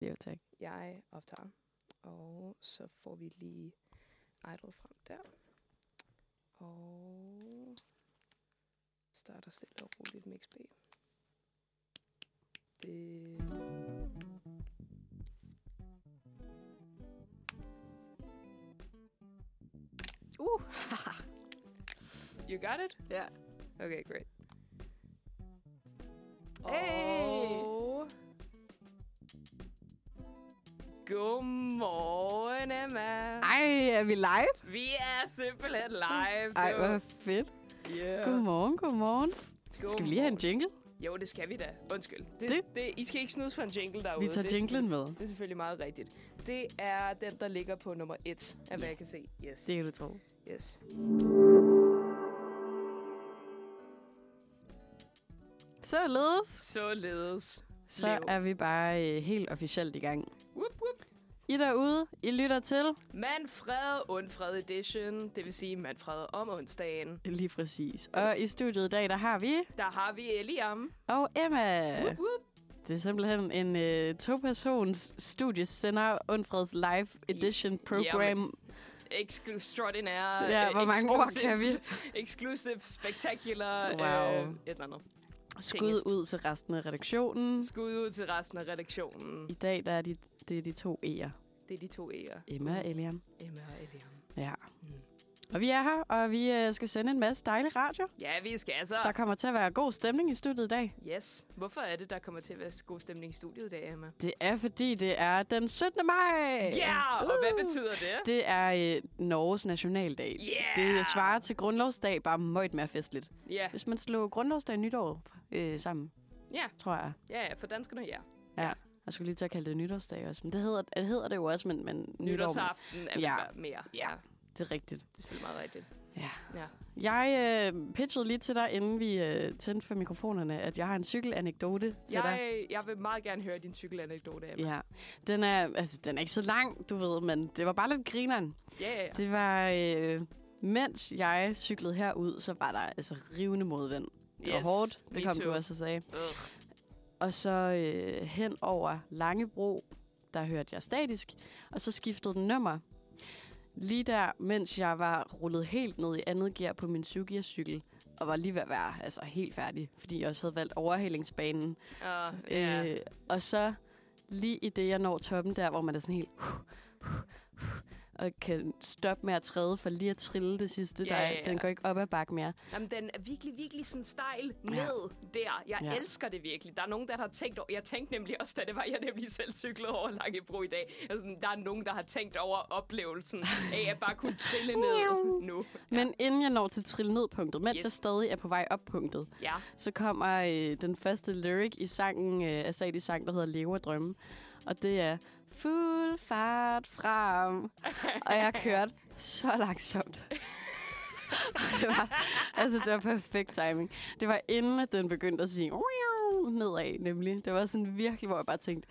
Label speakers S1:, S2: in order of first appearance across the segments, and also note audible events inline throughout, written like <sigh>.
S1: tak.
S2: Jeg optager. Og så får vi lige idol frem der. Og starter stille og roligt med XP. Det... Uh! you got it?
S1: Ja.
S2: Okay, great.
S1: Hey!
S2: Og... Godmorgen, Emma.
S1: Ej, er vi live?
S2: Vi er simpelthen live.
S1: Ej,
S2: du.
S1: hvor fedt.
S2: Yeah.
S1: Godmorgen, godmorgen.
S2: Godmorgen.
S1: Skal vi lige have en jingle?
S2: Jo, det skal vi da. Undskyld. Det,
S1: Det-
S2: det. Det, I skal ikke snudes for en jingle derude.
S1: Vi tager
S2: Det er
S1: jinglen
S2: selvfølgelig-
S1: med.
S2: Det er selvfølgelig meget rigtigt. Det er den, der ligger på nummer et, af hvad
S1: Ja.
S2: jeg kan se. Yes.
S1: Det kan du tro.
S2: yes.
S1: Således.
S2: Således.
S1: Så
S2: Lev.
S1: er vi bare øh, helt officielt i gang.
S2: Whoop, whoop.
S1: I derude, I lytter til.
S2: Manfred Undfred Edition, det vil sige Manfred om onsdagen.
S1: Lige præcis. Og i studiet i dag, der har vi...
S2: Der har vi Eliam.
S1: Og Emma.
S2: Whoop, whoop.
S1: Det er simpelthen en øh, to-persons studiesender, Undfreds Live Edition Program.
S2: Extraordinære.
S1: Ja,
S2: øh,
S1: hvor mange ord
S2: exclusive- <laughs>
S1: kan vi?
S2: Exclusive, spectacular,
S1: Wow.
S2: øh, et eller andet.
S1: Skud ud til resten af redaktionen.
S2: Skud ud til resten af redaktionen.
S1: I dag der er de, det er de to E'er.
S2: Det er de to E'er.
S1: Emma og Elian.
S2: Emma og Elian.
S1: Ja.
S2: Mm.
S1: Og vi er her, og vi øh, skal sende en masse dejlig radio.
S2: Ja, vi skal altså-
S1: Der
S2: så.
S1: kommer til at være god stemning i studiet i dag.
S2: Yes. Hvorfor er det, der kommer til at være god stemning i studiet i dag, Emma?
S1: Det er, fordi det er den 17. maj.
S2: Ja, yeah! og hvad
S1: Uh!
S2: betyder det?
S1: Det er øh, Norges nationaldag.
S2: Yeah!
S1: Det svarer til grundlovsdag, bare meget mere festligt.
S2: Ja,
S1: Hvis man slår grundlovsdag og nytår øh, sammen,
S2: ja,
S1: tror jeg.
S2: ja, ja, for danskerne, ja.
S1: Jeg skulle lige til at kalde det nytårsdag også, men det hedder det, hedder det jo også, men, men nytår,
S2: Nytårsaften er
S1: Ja.
S2: ja. mere.
S1: Ja. det er rigtigt.
S2: Det er selvfølgelig meget rigtigt.
S1: Jeg øh, pitchede lige til dig, inden vi øh, tændte for mikrofonerne, at jeg har en cykelanekdote til dig.
S2: Jeg, jeg vil meget gerne høre din cykelanekdote, Emma.
S1: Ja, den er, altså, den er ikke så lang, du ved, men det var bare lidt grineren.
S2: Ja, ja, ja.
S1: Det var, øh, mens jeg cyklede herud, så var der altså rivende modvind. Det var hårdt, det
S2: me
S1: kom
S2: too.
S1: du også og sagde.
S2: Ugh.
S1: Og så øh, hen over Langebro, der hørte jeg statisk, og så skiftede den nummer. Lige der, mens jeg var rullet helt ned i andet gear på min cykelcykel, og var lige ved at være altså, helt færdig, fordi jeg også havde valgt overhalingsbanen.
S2: Uh, ja.
S1: Øh, og så lige i det, jeg når toppen der, hvor man er sådan helt... og kan stoppe med at træde, for lige at trille det sidste.
S2: Ja,
S1: der,
S2: ja, ja.
S1: Den går ikke op ad bakke mere.
S2: Jamen, den er virkelig, virkelig sådan stejl ned der. Jeg
S1: Ja.
S2: ja. elsker det virkelig. Der er nogen, der har tænkt over... Jeg tænkte nemlig også, da det var, jeg nemlig selv cyklede over Langebro i dag. Altså, der er nogen, der har tænkt over oplevelsen af at bare kunne trille ned nu.
S1: Men inden jeg når til trille ned punktet, mens yes.
S2: Yes.
S1: jeg stadig er på vej op punktet,
S2: Ja,
S1: så kommer øh, den første lyric i sangen, øh, af Sadies sang, der hedder Leve og drømme. Og det er fuld fart
S2: <laughs>
S1: frem. Og jeg kørte så langsomt. <laughs> Og det var, altså, det var perfekt timing. Det var inden, at den begyndte at sige "Miau" nedad, nemlig. Det var sådan virkelig, hvor jeg bare tænkte,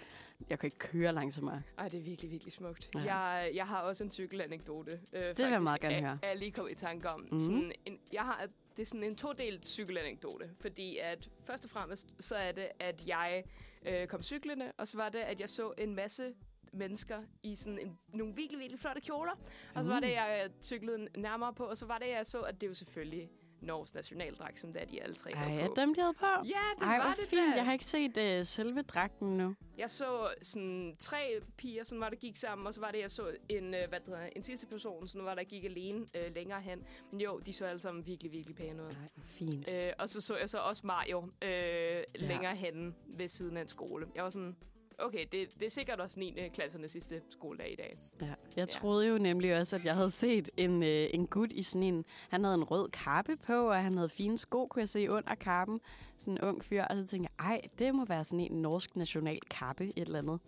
S1: jeg kan ikke køre langsommere.
S2: Ej, det er virkelig, virkelig smukt.
S1: Ja.
S2: Ja. Jeg, jeg har også en cykelanekdote. Øh, det
S1: vil jeg meget gerne høre. Mhm.
S2: Er jeg lige kommet i tanke om. Mm. Sådan en, jeg har, det er sådan en todelt cykelanekdote. Fordi at først og fremmest, så er det, at jeg øh, kom cyklende, og så var det, at jeg så en masse mennesker i sådan en, nogle virkelig, virkelig flotte kjoler. Og så var
S1: Mhm.
S2: det, jeg øh, cyklede nærmere på, og så var det, jeg så, at det er jo selvfølgelig Norges nationaldragt, som det er, de alle tre
S1: Ej,
S2: havde
S1: er
S2: på.
S1: dem, de havde på?
S2: Ja, det
S1: Ej,
S2: var
S1: hvor
S2: det
S1: fint.
S2: da.
S1: Jeg har ikke set øh, selve dragten nu.
S2: Jeg så sådan tre piger, som var der gik sammen, og så var det, jeg så en, øh, hvad det hedder, en sidste person, som var der gik alene øh, længere hen. Men jo, de så alle sammen virkelig, virkelig pæne ud.
S1: Nej, fint.
S2: Øh, og så så jeg så også Mario øh, ja. længere henne ved siden af en skole. Jeg var sådan, okay, det, det er sikkert også 9. klassernes sidste skoledag i dag.
S1: Ja. Jeg troede jo nemlig også, at jeg havde set en, øh, en gut i sådan en... Han havde en rød kappe på, og han havde fine sko, kunne jeg se, under kappen. Sådan en ung fyr. Og så tænkte jeg, ej, det må være sådan en norsk national kappe, et eller andet.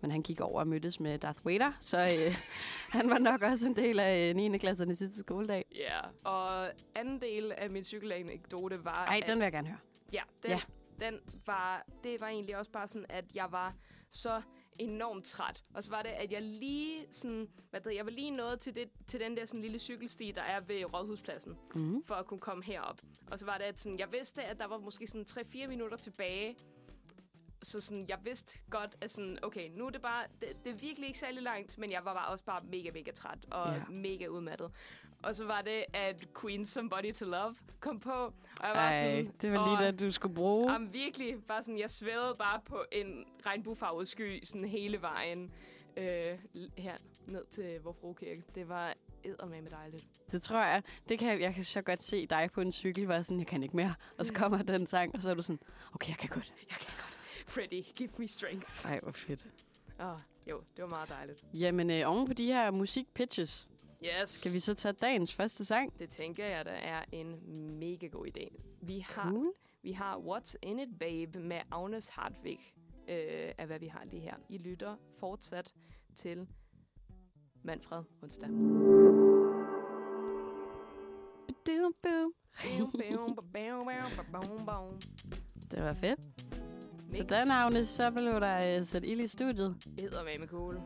S1: Men han gik over og mødtes med Darth Vader, så øh, <laughs> han var nok også en del af øh, 9. klasserne sidste skoledag.
S2: Ja, yeah. og anden del af min cykelanekdote var...
S1: Ej,
S2: at-
S1: den vil jeg gerne høre.
S2: Ja, den,
S1: Ja.
S2: ja. den var, det var egentlig også bare sådan, at jeg var så enormt træt. Og så var det, at jeg lige sådan, hvad det, jeg var lige nået til, det, til den der sådan lille cykelsti, der er ved Rådhuspladsen,
S1: Mhm.
S2: mm. for at kunne komme herop. Og så var det, at sådan, jeg vidste, at der var måske sådan 3-4 minutter tilbage Så sådan, jeg vidste godt, at sådan, okay, nu er det bare, det, det er virkelig ikke særlig langt, men jeg var bare også bare mega, mega træt og
S1: Ja.
S2: mega udmattet. Og så var det, at Queen Somebody to Love kom på, og jeg var sådan...
S1: det var lige
S2: "Åh,
S1: det, du skulle bruge.
S2: Jamen virkelig, bare sådan, jeg svævede bare på en regnbuefarvet sky sådan hele vejen øh, her ned til Vor Frue Kirke. Det var eddermame dejligt.
S1: Det tror jeg. Det kan, jeg kan så godt se dig på en cykel, hvor jeg er sådan, jeg kan ikke mere. Og så
S2: Mm.
S1: kommer den sang, og så er du sådan, okay, jeg kan godt.
S2: Jeg kan godt. Freddy, give me strength.
S1: Ej, hvor fedt.
S2: Oh, jo, det var meget dejligt.
S1: Jamen, øh, oven på de her musikpitches,
S2: Yes.
S1: skal vi så tage dagens første sang?
S2: Det tænker jeg, der er en mega god idé. Vi har,
S1: Cool.
S2: vi har What's In It Babe med Agnes Hartvig, øh, er hvad vi har lige her. I lytter fortsat til Manfred onsdag.
S1: Badum, bum.
S2: Bam, bam, ba- bam, bam, ba- bam, bam.
S1: Det var fedt.
S2: Mix.
S1: Så den, Agnes, så blev der øh, sat ild i studiet.
S2: Eddermame cool.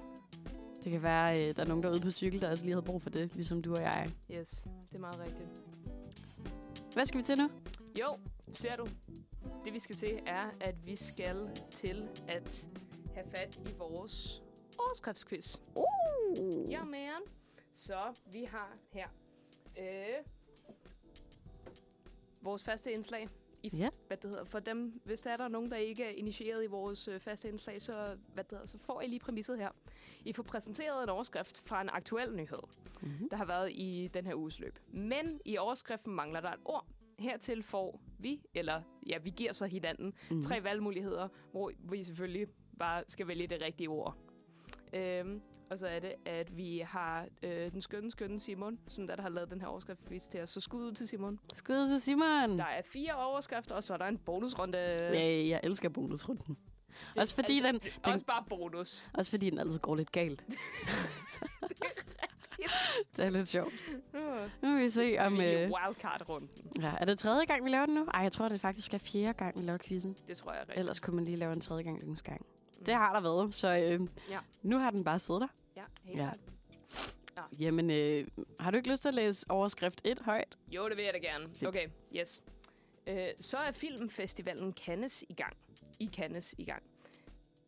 S1: Det kan være, øh, der er nogen derude på cykel, der også lige havde brug for det, ligesom du og jeg.
S2: Yes, det er meget rigtigt.
S1: Hvad skal vi til nu?
S2: Jo, ser du. Det vi skal til er, at vi skal til at have fat i vores overskriftsquiz.
S1: Uh.
S2: Ja, man. Så vi har her øh, vores faste indslag. I,
S1: Ja.
S2: Hvad det hedder, for dem, hvis der er der nogen, der ikke er initieret i vores øh, faste indslag, så, hvad det hedder, så får I lige præmisset her. I får præsenteret en overskrift fra en aktuel nyhed.
S1: Mm-hmm.
S2: der har været i den her uges løb. Men i overskriften mangler der et ord. Hertil får vi, eller ja, vi giver så hinanden,
S1: Mhm.
S2: mm. tre valgmuligheder, hvor vi selvfølgelig bare skal vælge det rigtige ord. Øhm, og så er det, at vi har øh, den skønne, skønne Simon, som der, der har lavet den her overskriftvis til os. Så skud ud til Simon.
S1: Skud til Simon.
S2: Der er fire overskrifter, og så er der en bonusrunde. Altså,
S1: Ja, jeg elsker bonusrunden.
S2: Det-
S1: også fordi den- den-
S2: Også bare bonus.
S1: Også fordi den altid går
S2: <laughs>
S1: lidt galt. det er lidt sjovt. Nu vil vi se om...
S2: Om,
S1: Øh,
S2: øh... Wildcard-runden,
S1: ja, er det tredje gang, vi laver den nu? Ej, jeg tror, det faktisk er fjerde gang, vi laver quizzen.
S2: det tror jeg er rigtigt.
S1: Ellers kunne man lige lave en tredje gang lykkens gang. Det har der været, så øh,
S2: Ja.
S1: Mm. ja. nu har den bare siddet der.
S2: Ja, helt
S1: Ja.
S2: klart.
S1: Jamen, øh, har du ikke lyst til at læse overskrift 1 højt?
S2: Jo, det vil jeg da gerne.
S1: Fedt.
S2: Okay, yes. Øh, så er filmfestivalen Cannes i gang. I Cannes i gang.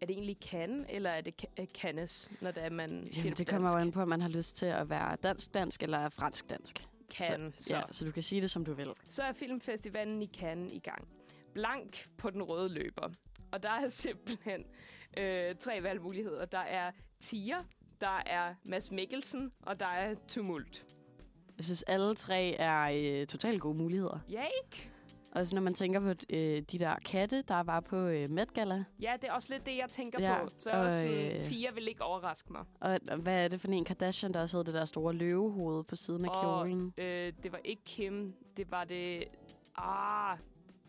S2: Er det egentlig Cannes, eller er det Ca- øh, Cannes, når det er, man siger
S1: Jamen,
S2: det,
S1: det kommer jo an på, om man har lyst til at være dansk-dansk eller fransk-dansk.
S2: Cannes,
S1: Så, ja, så du kan sige det, som du vil.
S2: Så er filmfestivalen i Cannes i gang. Blank på den røde løber. Og der er simpelthen øh, tre valgmuligheder. Der er Tia, der er Mads Mikkelsen, og der er Tumult.
S1: Jeg synes, alle tre er øh, totalt gode muligheder.
S2: Ja, ikke?
S1: Også når man tænker på øh, de der katte, der var på øh, Met Gala.
S2: Ja, det er også lidt det, jeg tænker
S1: Ja,
S2: på. Så er jeg også
S1: og,
S2: sådan,
S1: øh,
S2: Tia vil ikke overraske mig.
S1: Og og hvad er det for en Kardashian, der også havde det der store løvehoved på siden af
S2: Og-
S1: kjolen?
S2: Øh, det var ikke Kim, det var det... Ah,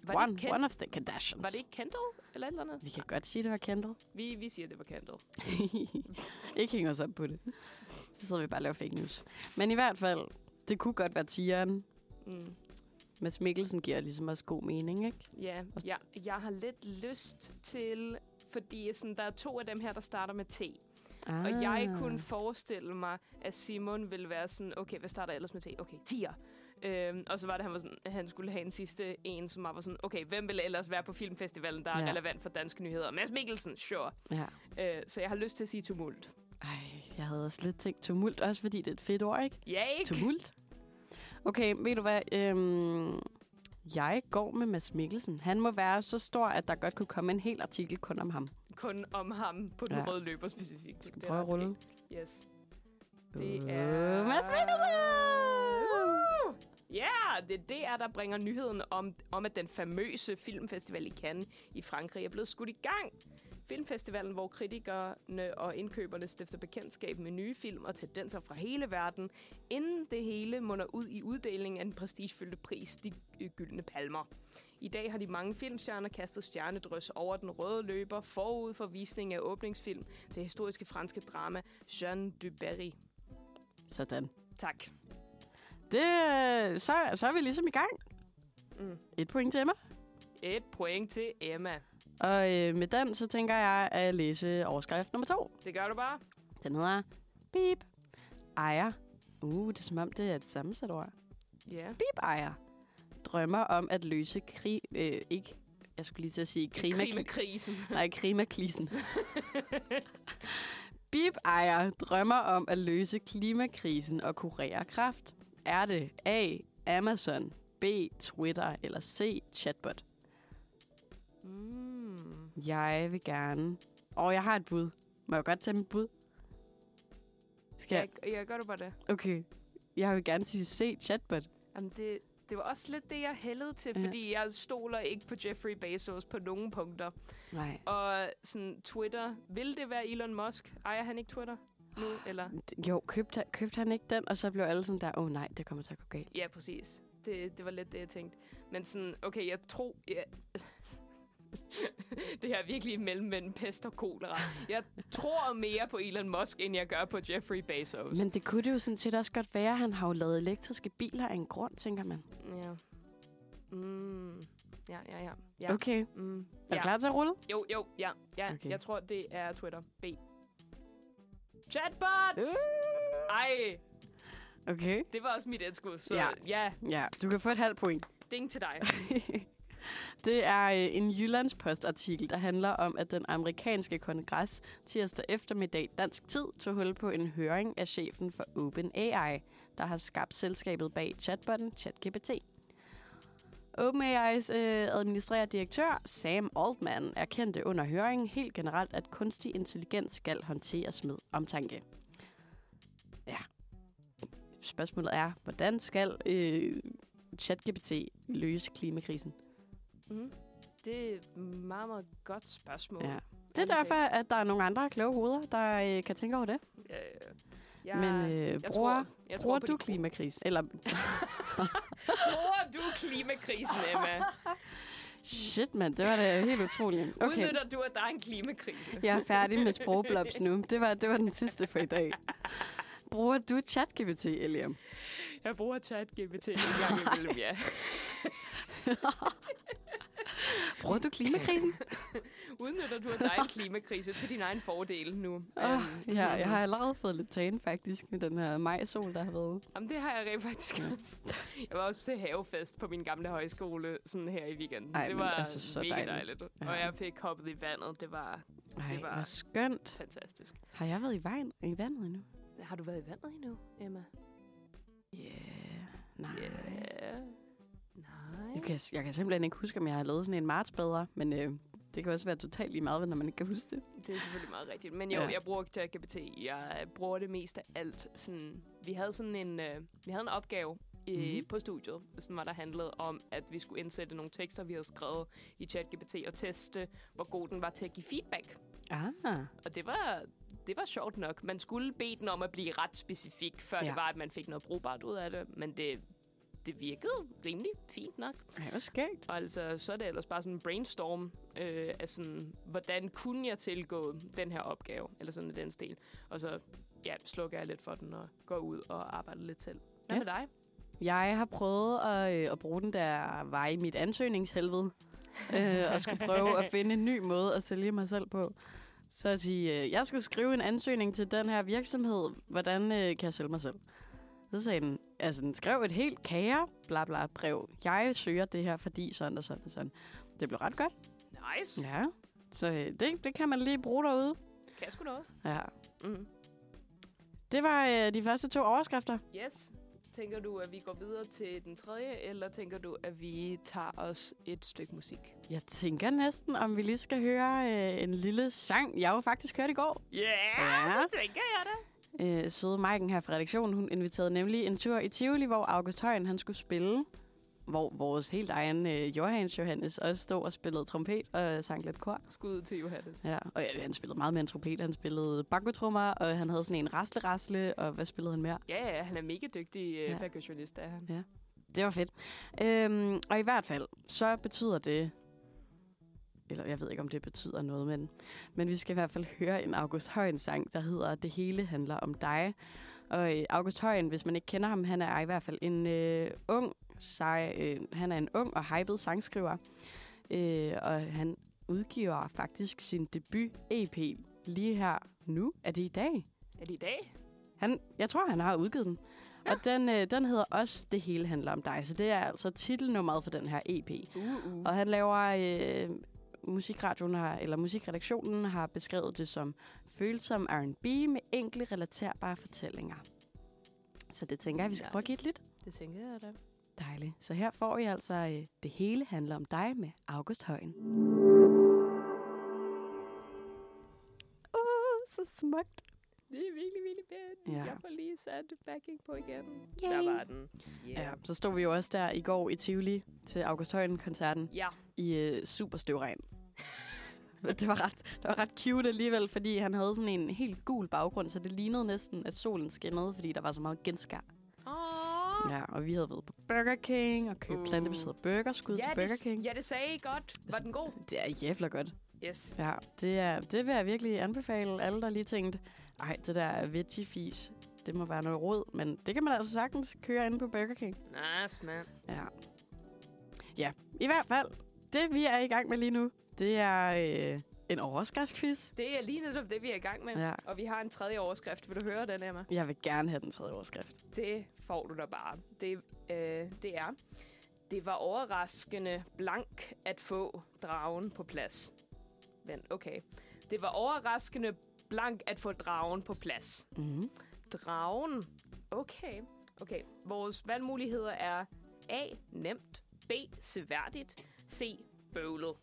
S2: var,
S1: One,
S2: det Ken-
S1: one of the Kardashians.
S2: var det ikke Kendall? Eller et eller andet?
S1: Vi kan godt sige, det var Kendall.
S2: Vi, vi siger, det var Kendall.
S1: <laughs> ikke hænge os op på det. Så sidder vi bare og laver fake news. Men i hvert fald, det kunne godt være tieren.
S2: Mm.
S1: Mads Mikkelsen giver ligesom også god mening, ikke?
S2: Ja, jeg, jeg har lidt lyst til... Fordi sådan, der er to af dem her, der starter med T.
S1: Ah.
S2: Og jeg kunne forestille mig, at Simon ville være sådan... Okay, hvad starter ellers med T? Okay, tier. Øhm, og så var det, han, var sådan, at han skulle have en sidste en, som var sådan... Okay, hvem ville ellers være på filmfestivalen, der er
S1: Ja.
S2: relevant for danske nyheder? Mads Mikkelsen, sure.
S1: Ja.
S2: Øh, så jeg har lyst til at sige tumult.
S1: Ej, jeg havde også lidt tænkt tumult, også fordi det er et fedt ord, ikke?
S2: Ja, ikke?
S1: Tumult. Okay, ved du hvad? Øhm, jeg går med Mads Mikkelsen. Han må være så stor, at der godt kunne komme en hel artikel kun om ham.
S2: kun om ham på den ja.
S1: Ja.
S2: røde løber specifikt.
S1: Skal vi
S2: Det er
S1: prøve at
S2: ret
S1: rulle?
S2: skægt. Yes. Det er-
S1: Øh, Mads Mikkelsen!
S2: Ja, yeah, det er DR, der bringer nyheden om, om, at den famøse filmfestival i Cannes i Frankrig er blevet skudt i gang. Filmfestivalen, hvor kritikerne og indkøberne stifter bekendtskab med nye film og tendenser fra hele verden, inden det hele munder ud i uddelingen af den prestigefyldte pris, De øh, Gyldne Palmer. I dag har de mange filmstjerner kastet stjernedrys over den røde løber forud for visningen af åbningsfilm, det historiske franske drama Jeanne du Berry.
S1: Sådan.
S2: Tak.
S1: Det, øh, så, så er vi ligesom i gang.
S2: Mm.
S1: Et point til mig.
S2: Et point til Emma.
S1: Og øh, med den, så tænker jeg at læse overskrift nummer to.
S2: Det gør du bare.
S1: Den hedder Beep. Ejer. Uh, det er som om, det er et sammensat ord.
S2: Ja.
S1: Beep ejer. Drømmer om at løse krig... Øh, ikke jeg skulle lige til at sige
S2: Klima-
S1: klima,
S2: krisen.
S1: Nej, klimakrisen. Bip ejer drømmer om at løse klimakrisen og kurere kraft. Er det A. Amazon, B. Twitter eller C.
S2: <laughs>
S1: Chatbot?
S2: Mm.
S1: Jeg vil gerne... Og jeg har et bud. Må jeg godt tage mit bud? Skal jeg?
S2: Jeg, jeg gør du bare det.
S1: Okay. Jeg vil gerne sige C. Chatbot.
S2: Jamen, det, det var også lidt det, jeg hældede til,
S1: Ja.
S2: fordi jeg stoler ikke på Jeffrey Bezos på nogen punkter.
S1: Nej.
S2: Og sådan Twitter, vil det være Elon Musk? Ejer han ikke Twitter nu, eller?
S1: Jo, købte, købte han ikke den, og så blev alle sådan der, åh oh, nej, det kommer til at gå galt.
S2: Ja, præcis. Det, det var lidt det, jeg tænkte. Men sådan, okay, jeg tror... Jeg... <laughs> det her er virkelig mellem mellem pest og kolera. Jeg tror mere på Elon Musk, end jeg gør på Jeffrey Bezos.
S1: Men det kunne det jo sådan set også godt være. Han har jo lavet elektriske biler af en grund, tænker man.
S2: Ja. Mm. Ja, ja, ja. ja.
S1: Ja. Okay.
S2: Mm.
S1: Er du
S2: ja.
S1: klar til at rulle?
S2: Jo, jo, ja. ja. Okay.
S1: Okay.
S2: Jeg tror, det er Twitter. B. Chatbot!
S1: Øh.
S2: Ej,
S1: Okay.
S2: det var også mit indskud. Så ja.
S1: Ja.
S2: ja,
S1: Ja, du kan få et halvt point.
S2: ding til dig.
S1: <laughs> det er øh, en Jyllandspost-artikel, der handler om, at den amerikanske kongres tirsdag eftermiddag dansk tid tog hul på en høring af chefen for OpenAI, der har skabt selskabet bag chatbotten ChatGPT. OpenAI's øh, administrerende direktør, Sam Altman, erkendte under høringen helt generelt, at kunstig intelligens skal håndteres med omtanke. Ja. Spørgsmålet er, hvordan skal øh, ChatGPT løse klimakrisen?
S2: Mm. Det er et meget, meget godt spørgsmål.
S1: Mhm. Ja. Det er derfor, at der er nogle andre kloge hoveder, der øh, kan tænke over det.
S2: Ja, ja, ja.
S1: Ja, Men øh,
S2: jeg
S1: bruger,
S2: tror, jeg
S1: bruger
S2: på
S1: du
S2: de-
S1: klimakris? Eller,
S2: Bruger du klimakrisen,
S1: <laughs>
S2: Emma?
S1: shit mand, det var da helt
S2: <laughs>
S1: utroligt.
S2: Okay.
S1: Okay,
S2: Udnytter du, at der er en klimakrise?
S1: jeg er færdig med sprogblops nu. Det var, det var den sidste for i dag. <laughs> Bruger du ChatGPT, Eliam?
S2: Jeg bruger ChatGPT en <laughs> gang imellem, ja.
S1: Bruger du klimakrisen?
S2: Udnytter du, at der er en klimakrise til din egen fordel nu? Øhm,
S1: Oh, <laughs> ja, jeg har allerede fået lidt tan faktisk med den her majsol, der har været.
S2: Jamen, det har jeg rent faktisk også. Jeg var også til havefest på min gamle højskole sådan her i weekenden.
S1: Ej,
S2: det
S1: men
S2: var
S1: altså, så
S2: mega
S1: dejligt.
S2: dejligt. Ja. Og jeg fik hoppet i vandet. Det var
S1: Nej,
S2: Det var-
S1: hvor skønt.
S2: fantastisk.
S1: Har jeg været i, vejen, i vandet endnu?
S2: Har du været i vandet endnu, Emma?
S1: Ja, yeah. nej.
S2: Ja. Nej.
S1: Jeg kan, jeg kan simpelthen ikke huske, om jeg har lavet sådan en martsbader, men øh, det kan også være totalt lige meget, når man ikke kan huske det.
S2: Det er selvfølgelig meget rigtigt. Men jo, ja.
S1: Ja.
S2: jeg bruger ChatGPT. Jeg bruger det mest af alt. Sådan, vi havde sådan en, øh, vi havde en opgave øh,
S1: Mhm.
S2: på studiet, sådan var der handlede om, at vi skulle indsætte nogle tekster, vi havde skrevet i ChatGPT, og teste, hvor god den var til at give feedback.
S1: Ah,
S2: Og det var, det var sjovt nok. Man skulle bede den om at blive ret specifik, før ja.
S1: Ja.
S2: det var, at man fik noget brugbart ud af det. Men det, det virkede rimelig fint nok.
S1: det var skægt.
S2: Og altså, så er det ellers bare sådan en brainstorm øh, af sådan, hvordan kunne jeg tilgå den her opgave, eller sådan i den stil. Og så ja, slukker jeg lidt for den og går ud og arbejder lidt selv. Hvad
S1: Ja.
S2: med dig?
S1: Jeg har prøvet at, øh, at bruge den, der var i mit ansøgningshelvede, øh, og skulle prøve at finde en ny måde at sælge mig selv på. Så at sige, øh, jeg skulle skrive en ansøgning til den her virksomhed, hvordan øh, kan jeg sælge mig selv? Så sagde den, altså den skrev et helt kære bla bla brev. Jeg søger det her, fordi sådan og sådan og sådan. Det blev ret godt.
S2: Nice. Ja.
S1: Ja, så øh, det, det kan man lige bruge derude.
S2: Kan jeg sgu noget?
S1: Ja.
S2: Mm.
S1: Det var øh, de første to overskrifter.
S2: Yes. Tænker du, at vi går videre til den tredje, eller tænker du, at vi tager os et stykke musik?
S1: Jeg tænker næsten, om vi lige skal høre øh, en lille sang, jeg jo faktisk hørte i går.
S2: Yeah,
S1: Ja.
S2: det tænker jeg da.
S1: Øh, søde Maiken her fra redaktionen, hun inviterede nemlig en tur i Tivoli, hvor August Højen han skulle spille. Hvor vores helt egen øh, Johannes Johannes også stod og spillede trompet og sang lidt kor.
S2: Skud til Johannes.
S1: Ja, og ja, han spillede meget mere end trompet. Han spillede bankotrummer, og han havde sådan en rasle-rasle, og hvad spillede han mere?
S2: Ja, ja, han er mega dygtig
S1: Ja.
S2: ja. percussionist, er han.
S1: Det var fedt. Øhm, og i hvert fald, så betyder det... Eller jeg ved ikke, om det betyder noget, men, men vi skal i hvert fald høre en August Højen-sang, der hedder Det hele handler om dig. Og øh, August Højen, hvis man ikke kender ham, han er i hvert fald en øh, ung, sej, øh, han er en ung og hyped sangskriver. Øh, og han udgiver faktisk sin debut-EP lige her nu. Er det i dag?
S2: Er det i dag?
S1: Han, jeg tror, han har udgivet den. Og den, øh, den hedder også Det hele handler om dig, så det er altså titelnummeret for den her EP.
S2: Uh, uh.
S1: Og han laver... Øh, musikradioen har, eller musikredaktionen har beskrevet det som følsom R&B med enkle relaterbare fortællinger. Så det tænker jeg, vi skal prøve at give et lidt.
S2: Det tænker jeg da.
S1: Dejligt. Så her får I altså øh, Det hele handler om dig med August Højen. Uh, så smukt.
S2: Det er virkelig, virkelig pænt.
S1: Ja.
S2: Jeg får lige sat backing på igen.
S1: Yay.
S2: Der var den.
S1: Ja, så stod vi jo også der i går i Tivoli til August Højen-koncerten
S2: Ja.
S1: i øh, super støvregn. <laughs> Men det var, ret, det var ret cute alligevel, fordi han havde sådan en helt gul baggrund, så det lignede næsten, at solen skinnede, fordi der var så meget genskær.
S2: Åh.
S1: Ja, og vi havde været på Burger King og købt
S2: Uh.
S1: uh. plantebaserede burgerskud til Burger
S2: det,
S1: King.
S2: ja, det sagde I godt. Var den god?
S1: Det er jævla godt.
S2: Yes.
S1: Ja, det, er, det vil jeg virkelig anbefale alle, der lige tænkte, ej, det der veggie-fis, det må være noget råd, men det kan man altså sagtens køre inde på Burger King.
S2: Nice, man.
S1: Ja. Ja, i hvert fald, det vi er i gang med lige nu, det er øh, en overskriftsquiz.
S2: Det er lige netop det, vi er i gang med.
S1: Ja.
S2: Og vi har en tredje overskrift. Vil du høre den, Emma?
S1: Jeg vil gerne have den tredje overskrift.
S2: Det får du da bare. Det, øh, det er... Det var overraskende blank at få dragen på plads. Vent, okay. Det var overraskende blank at få dragen på plads.
S1: Mm-hmm.
S2: Dragen. Okay. Okay. Vores valgmuligheder er A. Nemt. B. Seværdigt. C. Bøvlet.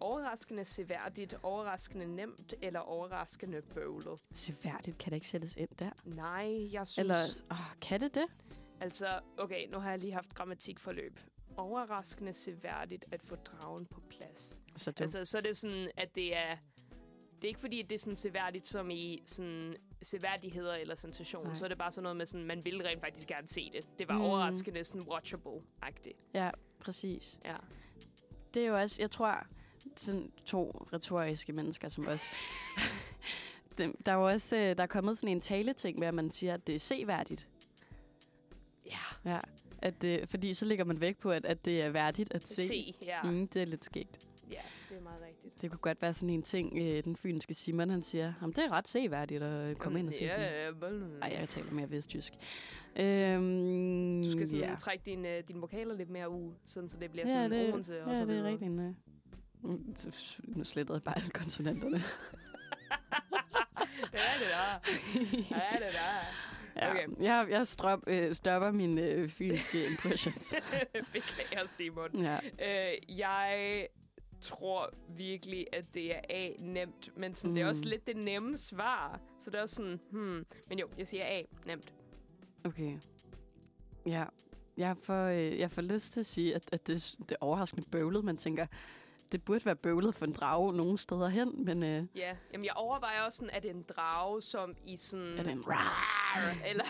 S2: Overraskende seværdigt, overraskende nemt eller overraskende bøvlet.
S1: Seværdigt kan det ikke sættes ind der.
S2: Nej, jeg synes...
S1: Eller, åh, kan det det?
S2: Altså, okay, nu har jeg lige haft grammatikforløb. Overraskende seværdigt at få dragen på plads.
S1: Så du, altså,
S2: Altså, så er det sådan, at det er... Det er ikke fordi, at det er sådan seværdigt som i sådan seværdigheder eller sensation.
S1: Nej.
S2: Nej. Så er det bare sådan noget med sådan, man ville rent faktisk gerne se det. Det var
S1: Mm.
S2: mm. overraskende sådan watchable-agtigt.
S1: ja, præcis.
S2: Ja.
S1: Det er jo også, jeg tror, sådan to retoriske mennesker som <laughs> os. Dem, der er jo også, øh, der er kommet sådan en taleting med, at man siger, at det er seværdigt.
S2: Ja.
S1: Ja, at det, fordi så ligger man væk på, at, at det er værdigt at se.
S2: Se. Ja. Mm.
S1: Mm, det er lidt skægt.
S2: ja, det er meget rigtigt.
S1: Det kunne godt være sådan en ting, øh, den fynske Simon, han siger. Jamen, det er ret seværdigt at øh, komme ind og se
S2: ja,
S1: sådan.
S2: ja, ja.
S1: Ej, jeg taler mere vestjysk. Øhm,
S2: øh, Du skal sådan
S1: ja.
S2: yeah. trække dine, øh, dine vokaler lidt mere ud, sådan, så det bliver
S1: Ja,
S2: sådan
S1: det-
S2: Odense og
S1: Ja,
S2: så
S1: det er
S2: videre.
S1: rigtigt. Ja. Mm, så- så- Nu slettede jeg bare alle konsonanterne.
S2: det er det
S1: <laughs>
S2: der. Det er det der. <laughs>
S1: ja,
S2: Okay.
S1: Jeg, jeg strop, øh, stopper mine øh, fynske
S2: <laughs>
S1: impressions.
S2: Beklager, Simon.
S1: ja.
S2: Øh, jeg tror virkelig, at det er A, nemt. Men sådan, mm. det er også
S1: Mm.
S2: lidt det nemme svar. Så det er også sådan, hmm. Men jo, jeg siger A, nemt.
S1: Okay. Ja, jeg får, øh, jeg får lyst til at sige, at, at det, det er overraskende bøvlet. Man tænker, det burde være bøvlet for en drage nogle steder hen, men øh,
S2: Ja, Jamen, jeg overvejer også sådan, er det en drage, som i sådan...
S1: er det en rar?
S2: Arr, <laughs> eller...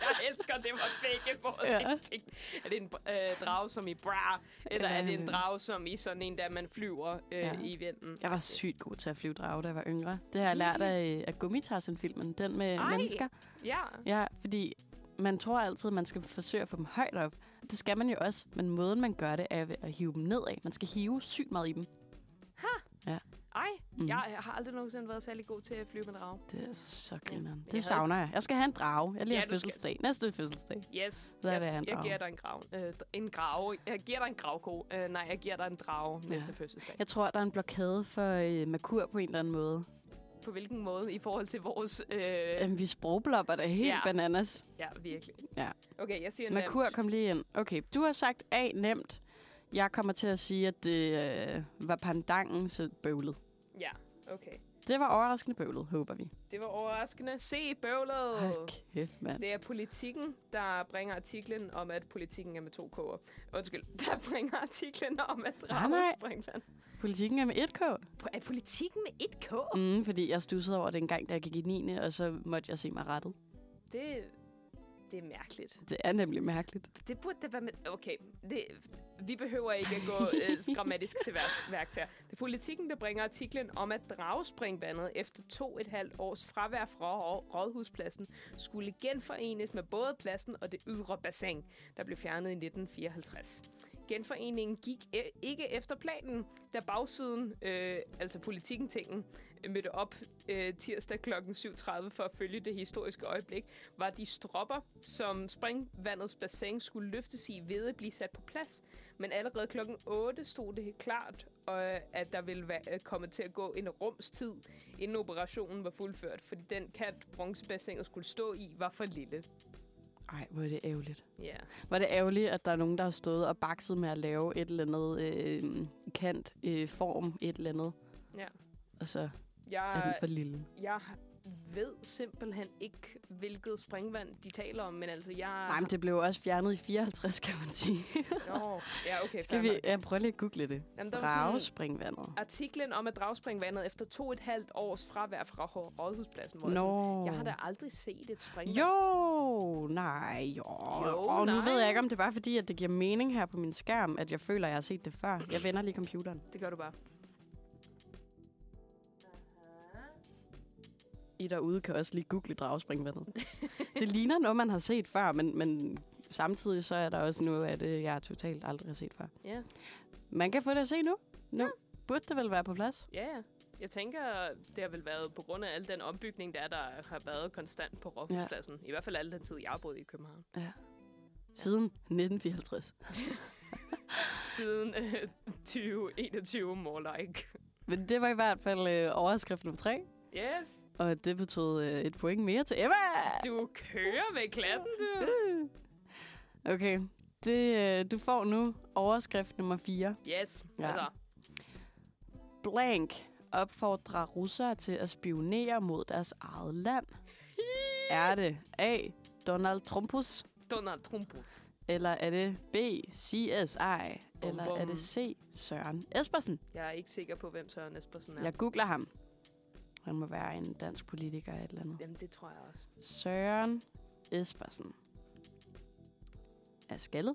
S2: jeg elsker, det var begge vores
S1: Ja.
S2: ja. instinkt. Er det en øh, drage, som i bra? Eller er det en drage, som i sådan en, der man flyver øh,
S1: Ja.
S2: ja. i vinden?
S1: Jeg var sygt god til at flyve drage, da jeg var yngre. Det har jeg lært af, af Gummitarsen-filmen, den med Ej.
S2: Ej.
S1: mennesker.
S2: Ja.
S1: Ja, fordi man tror altid, man skal forsøge at få dem højt op. Det skal man jo også, men måden man gør det, er ved at hive dem nedad. Man skal hive sygt meget i dem.
S2: Ej,
S1: Mm.
S2: mm. jeg har aldrig nogensinde været særlig god til at flyve med en drage.
S1: Det er så grineren.
S2: men
S1: Ja,
S2: jeg
S1: det
S2: havde
S1: savner jeg. Jeg skal have en drage. Jeg lige
S2: Ja,
S1: har
S2: du skal.
S1: fødselsdag. Næste fødselsdag.
S2: Yes,
S1: Så er det
S2: jeg,
S1: en
S2: jeg
S1: drage.
S2: giver dig en, grav, øh, en grave. Jeg giver dig en gravko. Øh, nej, jeg giver dig en drage
S1: Ja.
S2: næste fødselsdag.
S1: Jeg tror, der er en blokade for øh, Merkur på en eller anden måde.
S2: På hvilken måde i forhold til vores... Øh, ja,
S1: Jamen, vi sprogblopper da helt ja.
S2: Ja.
S1: bananas.
S2: virkelig.
S1: Ja.
S2: Okay, jeg siger en
S1: Merkur, kom lige ind. Okay, du har sagt A, nemt. Jeg kommer til at sige, at det øh, var pandangen, så bøvlet.
S2: Ja, okay.
S1: Det var overraskende bøvlet, håber vi.
S2: Det var overraskende. Se bøvlet!
S1: Hold kæft, mand.
S2: Det er politikken, der bringer artiklen om, at politikken er med to k'er. Undskyld, <laughs> der bringer artiklen om, at
S1: nej.
S2: drager springvand.
S1: Politikken er med 1K.
S2: Er politikken med et k? Mm.
S1: Mm, fordi jeg stussede over den gang, da jeg gik i 9. og så måtte jeg se mig rettet.
S2: Det, det er mærkeligt.
S1: Det er nemlig mærkeligt.
S2: Det burde da være med... Okay, det, vi behøver ikke at gå øh, grammatisk til værks, værks her. Det er politikken, der bringer artiklen om, at dragespringvandet efter to et halvt års fravær fra Rå- Rådhuspladsen skulle genforenes med både pladsen og det ydre bassin, der blev fjernet i 1954. Genforeningen gik e- ikke efter planen, da bagsiden, øh, altså øh, politikken-tingen, mødte op øh, tirsdag kl. 7.30 for at følge det historiske øjeblik, var de stropper, som springvandets bassin skulle løftes i ved at blive sat på plads. Men allerede kl. 8 stod det helt klart, øh, at der ville være, øh, komme til at gå en rumstid, inden operationen var fuldført, fordi den kant bronzebassinet skulle stå i var for lille.
S1: Ej, hvor er det ærgerligt.
S2: Ja. Yeah.
S1: Hvor er det ærgerligt, at der er nogen, der har stået og bakset med at lave et eller andet øh, kant, øh, form, et eller andet.
S2: Ja.
S1: Og så er den
S2: Jeg,
S1: for lille.
S2: jeg ved simpelthen ikke, hvilket springvand de taler om, men altså jeg...
S1: Nej, men det blev jo også fjernet i 54, kan man sige.
S2: Nå, ja, okay,
S1: Skal vi ja, prøve lige at google det?
S2: Jamen, der var sådan
S1: Dragespringvandet.
S2: artiklen om at dragspringvandet efter to og et halvt års fravær fra Hå- rådhuspladsen, hvor jeg sådan,
S1: Nå.
S2: jeg har da aldrig set et springvand.
S1: Jo, nej, jo.
S2: Jo,
S1: og nu
S2: nej.
S1: ved jeg ikke, om det er bare fordi, at det giver mening her på min skærm, at jeg føler, at jeg har set det før. Jeg vender lige computeren.
S2: Det gør du bare.
S1: I derude kan også lige google
S2: <laughs>
S1: dragespringvandet. det ligner noget, man har set før, men, men samtidig så er der også noget af det, jeg totalt aldrig har set før.
S2: Ja.
S1: Man kan få det at se nu. Nu burde det vel være på plads.
S2: Ja, ja. Jeg tænker, det har vel været på grund af al den ombygning, der, er, der har været konstant på rådhuspladsen. Ja. I hvert fald al den tid, jeg har boet i København.
S1: Siden 1954.
S2: Siden øh, 2021, more like.
S1: Men det var i hvert fald øh, overskrift nummer tre.
S2: Yes,
S1: Og det betød øh, et point mere til Emma.
S2: du kører med klatten, du.
S1: Uh. Okay, det, øh, du får nu overskrift nummer 4.
S2: Yes,
S1: Ja.
S2: ja. altså.
S1: Blank opfordrer russere til at spionere mod deres eget land. Er det A. Donald Trumpus?
S2: Donald Trump.
S1: Eller er det B. CSI?
S2: Bum,
S1: Eller er
S2: bum.
S1: det C. Søren Espersen?
S2: Jeg er ikke sikker på, hvem Søren Espersen er.
S1: Jeg googler ham. Han må være en dansk politiker eller et eller andet.
S2: Jamen, det tror jeg også.
S1: Søren Espersen er skaldet.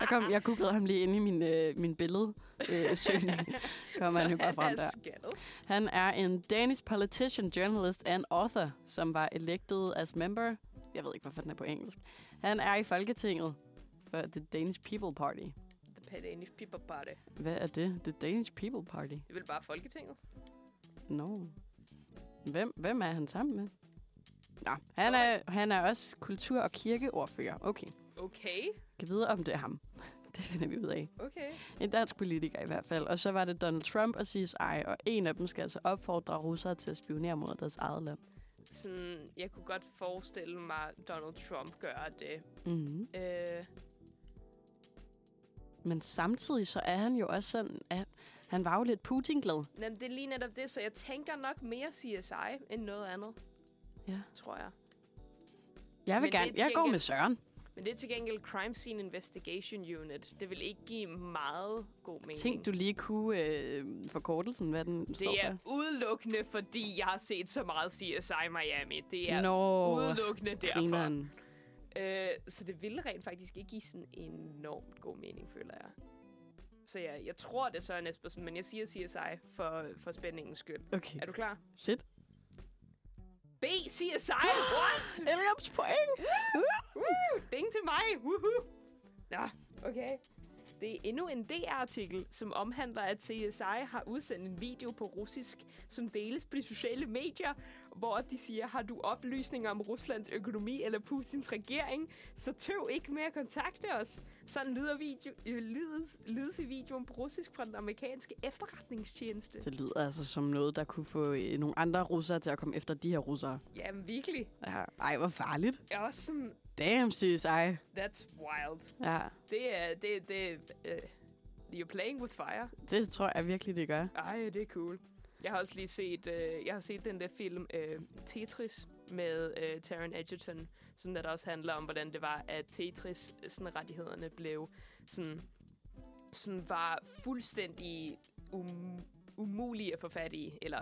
S1: jeg, kom, jeg googlede ham lige inde i min, øh, min billede øh, søgning.
S2: <laughs>
S1: Kom han jo bare frem der.
S2: skaldet.
S1: Han er en Danish politician, journalist and author, som var elected as member. Jeg ved ikke, hvorfor den er på engelsk. Han er i Folketinget for The Danish People Party.
S2: The Danish People Party.
S1: Hvad er det? The Danish People Party?
S2: Det er vel bare Folketinget?
S1: No. Hvem, hvem er han sammen med? Nå,
S2: Tror
S1: han
S2: jeg
S1: er, han er også kultur- og kirkeordfører. Okay.
S2: Okay,
S1: Kan vide, om det er ham. <laughs> Det finder vi ud af.
S2: okay.
S1: En dansk politiker i hvert fald. Og så var det Donald Trump og CSI, og en af dem skal altså opfordre russere til at spionere mod deres eget land.
S2: Sådan, jeg kunne godt forestille mig, at Donald Trump gør det.
S1: Mm-hmm.
S2: Øh,
S1: Men samtidig så er han jo også sådan, at han var jo lidt Putin-glad.
S2: jamen, det er lige netop det, så jeg tænker nok mere CSI end noget andet.
S1: Ja.
S2: Tror jeg.
S1: Jeg vil
S2: Men det er
S1: gerne,
S2: til
S1: jeg går
S2: gengæld-
S1: med Søren.
S2: Men det er til gengæld Crime Scene Investigation Unit. Det vil ikke give meget god mening.
S1: Tænk, du lige kunne øh, forkortelsen, hvad den står
S2: det er
S1: for.
S2: udelukkende, fordi jeg har set så meget CSI Miami. Det er
S1: Nå,
S2: udelukkende derfor.
S1: grineren.
S2: Øh, så det ville rent faktisk ikke give sådan enormt god mening, føler jeg. Så jeg, jeg tror, det er Søren Espersen, men jeg siger CSI for, for spændingens skyld.
S1: Okay,
S2: Er du klar?
S1: shit.
S2: B, CSI, what?
S1: Elliams point.
S2: Woo, ding til mig, woohoo. Nå, okay. Det er endnu en DR-artikel, som omhandler, at CSI har udsendt en video på russisk, som deles på de sociale medier, hvor de siger, har du oplysninger om Ruslands økonomi eller Putins regering, så tøv ikke med at kontakte os. Sådan lyder, video, øh, lydes, lydes i videoen på russisk fra den amerikanske efterretningstjeneste.
S1: <laughs> Det lyder altså som noget, der kunne få øh, nogle andre russere til at komme efter de her russere.
S2: Jamen virkelig.
S1: Ja. Ej, hvor farligt.
S2: Jeg er også sådan,
S1: Damn, CSI.
S2: that's wild.
S1: Ja,
S2: Det er, det, det, uh, you're playing with fire.
S1: det tror jeg virkelig, det gør.
S2: Ej, det er cool. Jeg har også lige set, øh, jeg har set den der film øh, Tetris med øh, Taron Egerton, som der også handler om, hvordan det var, at Tetris sådan rettighederne blev sådan, sådan var fuldstændig um, umulige at få fat i, eller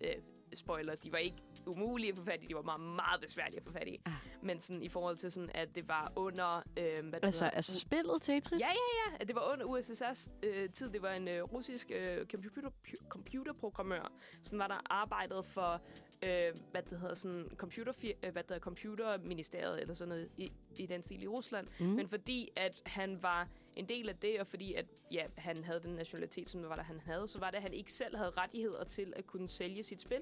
S2: øh, spoiler, de var ikke umulige at få fat i, de var meget, meget besværlige at få fat i.
S1: Ah.
S2: Ah. Men sådan i forhold til sådan, at det var under, øh, hvad det
S1: Altså,
S2: hedder,
S1: altså spillet Tetris?
S2: Ja, ja, ja. At Det var under USSR's øh, tid. Det var en øh, russisk øh, computer, pu- computerprogrammør, som var der arbejdet for, øh, hvad det hedder, sådan computer, øh, hvad det hedder, computerministeriet eller sådan noget i, i den stil i Rusland.
S1: Mm.
S2: Men fordi at han var en del af det, og fordi at, ja, han havde den nationalitet, som det var der, han havde, så var det, at han ikke selv havde rettigheder til at kunne sælge sit spil.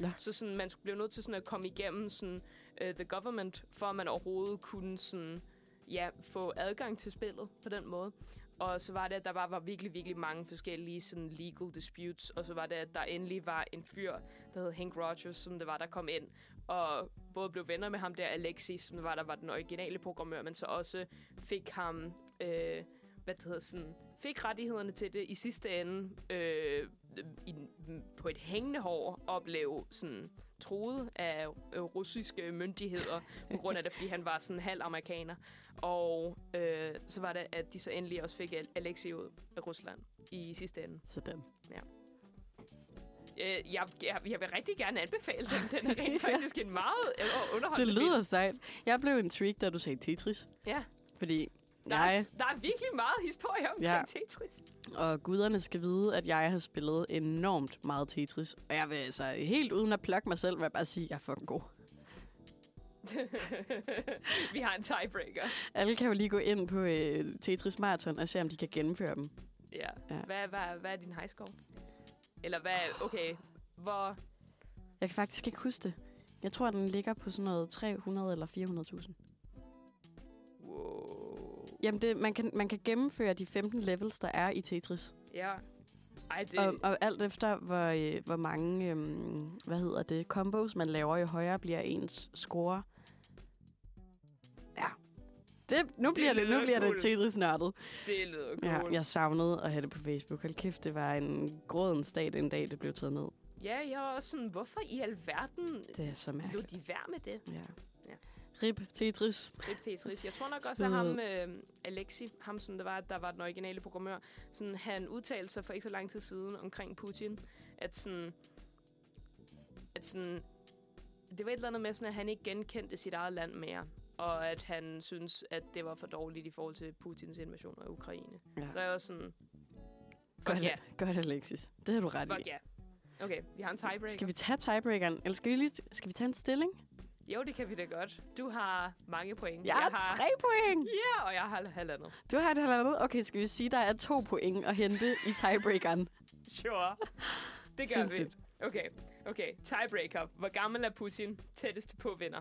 S1: Nå.
S2: Så sådan, man skulle- blev nødt til sådan at komme igennem sådan, uh, the government, for at man overhovedet kunne sådan, ja, få adgang til spillet på den måde. Og så var det, at der bare var virkelig, virkelig mange forskellige sådan, legal disputes. Og så var det, at der endelig var en fyr, der hed Hank Rogers, som det var, der kom ind og både blev venner med ham der, Alexi, som det var, der var den originale programmør, men så også fik ham, øh, hvad det hedder sådan, fik rettighederne til det i sidste ende øh, i, på et hængende hår og blev sådan troet af øh, russiske myndigheder på grund af det, fordi han var sådan halv amerikaner. Og øh, så var det, at de så endelig også fik Al- Alexi ud af Rusland i sidste ende.
S1: Sådan.
S2: Øh, jeg, jeg, jeg vil rigtig gerne anbefale den. Den er
S1: <laughs>
S2: rent faktisk en meget øh,
S1: Det
S2: underholdende
S1: lyder sejt. Jeg blev intrigued, da du sagde Tetris.
S2: Ja.
S1: Fordi
S2: Der, er,
S1: jeg
S2: s- der er virkelig meget historie om
S1: Ja.
S2: ja. Tetris. <laughs>
S1: og guderne skal vide, at jeg har spillet enormt meget Tetris. Og jeg vil altså helt uden at plukke mig selv, vil jeg bare sige, at jeg er fucking god.
S2: Vi har en tiebreaker.
S1: Alle kan jo lige gå ind på øh, Tetris Marathon og se, om de kan gennemføre dem.
S2: Ja.
S1: Ja.
S2: Hvad, hvad, hvad er din high score? Eller hvad... Okay, hvor...
S1: Jeg kan faktisk ikke huske det. Jeg tror, den ligger på sådan noget 300 eller 400.000.
S2: Wow.
S1: Jamen, det, man, kan, man kan gennemføre de 15 levels, der er i Tetris.
S2: Ja. Ej, det...
S1: Og, og alt efter, hvor, øh, hvor mange, øhm, hvad hedder det, combos man laver, jo højere bliver ens score. Ja. Det,
S2: Det
S1: nu det bliver det, nu
S2: lyder
S1: bliver
S2: cool.
S1: det Tetris-nørdet.
S2: Det lyder
S1: Ja,
S2: cool.
S1: jeg savnede at have det på Facebook. Hold kæft, det var en gråden stat en dag, det blev taget ned.
S2: ja, jeg var også sådan, hvorfor i alverden
S1: Det er så
S2: lod
S1: mærkeligt.
S2: de være med det?
S1: Ja.
S2: Ja.
S1: Rip Tetris.
S2: Det er Tetris. Jeg tror nok også,
S1: Spid
S2: at ham,
S1: ud.
S2: øh, Alexi, ham som der var, der var den originale programmør, sådan, han udtalte sig for ikke så lang tid siden omkring Putin, at sådan, at sådan, det var et eller andet med, sådan, at han ikke genkendte sit eget land mere, og at han synes, at det var for dårligt i forhold til Putins invasion af Ukraine.
S1: Ja.
S2: Så jeg var sådan,
S1: Godt,
S2: ja.
S1: godt, Alexis. Det har du ret
S2: fuck
S1: i.
S2: ja. Okay, vi har en tiebreaker.
S1: Skal vi tage tiebreakeren, eller skal vi, lige skal vi tage en stilling?
S2: Jo, det kan vi da godt. Du har mange point.
S1: Jeg har
S2: har
S1: tre point!
S2: Ja, og jeg har halvandet.
S1: Du har et halvandet. Okay, skal vi sige, der er to point at hente i tiebreakeren?
S2: Sure. Det gør vi.
S1: Sindssygt.
S2: Okay, okay. Tiebreaker. Hvor gammel er Putin? Tætteste på vinder.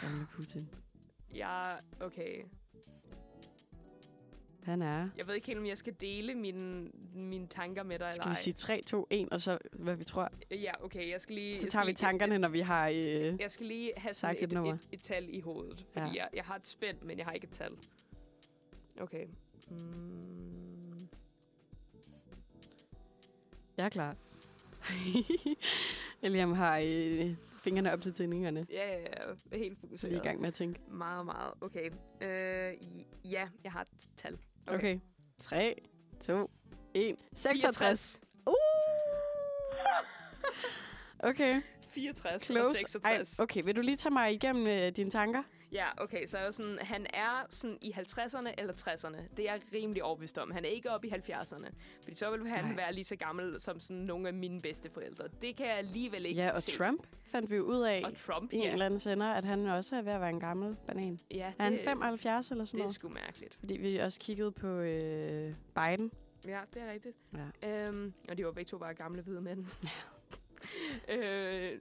S1: Gamle Putin.
S2: Jeg, okay.
S1: Han er...
S2: Jeg ved ikke helt, om jeg skal dele mine, mine tanker med dig
S1: Skal
S2: eller
S1: vi
S2: ej.
S1: sige 3, 2, 1, og så hvad vi tror?
S2: Ja, okay. Jeg skal lige...
S1: Så
S2: jeg
S1: tager
S2: skal
S1: vi
S2: lige-
S1: tankerne, når vi har... Øh...
S2: Jeg, jeg skal lige have
S1: Sagt
S2: sådan
S1: et
S2: et,
S1: nummer.
S2: et, et, tal i hovedet. Fordi
S1: Ja.
S2: jeg, jeg har et spænd, men jeg har ikke et tal. Okay. Mm.
S1: Jeg er klar. <laughs> Eliam har øh, fingrene op til tændingerne.
S2: Ja, ja, ja. Helt
S1: Så
S2: fokuseret.
S1: vi er i gang med at tænke.
S2: Meget, meget. Okay. Øh, i- ja, jeg har et tal. Okay.
S1: Okay. 3, 2, 1. 66. Uh! <laughs> Okay,
S2: 64 og
S1: close.
S2: 66.
S1: Ej, okay, vil du lige tage mig igennem øh, dine tanker?
S2: Ja, okay, så er jeg sådan, han er sådan i 50'erne eller 60'erne. Det er jeg rimelig overbevist om. Han er ikke oppe i 70'erne. Fordi så ville han
S1: Nej.
S2: Nej. være lige så gammel som sådan nogle af mine bedsteforældre. Det kan jeg alligevel ikke
S1: Ja, og
S2: se.
S1: Trump fandt vi jo ud af.
S2: Og Trump,
S1: i en
S2: ja.
S1: eller anden sender, at han også er ved at være en gammel banan.
S2: ja
S1: Er han 75 eller sådan
S2: Det er
S1: noget?
S2: sgu mærkeligt.
S1: Fordi vi også kiggede på øh, Biden.
S2: Ja, det er rigtigt.
S1: Ja.
S2: Øhm, og de var begge to bare gamle hvide mænd. <laughs> øh,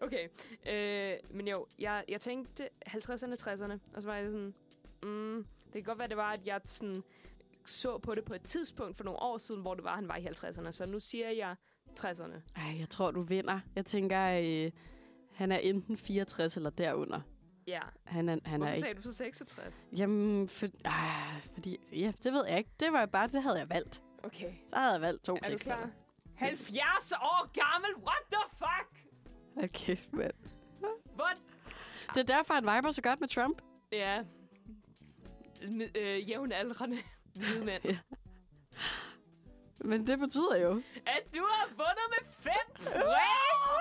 S2: okay, øh, men jo, jeg, jeg tænkte 50'erne, 60'erne, og så var jeg sådan, mm, det kan godt være, det var, at jeg sådan, så på det på et tidspunkt for nogle år siden, hvor det var, han var i 50'erne, så nu siger jeg 60'erne.
S1: Ej, jeg tror, du vinder. Jeg tænker, øh, han er enten 64 eller derunder.
S2: Ja,
S1: Han er, han er
S2: hvorfor
S1: ikke...
S2: sagde du så 66?
S1: Jamen, for, ah, fordi... Ja, det ved jeg ikke. Det var bare... Det havde jeg valgt.
S2: Okay,
S1: Så havde jeg valgt to
S2: er du
S1: tekster.
S2: klar? 70 år gammel, what the fuck?
S1: Okay, mand.
S2: Hvor
S1: Det er derfor, han viber så godt med Trump.
S2: Ja. Med, øh, jævnaldrende hvide
S1: <laughs>
S2: mænd.
S1: Men det betyder jo...
S2: At du har vundet med fem point!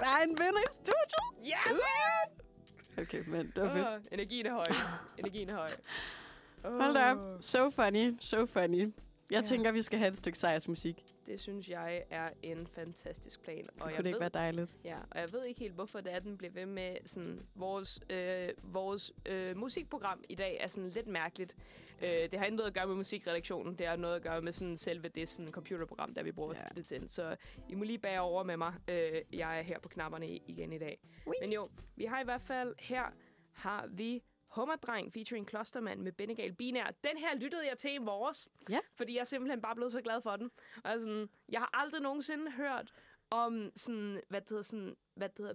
S1: Der er en vinder i studiet!
S2: Ja,
S1: Okay, men det var fedt.
S2: Åh, Energien er høj. Energien er høj. Oh.
S1: Hold da op. So funny, so funny. Jeg
S2: Ja.
S1: ja. tænker, vi skal have et stykke sejrsmusik.
S2: Det synes jeg er en fantastisk plan. Og
S1: Kunne
S2: jeg
S1: det ikke
S2: ved,
S1: være dejligt?
S2: Ja, og jeg ved ikke helt, hvorfor det er, den bliver ved med sådan... Vores, øh, vores øh, musikprogram i dag er sådan lidt mærkeligt. Øh, det har ikke noget at gøre med musikredaktionen. Det har noget at gøre med sådan selve det sådan computerprogram, der vi bruger ja.
S1: Ja.
S2: det til. Så I må lige bære over med mig. Øh, jeg er her på knapperne i- igen i dag.
S1: Ui.
S2: Men jo, vi har i hvert fald... Her har vi Hummerdreng featuring Klostermand med Benegal Binær. Den her lyttede jeg til i morges,
S1: Ja.
S2: fordi jeg er simpelthen bare blevet så glad for den. Og jeg, sådan, jeg har aldrig nogensinde hørt om sådan, hvad det hedder, sådan, hvad det hedder,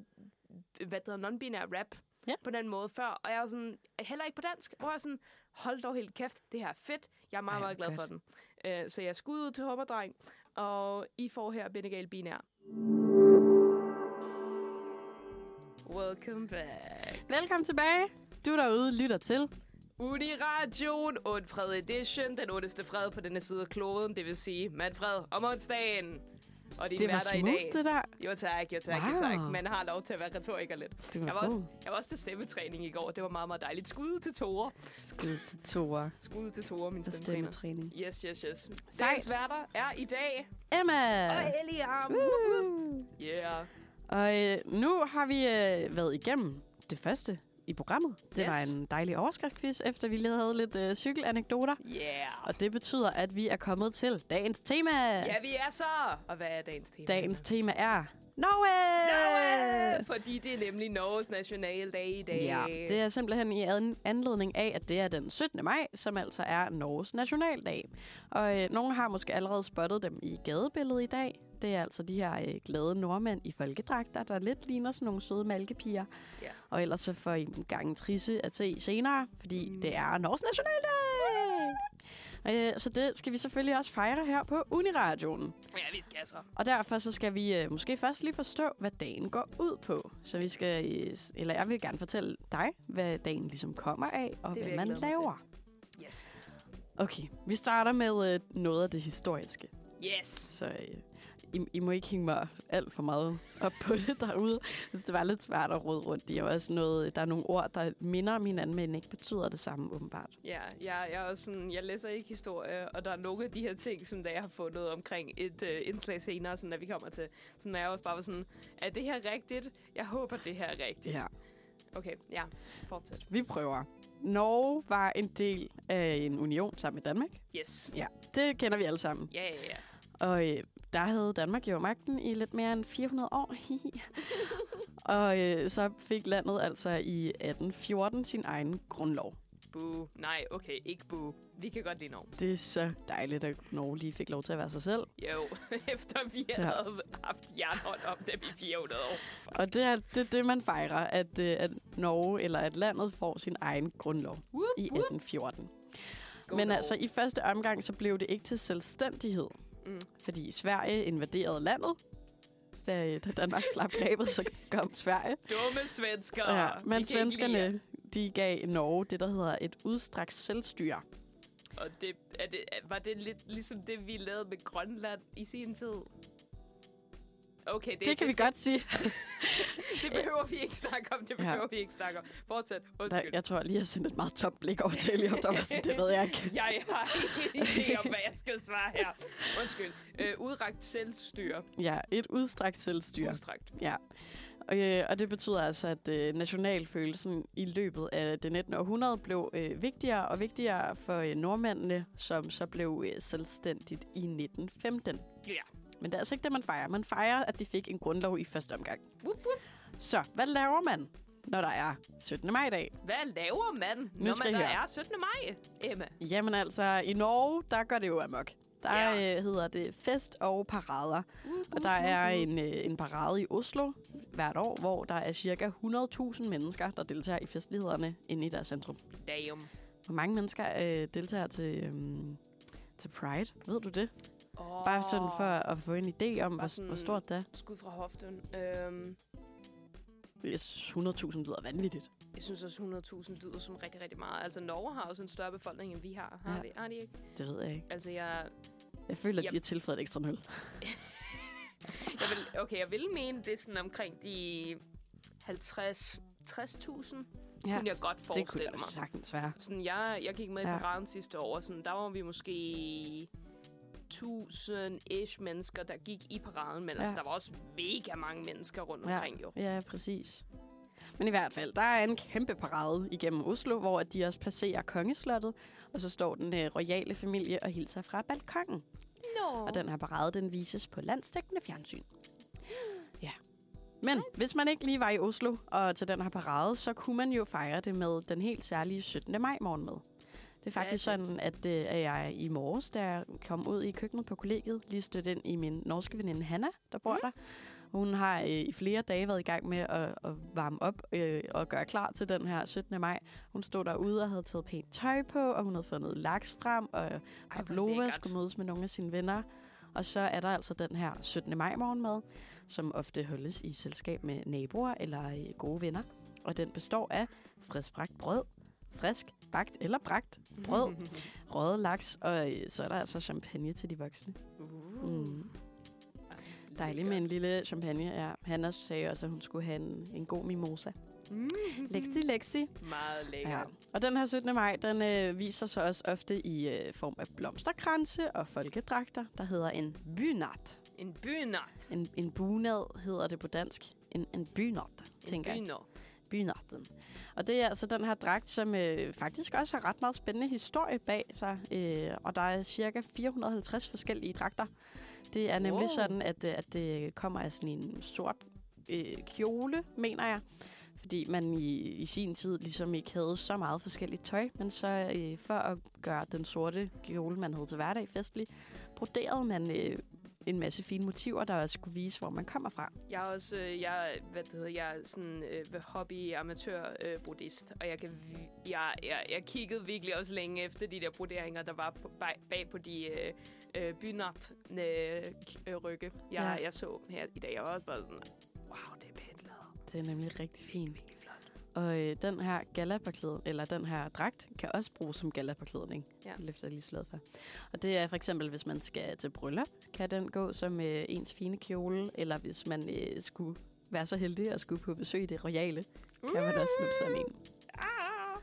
S2: hvad det hedder non-binær rap
S1: Ja.
S2: på den måde før. Og jeg er sådan, heller ikke på dansk, hvor jeg er sådan, hold dog helt kæft, det her er fedt. Jeg er meget,
S1: Ej,
S2: meget glad
S1: hvor
S2: for den. Øh, så jeg skud ud til Hummerdreng, og I får her Benegal Binær. Welcome back.
S1: Velkommen tilbage. Du derude lytter til.
S2: Uni Radioen, Fred Edition, den ondeste fred på denne side af kloden, det vil sige Manfred om onsdagen. Og din
S1: Det var
S2: værter i
S1: smooth,
S2: dag.
S1: det der.
S2: Jo tak, jo tak, wow. jo tak.
S1: Wow.
S2: Man har lov til at være retoriker lidt.
S1: Det var,
S2: Jeg var, også,
S1: god.
S2: jeg var også til stemmetræning i går. Det var meget, meget dejligt. Skud til Tore.
S1: Skud til Tore.
S2: Skud til Tore, min
S1: Der
S2: stemmetræner.
S1: stemmetræning.
S2: Yes, yes, yes.
S1: Sejt.
S2: Dagens værter er i dag.
S1: Emma!
S2: Og Eliam.
S1: Woo!
S2: Yeah.
S1: Og øh, nu har vi øh, været igennem det første i programmet. Det
S2: Yes.
S1: yes. var en dejlig overskriftquiz, efter vi lige havde lidt øh, cykelanekdoter.
S2: Yeah.
S1: Og det betyder, at vi er kommet til dagens tema.
S2: Ja, vi er så. Og hvad er dagens tema?
S1: Dagens tema er Norge!
S2: Norge! Fordi det er nemlig Norges nationaldag i dag.
S1: Ja, det er simpelthen i an- anledning af, at det er den 17. maj, som altså er Norges nationaldag. Og øh, nogen har måske allerede spottet dem i gadebilledet i dag. Det er altså de her øh, glade nordmænd i folkedragter, der lidt ligner sådan nogle søde malkepiger.
S2: Ja.
S1: Og ellers så får I en gang trisse at se senere, fordi mm. det er Norges nationaldag! Øh, så det skal vi selvfølgelig også fejre her på Uniradioen.
S2: Ja, vi skal så.
S1: Og derfor så skal vi øh, måske først lige forstå, hvad dagen går ud på. Så vi skal, øh, s- eller jeg vil gerne fortælle dig, hvad dagen ligesom kommer af,
S2: Det
S1: og
S2: vil
S1: hvad
S2: jeg
S1: man
S2: glæde mig til.
S1: laver.
S2: Yes.
S1: Okay, vi starter med øh, noget af det historiske.
S2: Yes.
S1: Så øh, I, I må ikke hænge mig alt for meget op på det derude, hvis det var lidt svært at rode rundt i. Og også noget, der er nogle ord, der minder om hinanden, men ikke betyder det samme åbenbart.
S2: Ja, jeg, jeg, er også sådan, jeg læser ikke historie, og der er nogle af de her ting, som der jeg har fundet omkring et øh, indslag senere, sådan, at vi kommer til. Så når jeg også bare var sådan, er det her rigtigt? Jeg håber, det her er rigtigt.
S1: Ja.
S2: Okay, ja, fortsæt.
S1: Vi prøver. Norge var en del af en union sammen med Danmark.
S2: Yes.
S1: Ja, det kender vi alle sammen.
S2: Ja, ja, ja.
S1: Og øh, der havde Danmark jo magten i lidt mere end 400 år. <laughs> Hihi. og øh, så fik landet altså i 1814 sin egen grundlov.
S2: Boo. Nej, okay, ikke boo. Vi kan godt lide Norge.
S1: Det er så dejligt, at Norge lige fik lov til at være sig selv.
S2: Jo, <laughs> efter vi
S1: Ja.
S2: havde haft jernhånd om dem i 400 år.
S1: Og det er det, er det man fejrer, at, øh, at Norge eller at landet får sin egen grundlov
S2: Whoop,
S1: i
S2: whoop.
S1: 1814.
S2: Go
S1: Men
S2: Norge.
S1: altså i første omgang, så blev det ikke til selvstændighed.
S2: Mm.
S1: Mm. Fordi Sverige invaderede landet. Da, øh, da Danmark slap grebet, så kom Sverige.
S2: Dumme svenskere.
S1: <laughs> Ja,
S2: Vi kan
S1: men
S2: ikke lide jer.
S1: svenskerne, de gav Norge det, der hedder et udstrakt selvstyre.
S2: Og det, er det, er- var det lidt ligesom det, vi lavede med Grønland i sin tid? Okay, det,
S1: Det, det kan vi godt
S2: <laughs>
S1: sige.
S2: Altså, det behøver vi ikke snakke om. Det
S1: Ja.
S2: behøver vi ikke snakke om. Fortsæt.
S1: Der,
S2: Undskyld.
S1: jeg tror lige, jeg sendte et meget tomt blik over til Eliam, der var sådan, det ved jeg ikke.
S2: Jeg har ikke en idé om, hvad jeg skal svare her. Undskyld. Øh, udragt selvstyre.
S1: Ja, et udstrakt selvstyre.
S2: Udstrakt.
S1: Ja. Og, øh, og det betyder altså, at øh, nationalfølelsen i løbet af det 19. århundrede blev øh, vigtigere og vigtigere for øh, nordmændene, som så blev øh, selvstændigt i 1915.
S2: Ja.
S1: Men det er altså ikke det, man fejrer. Man fejrer, at de fik en grundlov i første omgang.
S2: Wup, wup.
S1: Så, hvad laver man, når der er 17. maj i dag?
S2: Hvad laver man, når
S1: skal
S2: man
S1: I
S2: der
S1: høre.
S2: er 17. maj, Emma?
S1: Jamen altså, i Norge, der går det jo amok. Der
S2: Ja. Uhuh.
S1: øh, hedder det fest og parader. Og der er en, øh, en parade i Oslo hvert år, hvor der er cirka 100.000 mennesker, der deltager i festlighederne inde i deres centrum.
S2: Damn.
S1: Hvor mange mennesker øh, deltager til, øhm, til Pride? Ved du det?
S2: Oh.
S1: Bare sådan for at få en idé om, hvor,
S2: sådan-
S1: hvor stort det er.
S2: Skud fra hoften. Øhm,
S1: Jeg synes, 100.000 lyder vanvittigt.
S2: Jeg synes også, 100.000 lyder som rigtig, rigtig meget. Altså, Norge har også en større befolkning, end vi har. Har, ja.
S1: Ja.
S2: vi, har de ikke?
S1: Det ved jeg ikke.
S2: Altså, jeg,
S1: Jeg føler, at
S2: Jamen.
S1: de har tilføjet et ekstra nul.
S2: jeg vil, okay, jeg vil mene, det er sådan omkring de 50 60.000, ja.
S1: Ja,
S2: kunne jeg godt
S1: det kunne
S2: forestille
S1: da
S2: mig.
S1: sagtens være.
S2: Sådan, jeg, jeg gik med ja. i
S1: Ja.
S2: paraden sidste år, og sådan, der var vi måske 1000-ish mennesker, der gik i paraden, men ja. altså, der var også mega mange mennesker rundt
S1: Ja.
S2: omkring jo.
S1: Ja, præcis. Men i hvert fald, der er en kæmpe parade igennem Oslo, hvor at de også passerer kongeslottet, og så står den øh, royale familie og hilser fra balkongen.
S2: No.
S1: Og den her parade, den vises på landstækkende fjernsyn. Ja. Men hvis man ikke lige var i Oslo og til den her parade, så kunne man jo fejre det med den helt særlige 17. maj morgen med. Det er faktisk
S2: det-
S1: sådan, at, øh, at jeg i morges, da jeg kom ud i køkkenet på kollegiet, lige stødte ind i min norske veninde Hanna, der bor mm. der. Hun har øh, i flere dage været i gang med at, at varme op øh, og gøre klar til den her 17. maj. Hun stod derude og havde taget pænt tøj på, og hun havde fået noget laks frem, og
S2: hvor
S1: Pavlova
S2: lækkert.
S1: skulle mødes med nogle af sine venner. Og så er der altså den her 17. maj morgenmad, som ofte holdes i selskab med naboer eller øh, gode venner. Og den består af friskbragt brød, frisk, bagt eller bragt brød, røget laks, og øh, så er der altså champagne til de voksne.
S2: Uh,
S1: Mm. Dejligt med en lille champagne. Ja, Hanna sagde også, at hun skulle have en, en god mimosa.
S2: Mm.
S1: Lexi, Lexi.
S2: Meget lækker.
S1: Ja.
S2: Ja.
S1: Og den her 17. maj, den øh, viser sig også ofte i øh, form af blomsterkranse og folkedragter, der hedder en bynat.
S2: En bynat.
S1: En, en bunad hedder det på dansk. En, en bynat,
S2: En
S1: tænker jeg.
S2: bynat.
S1: Bynatten. Og det er altså den her dragt, som øh, faktisk også har ret meget spændende historie bag sig. Øh, og der er cirka 450 forskellige dragter. Det er nemlig
S2: Wow.
S1: sådan, at, øh, at det kommer af sådan en sort øh, kjole, mener jeg. Fordi man i, i sin tid ligesom ikke havde så meget forskelligt tøj, men så øh, for at gøre den sorte kjole, man havde til hverdag festlig, broderede man øh, en masse fine motiver, der også skulle vise, hvor man kommer fra.
S2: Jeg er også, øh, jeg, er- hvad det hedder, jeg er sådan øh, hvad hobby amatør øh, buddhist, og jeg, kan, vi- jeg, jeg, jeg kiggede virkelig også længe efter de der broderinger, der var på, bag, bag på de øh, øh, bynat øh, k- øh, rygge, jeg,
S1: Ja.
S2: ja. jeg så her i dag. Jeg var også bare sådan, wow, det er pænt lavet.
S1: Det er nemlig rigtig fint.
S2: Virkelig flot.
S1: Og øh, den her galapagklæde, eller den her dragt, kan også bruges som galapagklædning. Ja.
S2: Ja.
S1: Det løfter jeg lige slået for. Og det er for eksempel, hvis man skal til bryllup, kan den gå som øh, ens fine kjole, eller hvis man øh, skulle være så heldig at skulle på besøg i det royale, kan man også snuppe sådan en.
S2: Ah!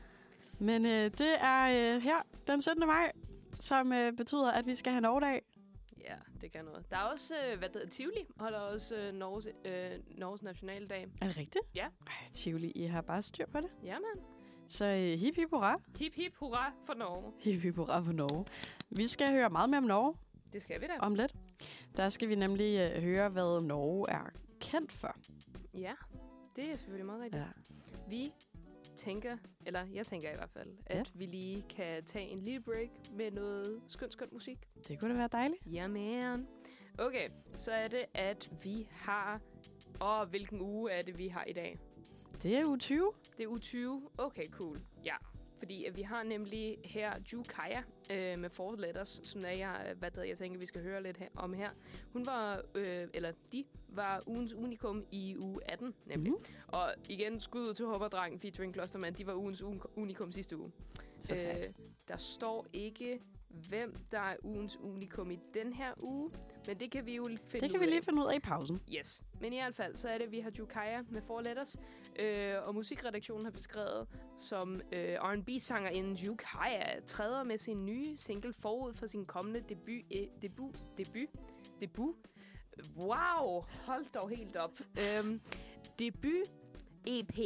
S1: Men øh, det er øh, her den 17. maj, som øh, betyder, at vi skal have en overdag.
S2: Ja, det gør noget. Der er også, øh, hvad det hedder, Tivoli holder også øh, Norges, øh, Norges nationaldag.
S1: Er det rigtigt?
S2: Ja.
S1: Ej, Tivoli, I har bare styr på det.
S2: Ja, mand.
S1: Så øh, hip hip hurra.
S2: Hip, hip, hurra for Norge.
S1: Hip hip hurra for Norge. Vi skal høre meget mere om Norge.
S2: Det skal vi da.
S1: om lidt. Der skal vi nemlig øh, høre, hvad Norge er kendt for.
S2: Ja, det er selvfølgelig meget rigtigt.
S1: Ja.
S2: Vi tænker, eller jeg tænker i hvert fald, at
S1: Ja.
S2: vi lige kan tage en lille break med noget skøn, skøn musik.
S1: Det kunne da være dejligt.
S2: Jamen. Okay, så er det, at vi har... Og hvilken uge er det, vi har i dag?
S1: Det er uge 20.
S2: Det er uge 20. Okay, cool. Ja, fordi at vi har nemlig her Ju Kaya øh, med Four Letters, som er jeg, øh, hvad der, jeg tænker, vi skal høre lidt her, om her. Hun var, øh, eller de, var ugens unikum i uge 18, nemlig.
S1: Mhm.
S2: Mm. Og igen, skud ud til Hopperdrengen featuring Klosterman, de var ugens un- unikum sidste uge.
S1: Så øh.
S2: der står ikke, hvem der er ugens unikum i den her uge, men det kan vi jo finde
S1: Det kan
S2: ud
S1: vi
S2: af.
S1: lige finde ud af i pausen.
S2: Yes. Men i hvert fald, så er det, at vi har Jukaya med Four Letters, øh, og musikredaktionen har beskrevet som øh, R&B-sangerinden Jukaya træder med sin nye single forud for sin kommende debut, øh, debut, debut, debut. Wow, hold dog helt op. øhm, debut EP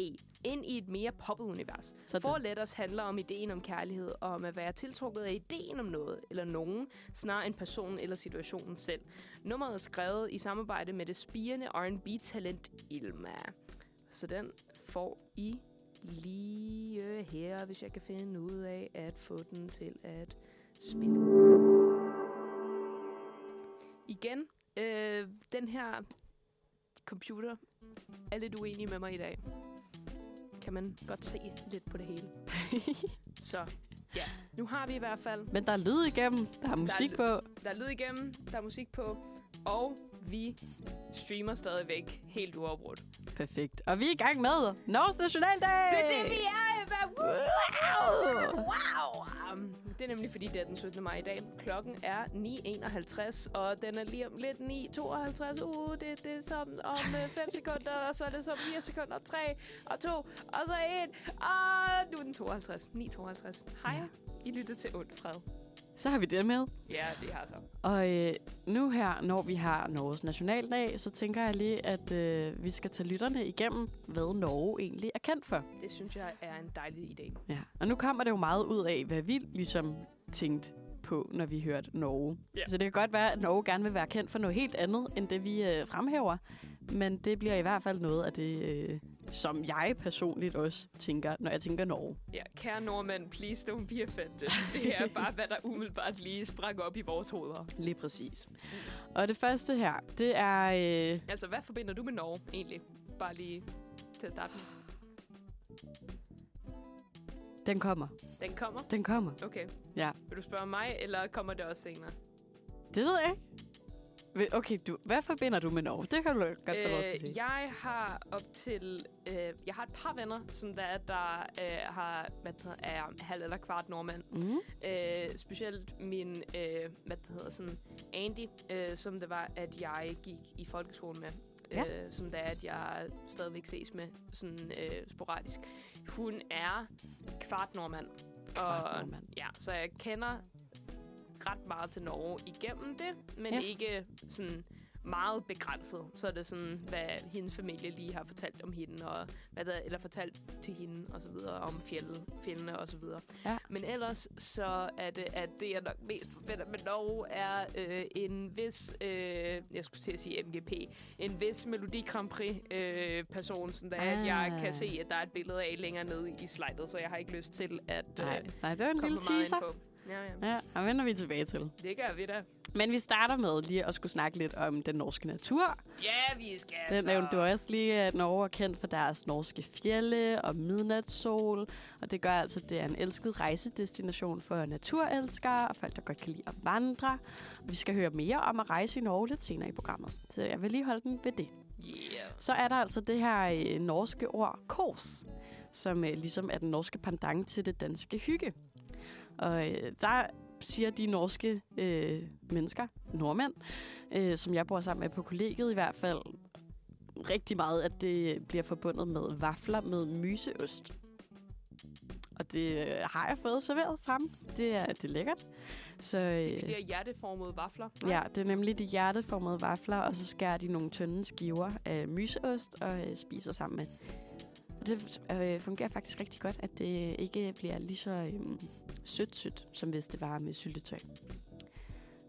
S2: ind i et mere poppet univers.
S1: Sådan.
S2: For Letters handler om ideen om kærlighed og om at være tiltrukket af ideen om noget eller nogen, snarere end personen eller situationen selv. Nummeret er skrevet i samarbejde med det spirende R&B-talent Ilma. Så den får I lige her, hvis jeg kan finde ud af at få den til at spille. Igen, øh, den her computer er lidt uenig med mig i dag. Kan man godt se lidt på det hele. Så ja, nu har vi i hvert fald
S1: Men der er lyd igennem. Der er musik
S2: lyd.
S1: på.
S2: der er lyd igennem, der er musik på, og vi streamer stadigvæk helt uafbrudt.
S1: Perfekt. Og vi er i gang med Norges Nationaldag!
S2: Det er det, vi er! Hvad- Wow!
S1: Wow!
S2: Wow! Um, Det er nemlig fordi, det er den 17. maj i dag. Klokken er 9.51, og den er lige om lidt 9.52. Uh, det, det er som om 5 sekunder, og så er det som 4 sekunder, 3 og 2, og så 1, og nu er den 52. 9.52. Hej, I lytter til Ondt Fred.
S1: Så har vi det med.
S2: Ja, det altså. har så.
S1: Og øh, nu her, når vi har Norges nationaldag, så tænker jeg lige, at øh, vi skal tage lytterne igennem, hvad Norge egentlig er kendt for.
S2: Det synes jeg er en dejlig idé.
S1: Ja. Og nu kommer det jo meget ud af, hvad vi ligesom tænkte på, når vi hørte Norge.
S2: Ja.
S1: Så det kan godt være, at Norge gerne vil være kendt for noget helt andet, end det vi øh, fremhæver. Men det bliver i hvert fald noget af det, øh, som jeg personligt også tænker, når jeg tænker Norge.
S2: Ja, kære nordmænd, please don't be offended. Det <laughs> er bare, hvad der umiddelbart lige sprang op i vores hoveder.
S1: Lige præcis. Og det første her, det er... Øh,
S2: Altså, hvad forbinder du med Norge egentlig? Bare lige til at starte med.
S1: den kommer.
S2: Den kommer.
S1: Den kommer.
S2: Okay.
S1: Ja.
S2: Vil du spørge mig, eller kommer det også senere?
S1: Det ved jeg ikke. Ved- Okay, du, hvad forbinder du med Norge? Det kan du godt få lov til at sige.
S2: Øh, jeg har op til... Øh, jeg har et par venner, som der, er, der øh, har, hvad det hedder, er halv eller kvart nordmand.
S1: Mm.
S2: Øh, specielt min, øh, hvad det hedder, sådan Andy, øh, som det var, at jeg gik i folkeskolen med.
S1: Ja.
S2: Øh, som det er, at jeg stadigvæk ses med, sådan øh, sporadisk. Hun er kvart nordmand.
S1: Kvart
S2: og,
S1: nordmand.
S2: Ja, så jeg kender ret meget til Norge igennem det, men
S1: Ja.
S2: ja. ikke sådan meget begrænset. Så er det sådan, hvad hendes familie lige har fortalt om hende, og hvad der, eller fortalt til hende, og så videre, om fjellet, fjellene og så videre.
S1: Ja.
S2: Men ellers så er det, at det, jeg nok mest forbinder med Norge, er øh, en vis, øh, jeg skulle til at sige MGP, en vis Melodi Grand Prix-person, øh, person, sådan der, ah. at jeg kan
S1: Ah.
S2: se, at der er et billede af længere nede i slidet, så jeg har ikke lyst til at øh,
S1: Nej, nej, det var en
S2: komme
S1: lille
S2: for meget
S1: teaser.
S2: ind på. Ja, ja.
S1: Ja, og vender vi tilbage til.
S2: Det gør vi da.
S1: Men vi starter med lige at skulle snakke lidt om den norske natur.
S2: Ja, vi skal altså.
S1: Den
S2: så.
S1: nævnte du også lige, at Norge er kendt for deres norske fjelle og midnatssol. Og det gør altså, at det er en elsket rejsedestination for naturelskere og folk, der godt kan lide at vandre. Vi skal høre mere om at rejse i Norge lidt senere i programmet. Så jeg vil lige holde den ved det.
S2: Yeah.
S1: Så er der altså det her øh, norske ord kors, som øh, ligesom er den norske pendant til det danske hygge. Og øh, der siger de norske øh, mennesker, nordmænd, øh, som jeg bor sammen med på kollegiet i hvert fald, rigtig meget, at det bliver forbundet med vafler med myseost. Og det øh, har jeg fået serveret frem. Det er, det er lækkert. Så, øh,
S2: De der hjerteformede vafler.
S1: Ja, det er nemlig de hjerteformede vafler, og så skærer de nogle tynde skiver af myseost og øh, spiser sammen med. Og det øh, fungerer faktisk rigtig godt, at det ikke bliver lige så øh, sødt-sødt, som hvis det var med syltetøj.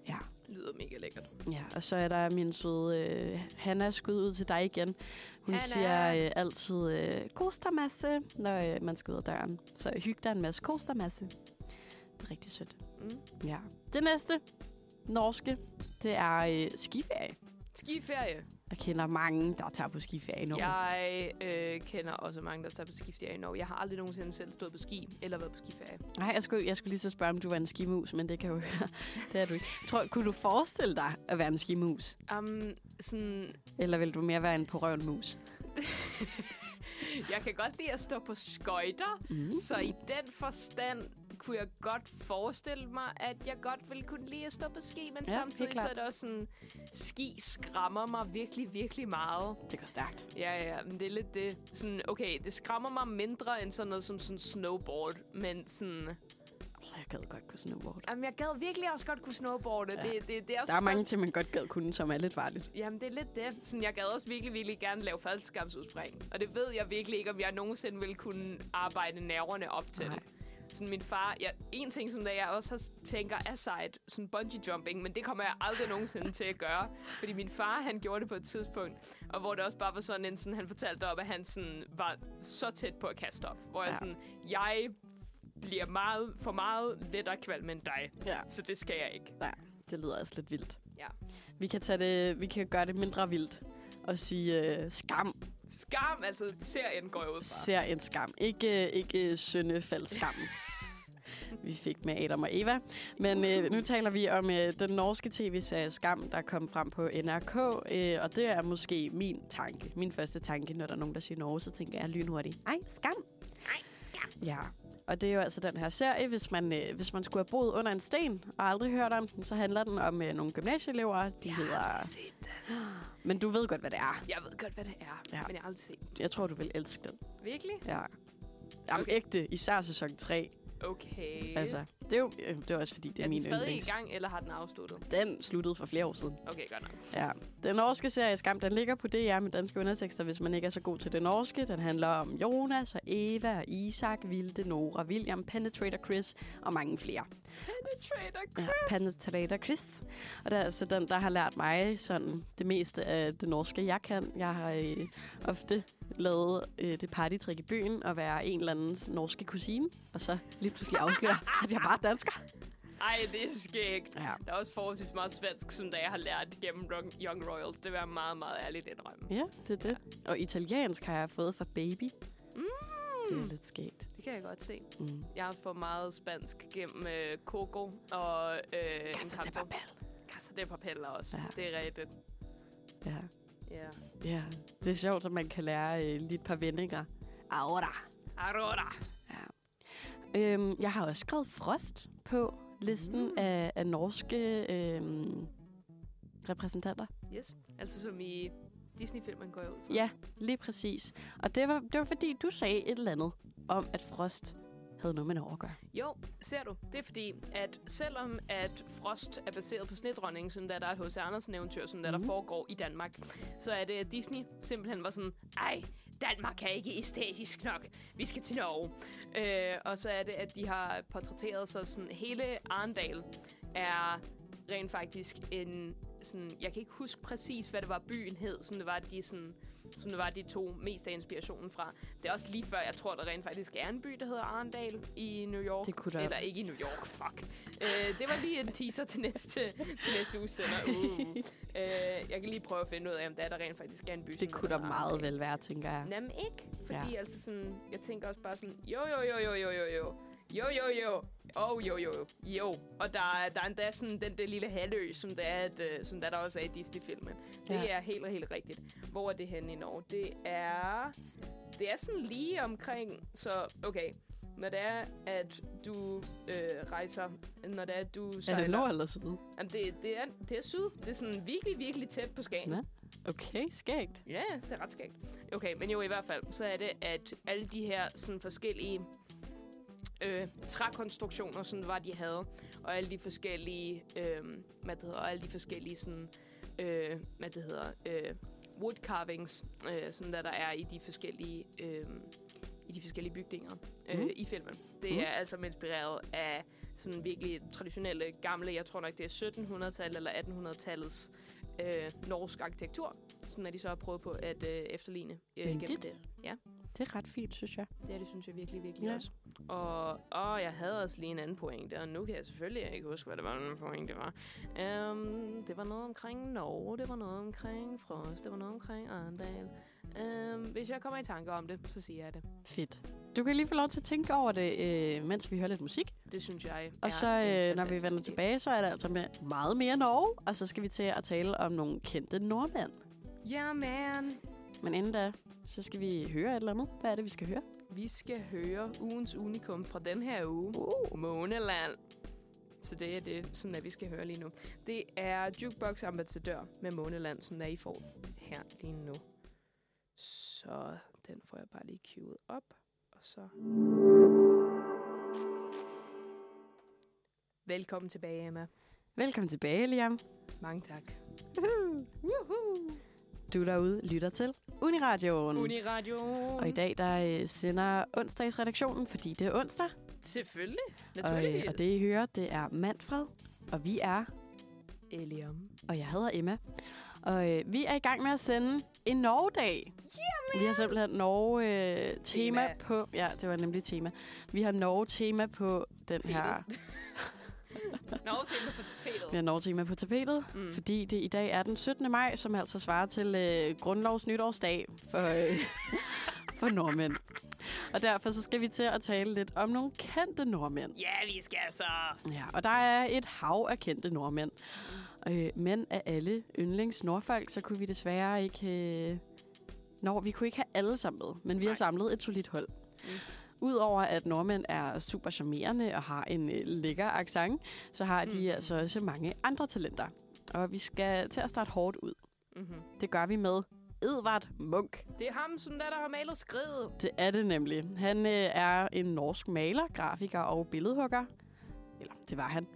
S1: Ja.
S2: Lyder mega lækkert.
S1: Ja, og så er der min søde øh, Hanna skud ud til dig igen. Hun
S2: Hanna!
S1: siger øh, altid øh, kostermasse, når øh, man skal ud af døren. Så hyg dig en masse kostermasse. Det er rigtig sødt.
S2: Mm.
S1: Ja. Det næste norske, det er øh, skiferie.
S2: Skiferie.
S1: Jeg kender mange, der tager på skiferie i Norge.
S2: Jeg øh, kender også mange, der tager på skiferie i Norge. Jeg har aldrig nogensinde selv stået på ski eller været på skiferie.
S1: Nej, jeg skulle, jeg skulle lige så spørge, om du var en skimus, men det kan jeg jo <laughs> høre. Det er du ikke. Tror, kunne du forestille dig at være en skimus?
S2: Um, sådan,
S1: Eller vil du mere være en porøvenmus?
S2: jeg kan godt lide at stå på skøjter,
S1: Mm.
S2: så i den forstand kunne jeg godt forestille mig, at jeg godt ville kunne lide at stå på ski, men
S1: Ja,
S2: ja,
S1: helt
S2: samtidig
S1: klart.
S2: så er det også sådan, ski skræmmer mig virkelig, virkelig meget.
S1: Det går stærkt.
S2: Ja, ja, men det er lidt det. Sådan, okay, det skræmmer mig mindre end sådan noget som sådan snowboard, men sådan...
S1: Åh, Jeg gad godt kunne snowboard.
S2: Jamen, jeg gad virkelig også godt kunne snowboarde.
S1: Ja.
S2: Ja. Det, det, det er også
S1: Der er mange ting, man godt gad kunne, som er lidt varligt.
S2: Jamen, det er lidt det. Sådan, jeg gad også virkelig, virkelig gerne lave faldskærmsudspring. Og det ved jeg virkelig ikke, om jeg nogensinde ville kunne arbejde nerverne op til.
S1: Nej.
S2: Nej. Sådan min far, jeg, en ting, som der jeg også har, tænker er sejt, sådan bungee jumping, men det kommer jeg aldrig nogensinde til at gøre. Fordi min far, han gjorde det på et tidspunkt, og hvor det også bare var sådan en, sådan, han fortalte op, at han sådan, var så tæt på at kaste op. Hvor ja.
S1: Ja.
S2: jeg sådan, jeg bliver meget, for meget lettere kvalm end dig,
S1: Ja.
S2: så det skal jeg ikke.
S1: Nej, det lyder også lidt vildt.
S2: Ja.
S1: Vi kan, tage det, vi kan gøre det mindre vildt og sige øh, skam.
S2: Skam, altså serien går jeg ud fra.
S1: Ser en skam. Ikke, øh, ikke søndefald skam. vi fik med Adam og Eva. Men øh, nu taler vi om øh, den norske tv-serie Skam, der kom frem på NRK. Øh, og det er måske min tanke. Min første tanke, når der er nogen, der siger Norge, så tænker jeg lynhurtigt. Ej, skam.
S2: Nej, skam.
S1: Ja, og det er jo altså den her serie, hvis man, øh, hvis man skulle have boet under en sten og aldrig hørt om den, så handler den om øh, nogle gymnasieelever. De hedder...
S2: set den.
S1: Men du ved godt, hvad det er.
S2: Jeg ved godt, hvad det er,
S1: Ja.
S2: ja. men jeg har aldrig set den.
S1: Jeg tror, du vil elske den.
S2: Virkelig?
S1: Ja. Jamen okay.
S2: Okay.
S1: ægte, især sæson 3.
S2: Okay.
S1: Altså, det er jo øh, det er også fordi, det er,
S2: er den
S1: min
S2: stadig
S1: yndlings.
S2: i gang, eller har den afsluttet?
S1: Den sluttede for flere år siden.
S2: Okay, godt nok.
S1: <laughs> Ja. Den norske serie Skam, den ligger på DR med danske undertekster, hvis man ikke er så god til det norske. Den handler om Jonas og Eva og Isak, Vilde, Nora, William, Penetrator Chris og mange flere.
S2: Penetrator
S1: Ja,
S2: Chris.
S1: Penetrator Chris. Og det er altså den, der har lært mig sådan det meste af det norske, jeg kan. Jeg har øh, ofte lavet øh, det partytrick i byen og være en eller andens norske kusine. Og så lige pludselig afsløre,
S2: <laughs>
S1: at jeg bare er dansker.
S2: Ej, det er skægt.
S1: Ja.
S2: Der er også forholdsvis meget svensk, som da jeg har lært gennem Ro- Young Royals. Det vil jeg meget, meget ærligt indrømme.
S1: Ja, det er det. Og italiensk har jeg fået fra baby.
S2: Hmm.
S1: Det er
S2: Mm,
S1: lidt skægt.
S2: det kan jeg godt se.
S1: Mm.
S2: Jeg har fået meget spansk gennem øh, Coco og øh,
S1: Casa de
S2: Encanto.
S1: Papel.
S2: Casa de Papel også.
S1: Ja.
S2: Ja. Det er rigtigt.
S1: Ja.
S2: Ja.
S1: ja, det er sjovt, at man kan lære øh, lige et par vendinger. Aura.
S2: Aurora.
S1: Øhm, jeg har også skrevet frost på listen mm.
S2: Mm.
S1: af, af norske øhm, repræsentanter.
S2: Yes. Altså som i Disney-filmen går jeg ud fra.
S1: Ja, lige præcis. Og det var, det var fordi, du sagde et eller andet om, at frost havde noget med Norge at gøre.
S2: Jo, ser du. Det er fordi, at selvom at Frost er baseret på snedronningen, som der, der er et H.C. Andersen eventyr, som der, der
S1: Mhm.
S2: foregår i Danmark, så er det, at Disney simpelthen var sådan, ej, Danmark er ikke æstetisk nok. Vi skal til Norge. Øh, og så er det, at de har portrætteret så sådan, hele Arendal er rent faktisk en sådan, jeg kan ikke huske præcis, hvad det var, byen hed, sådan det var de sådan, som det var de to mest af inspirationen fra. Det er også lige før, jeg tror, der rent faktisk er en by, der hedder Arendal i New York.
S1: Det kunne der-
S2: Eller ikke i New York, fuck. øh, det var lige en teaser til næste, til næste uge sender.
S1: <laughs>
S2: Uh. øh, jeg kan lige prøve at finde ud af, om der, er, der rent faktisk er en by.
S1: Det kunne da meget vel være, tænker jeg.
S2: Jamen ikke, fordi ja. altså sådan, jeg tænker også bare sådan, jo, jo, jo, jo, jo, jo, jo, jo, jo, jo, oh, jo, jo, jo, og der, er- der er endda sådan den der lille halvø, som der, er, at, øh, som der, der også er i Disney-filmen. Det
S1: Ja.
S2: er helt og helt rigtigt. Hvor er det henne i Norge? Det er, det er sådan lige omkring, så okay, når det er, at du øh, rejser, når det er, at du
S1: Er
S2: sejler.
S1: det nord eller syd?
S2: Jamen, det, det, er, det er syd. Det er sådan virkelig, virkelig tæt på Skagen.
S1: Nå. Okay, skægt.
S2: Ja, det er ret skægt. Okay, men jo i hvert fald, så er det, at alle de her sådan forskellige øh, trækonstruktioner, sådan var de havde, og alle de forskellige, øh, hvad det hedder, og alle de forskellige sådan, øh, hvad det hedder, øh, wood carvings, øh, sådan der, der er i de forskellige, øh, i de forskellige bygninger øh,
S1: Mm.
S2: i filmen. Det
S1: Mm.
S2: er altså inspireret af sådan virkelig traditionelle, gamle, jeg tror nok det er 1700-tallet eller 1800-tallets øh, norsk arkitektur, sådan at de så har prøvet på at øh, efterligne øh,
S1: Men
S2: gennem
S1: det-
S2: det. Ja,
S1: Det er ret fint, synes jeg.
S2: det, her, det synes jeg virkelig, virkelig
S1: Ja.
S2: ja. også. Og, og jeg havde også lige en anden pointe, og nu kan jeg selvfølgelig ikke huske, hvad det var, den pointe var. Um, det var noget omkring Norge, det var noget omkring Frost, det var noget omkring Arendal. Um, hvis jeg kommer i tanke om det, så siger jeg det.
S1: Fedt. Du kan lige få lov til at tænke over det, øh, mens vi hører lidt musik.
S2: Det synes jeg
S1: Og
S2: er
S1: så,
S2: en
S1: øh, når vi
S2: fantastisk
S1: vender
S2: idé.
S1: tilbage, så er der altså med meget mere Norge, og så skal vi til at tale om nogle kendte nordmænd.
S2: Ja, man.
S1: Men inden da, så skal vi høre et eller andet. Hvad er det, vi skal høre?
S2: Vi skal høre ugens unikum fra den her uge.
S1: Uh.
S2: Måneland. Så det er det, som er, vi skal høre lige nu. Det er Jukebox Ambassadør med Måneland, som er, I får her lige nu. Så den får jeg bare lige queuet op. Og så... Velkommen tilbage, Emma.
S1: Velkommen tilbage, Liam.
S2: Mange tak.
S1: Du derude lytter til Uniradioen.
S2: Uniradio.
S1: Og i dag, der øh, sender onsdagsredaktionen, fordi det er onsdag.
S2: Selvfølgelig.
S1: Og,
S2: Naturligvis.
S1: øh, og det, I hører, det er Manfred, og vi er
S2: Elium.
S1: og jeg hedder Emma. Og øh, vi er i gang med at sende en Norge-dag. Vi har simpelthen Norge-tema øh, tema
S2: Tema.
S1: på... Ja, det var nemlig tema. Vi har Norge-tema på den her...
S2: Nå, til på
S1: Vi har
S2: tapetet.
S1: Norge-tema på tapetet, mm.
S2: Mm.
S1: fordi det i dag er den 17. maj, som altså svarer til øh, grundlovs nytårsdag for, øh, for nordmænd. Og derfor så skal vi til at tale lidt om nogle kendte nordmænd.
S2: Ja, vi skal altså. så.
S1: Ja, og der er et hav af kendte nordmænd. Øh, men af alle yndlings nordfolk, så kunne vi desværre ikke... Øh... Nå, vi kunne ikke have alle sammen med, men vi har
S2: Nej.
S1: samlet et solidt hold.
S2: Mm.
S1: Udover at nordmænd er super charmerende og har en øh, lækker accent, så har de
S2: Mm.
S1: altså også mange andre talenter. Og vi skal til at starte hårdt ud.
S2: Mm-hmm.
S1: Det gør vi med Edvard Munch.
S2: Det er ham, som der, der har malet skridet.
S1: Det er det nemlig. Han øh, er en norsk maler, grafiker og billedhugger. Eller, det var han.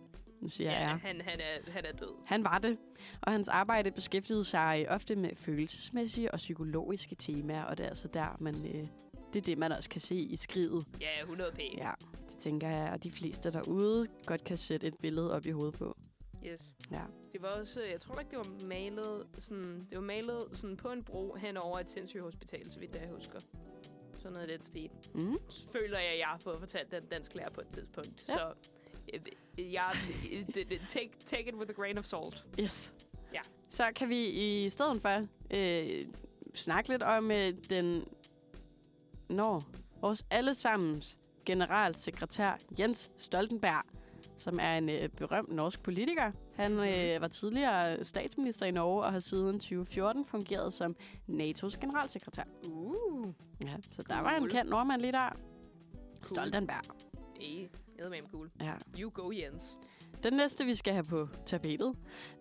S1: Nu siger jeg er.
S2: han, han, er, han er død.
S1: Han var det, og hans arbejde beskæftigede sig ofte med følelsesmæssige og psykologiske temaer, og det er altså der, man, øh, det er det, man også kan se i skridet.
S2: Ja, 100 p.
S1: Ja, det tænker jeg, og de fleste derude godt kan sætte et billede op i hovedet på.
S2: Yes.
S1: Ja.
S2: Det var også, jeg tror ikke, det var malet sådan, det var malet sådan på en bro hen over et sindssygt hospital, så vidt jeg husker. Sådan noget i den stil.
S1: Mm.
S2: Føler jeg, jeg har fået fortalt den dansk lærer på et tidspunkt.
S1: Ja.
S2: Ja. Så øh, jeg, øh, det- det- take, take it with a grain of salt.
S1: Yes.
S2: Ja.
S1: Så kan vi i stedet for øh, snakke lidt om øh, den... Nå, vores allesammens generalsekretær Jens Stoltenberg, som er en øh, berømt norsk politiker. Han øh,
S2: Mhm.
S1: var tidligere statsminister i Norge og har siden 2014 fungeret som NATO's generalsekretær.
S2: Uh.
S1: Ja, så der var en
S2: Cool.
S1: kendt nordmand lige der. Stoltenberg.
S2: Ej, eddermame cool.
S1: Ja.
S2: You go, Jens.
S1: Den næste, vi skal have på tapetet,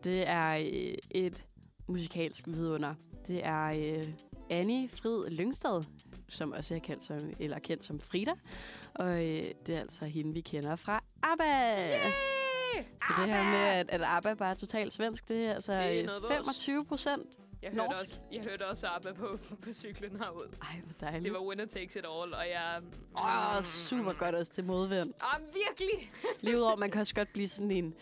S1: det er øh, et musikalsk vidunder. Det er øh, Annie Frid Lyngstad, som også er kendt som, eller kendt som Frida. Og øh, det er altså hende, vi kender fra ABBA.
S2: Yay!
S1: Så det her med, at, at ABBA bare er totalt svensk, det er altså
S2: Det er
S1: øh,
S2: noget vores.
S1: 25 procent.
S2: Jeg hørte,
S1: norsk.
S2: også, jeg hørte også Abba på, <laughs> på cyklen herude.
S1: Ej, hvor
S2: Det
S1: dejligt.
S2: var winner takes it all, og jeg...
S1: Åh, oh, super godt også til modvind.
S2: Ah, virkelig!
S1: Lige udover, man kan også godt blive sådan en,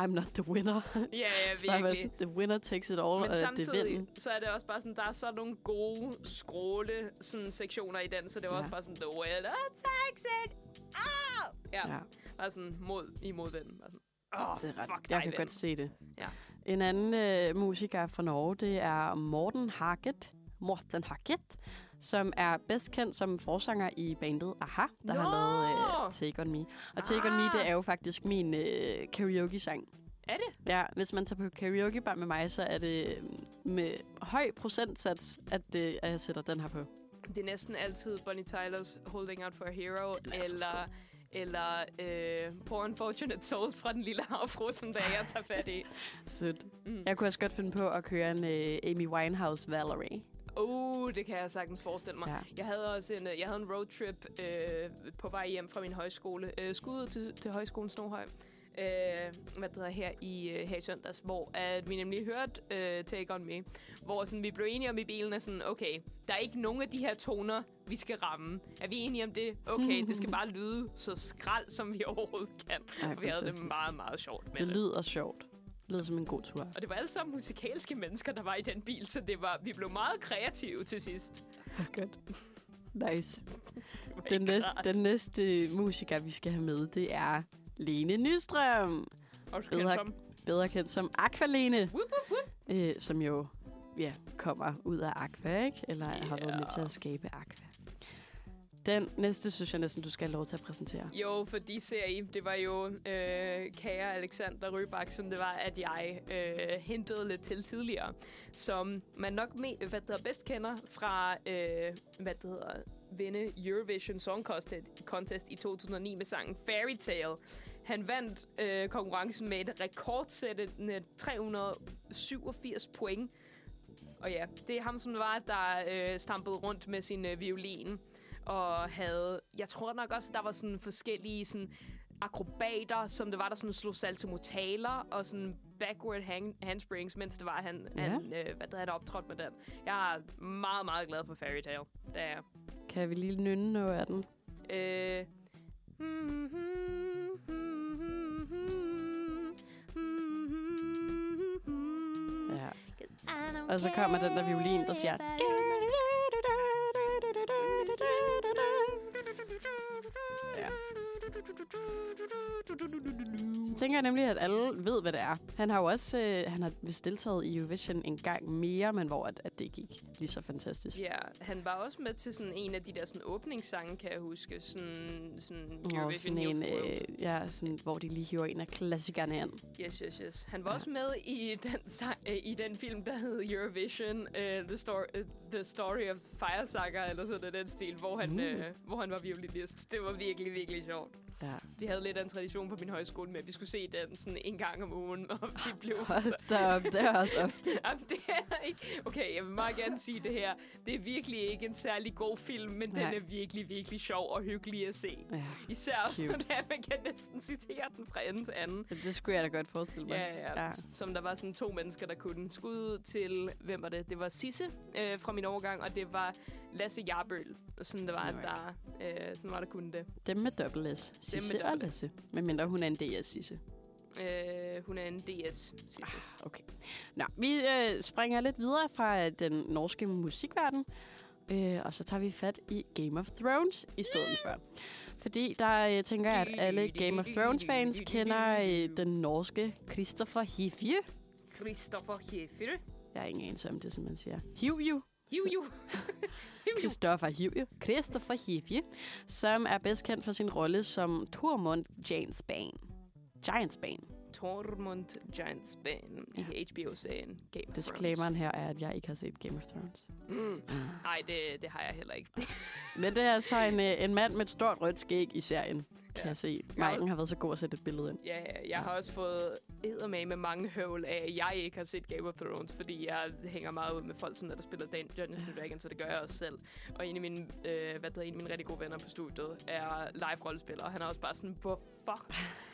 S1: I'm not the winner.
S2: Ja, ja,
S1: Så bare være <laughs>
S2: virkelig.
S1: sådan, the winner takes it all,
S2: Men
S1: og det er
S2: samtidig,
S1: vinden.
S2: så er det også bare sådan, der er så nogle gode, skråle sådan, sektioner i den, så det var
S1: Ja.
S2: ja. også bare sådan, the winner takes it all! Ah! Ja, ja.
S1: Ja.
S2: bare sådan mod, imod den. Bare sådan, oh,
S1: Det er ret.
S2: fuck
S1: jeg
S2: dig,
S1: kan
S2: ven.
S1: godt se det.
S2: Ja.
S1: En anden øh, musiker fra Norge, det er Morten Harket. Morten Harket, som er bedst kendt som forsanger i bandet Aha, der har
S2: Nå!
S1: lavet øh, Take On Me. Og Take On Me,
S2: Ah!
S1: det er jo faktisk min øh, karaoke-sang.
S2: Er det?
S1: Ja, hvis man tager på karaoke bare med mig, så er det øh, med høj procentsats, at, øh, at jeg sætter den her på.
S2: Det er næsten altid Bonnie Tyler's Holding Out for a Hero,
S1: Den er så
S2: eller, eller øh, Poor Unfortunate Souls fra Den Lille Havfru, som der jeg tager fat i.
S1: Sødt.
S2: Mm.
S1: Jeg kunne også godt finde på at køre en øh, Amy Winehouse Valerie.
S2: Uh, det kan jeg sagtens forestille mig.
S1: Ja.
S2: Ja. Jeg havde også en, øh, jeg havde en roadtrip øh, på vej hjem fra min højskole. Øh, skud ud til, til højskolen Snohøj. Øh, hvad det hedder her i, øh, her i søndags, hvor at vi nemlig hørte øh, Take On Me, hvor sådan, vi blev enige om i bilen, at sådan, okay, der er ikke nogen af de her toner, vi skal ramme. Er vi enige om det? Okay, det skal bare lyde så skrald, som vi overhovedet kan.
S1: Ej,
S2: Ej, vi havde det
S1: fantastisk.
S2: meget, meget sjovt med
S1: Det
S2: det.
S1: lyder sjovt. Det lyder som en god tur.
S2: Og det var alle sammen musikalske mennesker, der var i den bil, så det var, vi blev meget kreative til sidst.
S1: Godt. <laughs> Nice.
S2: Det var
S1: Den
S2: ikke
S1: næste,
S2: rart.
S1: den næste musiker, vi skal have med, det er Lene Nystrøm.
S2: Og du
S1: Bedre-
S2: kan som
S1: Bedre kendt som Aqualene,
S2: Whoop, whoop, whoop.
S1: øh, som jo ja, kommer ud af Aqua, ikke? Eller yeah. har været med
S2: Ja.
S1: til at skabe Aqua. Den næste, synes jeg næsten, du skal have lov til at præsentere.
S2: Jo, for de ser I, det var jo øh, kære Alexander Røbak, som det var, at jeg øh, hentede lidt til tidligere. Som man nok me, hvad det hedder, bedst kender fra, øh, hvad det hedder, vinde Eurovision Song Contest, Contest i 2009 med sangen Fairy Tale. Han vandt øh, konkurrencen med et rekordsættende 387 point. Og ja, det er ham, som var, der øh, stampede rundt med sin øh, violin og havde... Jeg tror nok også, der var sådan forskellige sådan, akrobater, som det var, der sådan slog saltomotaler og sådan backward hang, handsprings, mens det var, han,
S1: Ja.
S2: ja. han øh, hvad der havde optrådt med den. Jeg er meget, meget glad for Fairy Tale. Det er jeg.
S1: Kan vi lige nynne noget af den?
S2: Øh.
S1: Ja. Og så kommer den der violin, der siger... Ja. Så tænker jeg nemlig, at alle ved, hvad det er. Han har jo også øh, han har vist deltaget i Eurovision en gang mere, men hvor at, at det gik lige så fantastisk.
S2: Ja, han var også med til sådan en af de der sådan åbningssange, kan jeg huske. Sådan, sådan
S1: Og sådan
S2: Heals
S1: en,
S2: the World.
S1: øh, ja, sådan, hvor de lige hiver en af klassikerne ind.
S2: Yes, yes, yes. Han var
S1: Ja.
S2: også med i den, sang, øh, i den film, der hed Eurovision, uh, the, story, uh, the Story of Fire Saga, eller sådan noget i den stil, hvor han,
S1: Mm.
S2: uh. hvor han var violinist. Det var virkelig, virkelig sjovt.
S1: Ja.
S2: Vi havde lidt af en tradition på min højskole med, at vi skulle se den sådan en gang om ugen, <laughs> og vi blev så...
S1: Hold da op, det er også ofte.
S2: <laughs> Jamen, det er ikke... Okay, jeg vil meget gerne sige det her. Det er virkelig ikke en særlig god film, men Nej.
S1: Nej.
S2: den er virkelig, virkelig sjov og hyggelig at se.
S1: Ja.
S2: Især også,
S1: Cute.
S2: når man kan næsten citere den fra ende til anden.
S1: Jamen, Det skulle jeg da godt forestille mig.
S2: Ja, ja, ja. Som der var sådan to mennesker, der kunne skud til, hvem var det? Det var Sisse øh, fra min overgang, og det var Lasse Jarbøl. Og sådan der var, at der, øh, sådan var der kunne det.
S1: Dem med dobbelt S. Sisse og
S2: dobbelt
S1: Lasse. Men mindre hun er en DS-Sisse.
S2: Øh, hun er en DS,
S1: Ah,
S2: Sisse.
S1: Okay. Nå, vi øh, springer lidt videre fra øh, den norske musikverden, øh, og så tager vi fat i Game of Thrones i stedet for. Fordi der øh, tænker jeg, at alle Game of Thrones-fans kender øh, den norske Christopher Hivju.
S2: Christopher Heffer.
S1: Jeg er ingen anelse om det, som man siger. Hivju.
S2: Hiu, hiu. Hiu, hiu.
S1: Christopher Hivju. Christopher Hivju, som er bedst kendt for sin rolle som Tormund Giantsbane. Giantsbane.
S2: Tormund Giants Bane i HBO-serien Game of
S1: Disclaimeren her er, at jeg ikke har set Game of Thrones.
S2: Thrones. Mm. Ej, det, det har jeg heller ikke.
S1: Men det er altså en, øh, en mand med et stort rødt skæg i serien, kan
S2: Ja.
S1: jeg se. Marken har været så god at sætte et billede ind.
S2: Ja, ja, jeg har også fået eddermage med mange høvl af, at jeg ikke har set Game of Thrones, fordi jeg hænger meget ud med folk, som der spiller Dan Dungeons and Dragons, så det gør jeg også selv. Og en af mine, øh, hvad der en af mine rigtig gode venner på studiet er live-rollespiller, og han er også bare sådan, hvorfor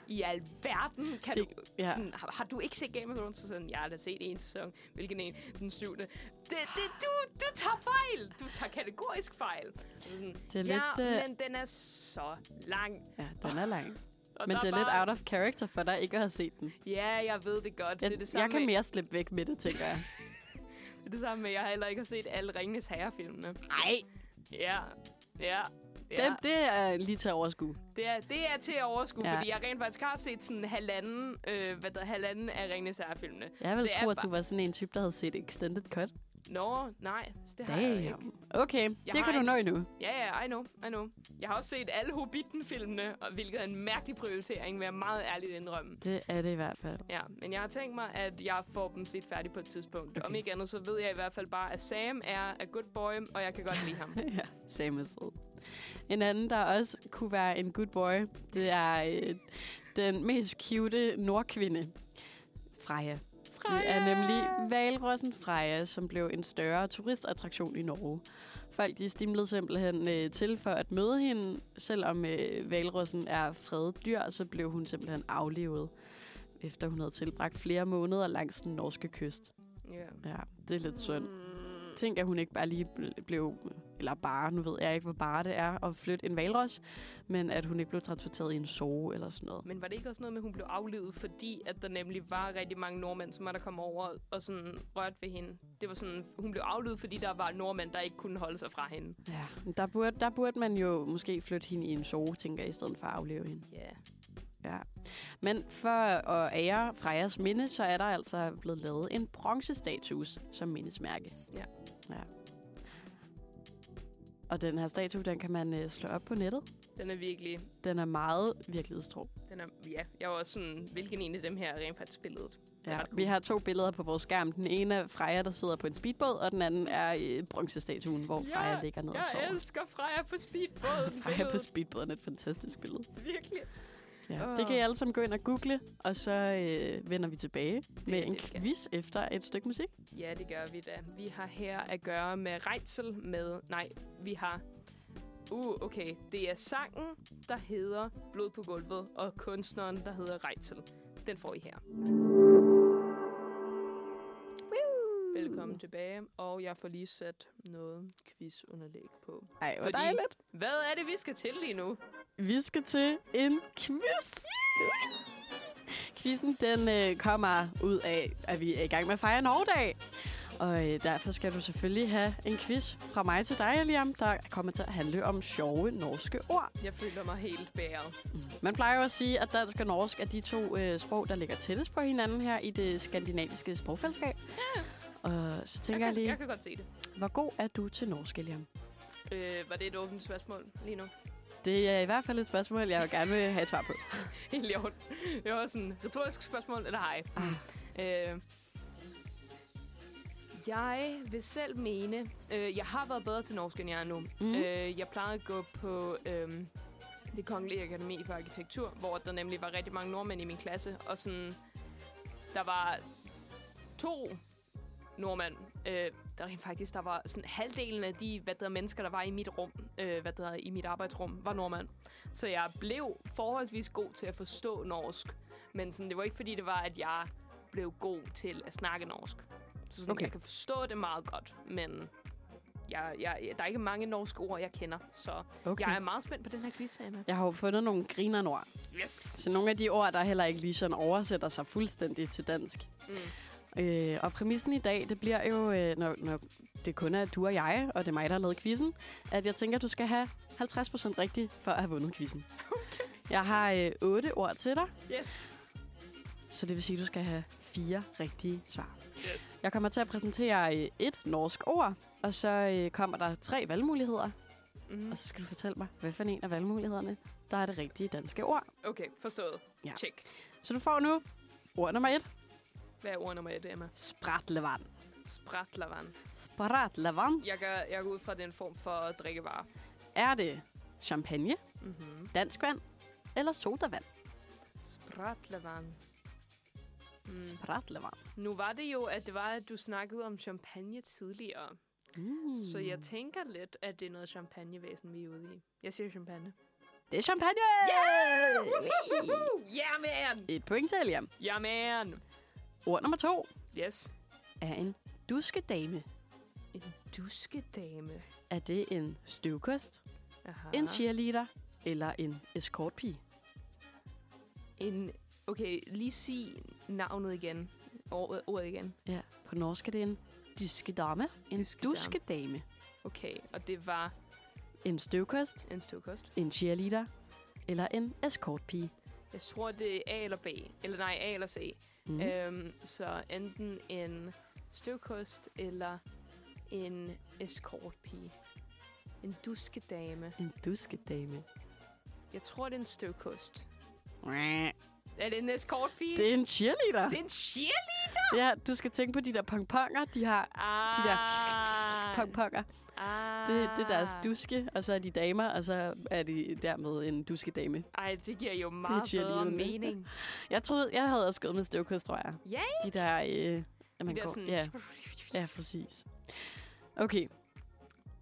S2: i alverden kan det,
S1: Det-
S2: du... Ja.
S1: ja.
S2: Sådan, har, har, du ikke set Game of Thrones? Så sådan, jeg har da set en sæson. Hvilken en? Den syvende. Det, det, du, du tager fejl! Du tager kategorisk fejl. Så Sådan,
S1: Det er
S2: ja,
S1: lidt, øh,
S2: men den er så lang.
S1: Ja, den er lang.
S2: Og
S1: Men
S2: der
S1: det er lidt
S2: bare-
S1: out of character for dig ikke at have set den.
S2: Ja, jeg ved det godt.
S1: Jeg,
S2: det er det samme
S1: jeg kan
S2: med-
S1: mere slippe væk med det, tænker jeg.
S2: Det er det samme med, at jeg heller ikke har set alle Ringenes Herre-filmene.
S1: Nej,
S2: Ja, ja, ja.
S1: det, det er lige til at overskue.
S2: Det, er, det er til at overskue, ja.
S1: Ja.
S2: fordi jeg rent faktisk har set sådan halvanden, øh, hvad der, halvanden af Ringenes Herre-filmene.
S1: Jeg
S2: Så
S1: ville
S2: det er
S1: tro, at du
S2: bare-
S1: var sådan en type, der havde set Extended Cut.
S2: Nå, nej, det har jeg ikke.
S1: Damn. Okay, det
S2: har
S1: kan du
S2: ikke-
S1: nå endnu.
S2: Ja, ja, I know, I know. Jeg har også set alle Hobbiten-filmene, og hvilket er en mærkelig prioritering, vil jeg meget ærligt indrømme.
S1: Det er det i hvert fald.
S2: Ja, men jeg har tænkt mig, at jeg får dem set færdig på et tidspunkt. Okay. Om ikke andet, så ved jeg i hvert fald bare, at Sam er a good boy, og jeg kan godt lide ham.
S1: <laughs> ja, same as old. En anden, der også kunne være en good boy, det er øh, den mest cute nordkvinde, Freja. Det er nemlig valrossen Freja, som blev en større turistattraktion i Norge. Folk de stimlede simpelthen øh, til for at møde hende. Selvom øh, valrossen er fredet dyr, så blev hun simpelthen aflevet, efter hun havde tilbragt flere måneder langs den norske kyst.
S2: Ja.
S1: Ja, det er lidt synd. Tænk, at hun ikke bare lige bl- blev, eller bare, nu ved jeg ikke, hvor bare det er at flytte en valros, men at hun ikke blev transporteret i en zoo eller sådan noget.
S2: Men var det ikke også noget med, at hun blev aflevet, fordi at der nemlig var rigtig mange nordmænd, som var der kom over og sådan rørte ved hende? Det var sådan, hun blev aflevet, fordi der var nordmænd, der ikke kunne holde sig fra hende.
S1: Ja, men der burde, der burde man jo måske flytte hende i en zoo, tænker jeg, i stedet for at afleve hende.
S2: Ja. Yeah.
S1: Ja. Men for at ære Frejas minde, så er der altså blevet lavet en bronzestatus som mindesmærke.
S2: Ja.
S1: ja. Og den her statue, den kan man øh, slå op på nettet.
S2: Den er virkelig...
S1: Den er meget virkelighedstro.
S2: Den er, ja, jeg var også sådan, hvilken en af dem her er rent faktisk billedet? Det er
S1: Ja,
S2: ret cool.
S1: vi har to billeder på vores skærm. Den ene er Freja, der sidder på en speedbåd, og den anden er øh, bronzestatuen, hvor
S2: Ja,
S1: Freja ligger ned og
S2: Jeg
S1: sover.
S2: elsker Freja på speedbåden.
S1: <laughs> Freja på speedbåden er et fantastisk billede.
S2: Virkelig.
S1: Ja.
S2: Åh.
S1: Det kan I alle sammen gå ind og google, og så øh, vender vi tilbage med
S2: det,
S1: en
S2: vi skal.
S1: quiz efter et stykke musik.
S2: Ja, det gør vi da. Vi har her at gøre med Rejsel med... Nej, vi har... Uh, okay. Det er sangen, der hedder Blod på gulvet, og kunstneren, der hedder Rejsel. Den får I her.
S1: Uh.
S2: Velkommen tilbage, og jeg får lige sat noget quizunderlæg på.
S1: Ej, hvor
S2: Fordi-
S1: dejligt.
S2: Hvad er det, vi skal til lige nu?
S1: Vi skal til en quiz. Quizzen den øh, kommer ud af, at vi er i gang med at fejre Norgedag. Og øh, derfor skal du selvfølgelig have en quiz fra mig til dig, Liam, der kommer til at handle om sjove norske ord.
S2: Jeg føler mig helt bæret.
S1: Man plejer jo at sige, at dansk og norsk er de to øh, sprog, der ligger tættest på hinanden her i det skandinaviske sprogfællesskab. Og så
S2: Jeg
S1: tænker jeg
S2: kan, jeg
S1: lige,
S2: kan godt se det.
S1: hvor god er du til norsk, Liam?
S2: Øh, var det et åbent spørgsmål lige nu?
S1: Det er i hvert fald et spørgsmål, jeg gerne vil have et svar på.
S2: <laughs> Helt i orden. Det var sådan et retorisk spørgsmål, eller hej.
S1: Ah.
S2: Øh, jeg vil selv mene, øh, jeg har været bedre til norsk, end jeg er nu. Mm.
S1: Mhm.
S2: Øh, jeg plejede at gå på øh, det kongelige akademi for arkitektur, hvor der nemlig var rigtig mange nordmænd i min klasse, og sådan, der var to nordmænd, øh, der rent faktisk, der var sådan halvdelen af de, hvad der mennesker, der var i mit rum, øh, hvad der i mit arbejdsrum, var nordmænd. Så jeg blev forholdsvis god til at forstå norsk, men sådan, det var ikke fordi, det var, at jeg blev god til at snakke norsk. Så sådan,
S1: Okay.
S2: okay. jeg kan forstå det meget godt, men jeg, jeg, der er ikke mange norske ord, jeg kender, så
S1: Okay.
S2: jeg er meget spændt på den her quiz, Emma.
S1: Jeg har jo fundet nogle grinernord.
S2: Yes!
S1: Så nogle af de ord, der heller ikke lige sådan oversætter sig fuldstændig til dansk.
S2: Mm.
S1: Øh, og præmissen i dag, det bliver jo, øh, når, når det kun er du og jeg, og det er mig, der har lavet quizzen, at jeg tænker, at du skal have 50% rigtigt for at have vundet quizzen. Okay. Jeg har øh, otte ord til dig,
S2: Yes!
S1: så det vil sige, at du skal have fire rigtige svar.
S2: Yes.
S1: Jeg kommer til at præsentere øh, et norsk ord, og så øh, kommer der tre valgmuligheder,
S2: Mm.
S1: og så skal du fortælle mig, hvad for en af valgmulighederne, der er det rigtige danske ord.
S2: Okay, forstået.
S1: Ja.
S2: Ja. Check.
S1: Så du får nu ord nummer et.
S2: Hvad er ord nummer et, Emma?
S1: Spratlevand.
S2: Spratlavan.
S1: Spratlevand.
S2: Jeg går, jeg går ud fra den form for drikkevare.
S1: Er det champagne,
S2: Mm-hmm.
S1: dansk vand eller sodavand?
S2: Spratlavan. Mm.
S1: Spratlevand.
S2: Nu var det jo, at det var, at du snakkede om champagne tidligere.
S1: Mm.
S2: Så jeg tænker lidt, at det er noget champagnevæsen, vi er ude i. Jeg siger champagne.
S1: Det er champagne!
S2: Woohoo! Yeah, man!
S1: Et point til Eliam.
S2: Yeah, man!
S1: Ord nummer to
S2: Yes.
S1: er en duskedame.
S2: En duskedame.
S1: Er det en støvkost,
S2: Aha.
S1: en cheerleader eller en escortpige?
S2: En, okay, lige sig navnet igen. Ordet, ordet igen.
S1: Ja, på norsk er det en duskedame. En
S2: Duskedame.
S1: duskedame. duskedame.
S2: Okay, og det var
S1: En støvkost,
S2: en støvkost.
S1: en cheerleader eller en escortpige.
S2: Jeg tror, det er A eller B. Eller nej, A eller C.
S1: Mm.
S2: Mm.
S1: Øh.
S2: Øhm, så enten en støvkost eller en escortpige. En duskedame.
S1: En duskedame.
S2: Jeg tror, det er en støvkost.
S1: Mwah.
S2: Er det en escortpige?
S1: Det er en cheerleader.
S2: det er en cheerleader!
S1: Ja, du skal tænke på de der pongponger, de har.
S2: Ah,
S1: De der Pongponger.
S2: Ah.
S1: Det, det er deres duske, og så er de damer, og så er de dermed en duskedame.
S2: Ej, det giver jo meget bedre
S1: cheerleaderne.
S2: mening.
S1: Jeg troede, jeg havde også gået med støvkost, tror jeg.
S2: Ja,
S1: De der... Øh, at man
S2: Det er
S1: går,
S2: sådan...
S1: ja, ja, præcis. Okay.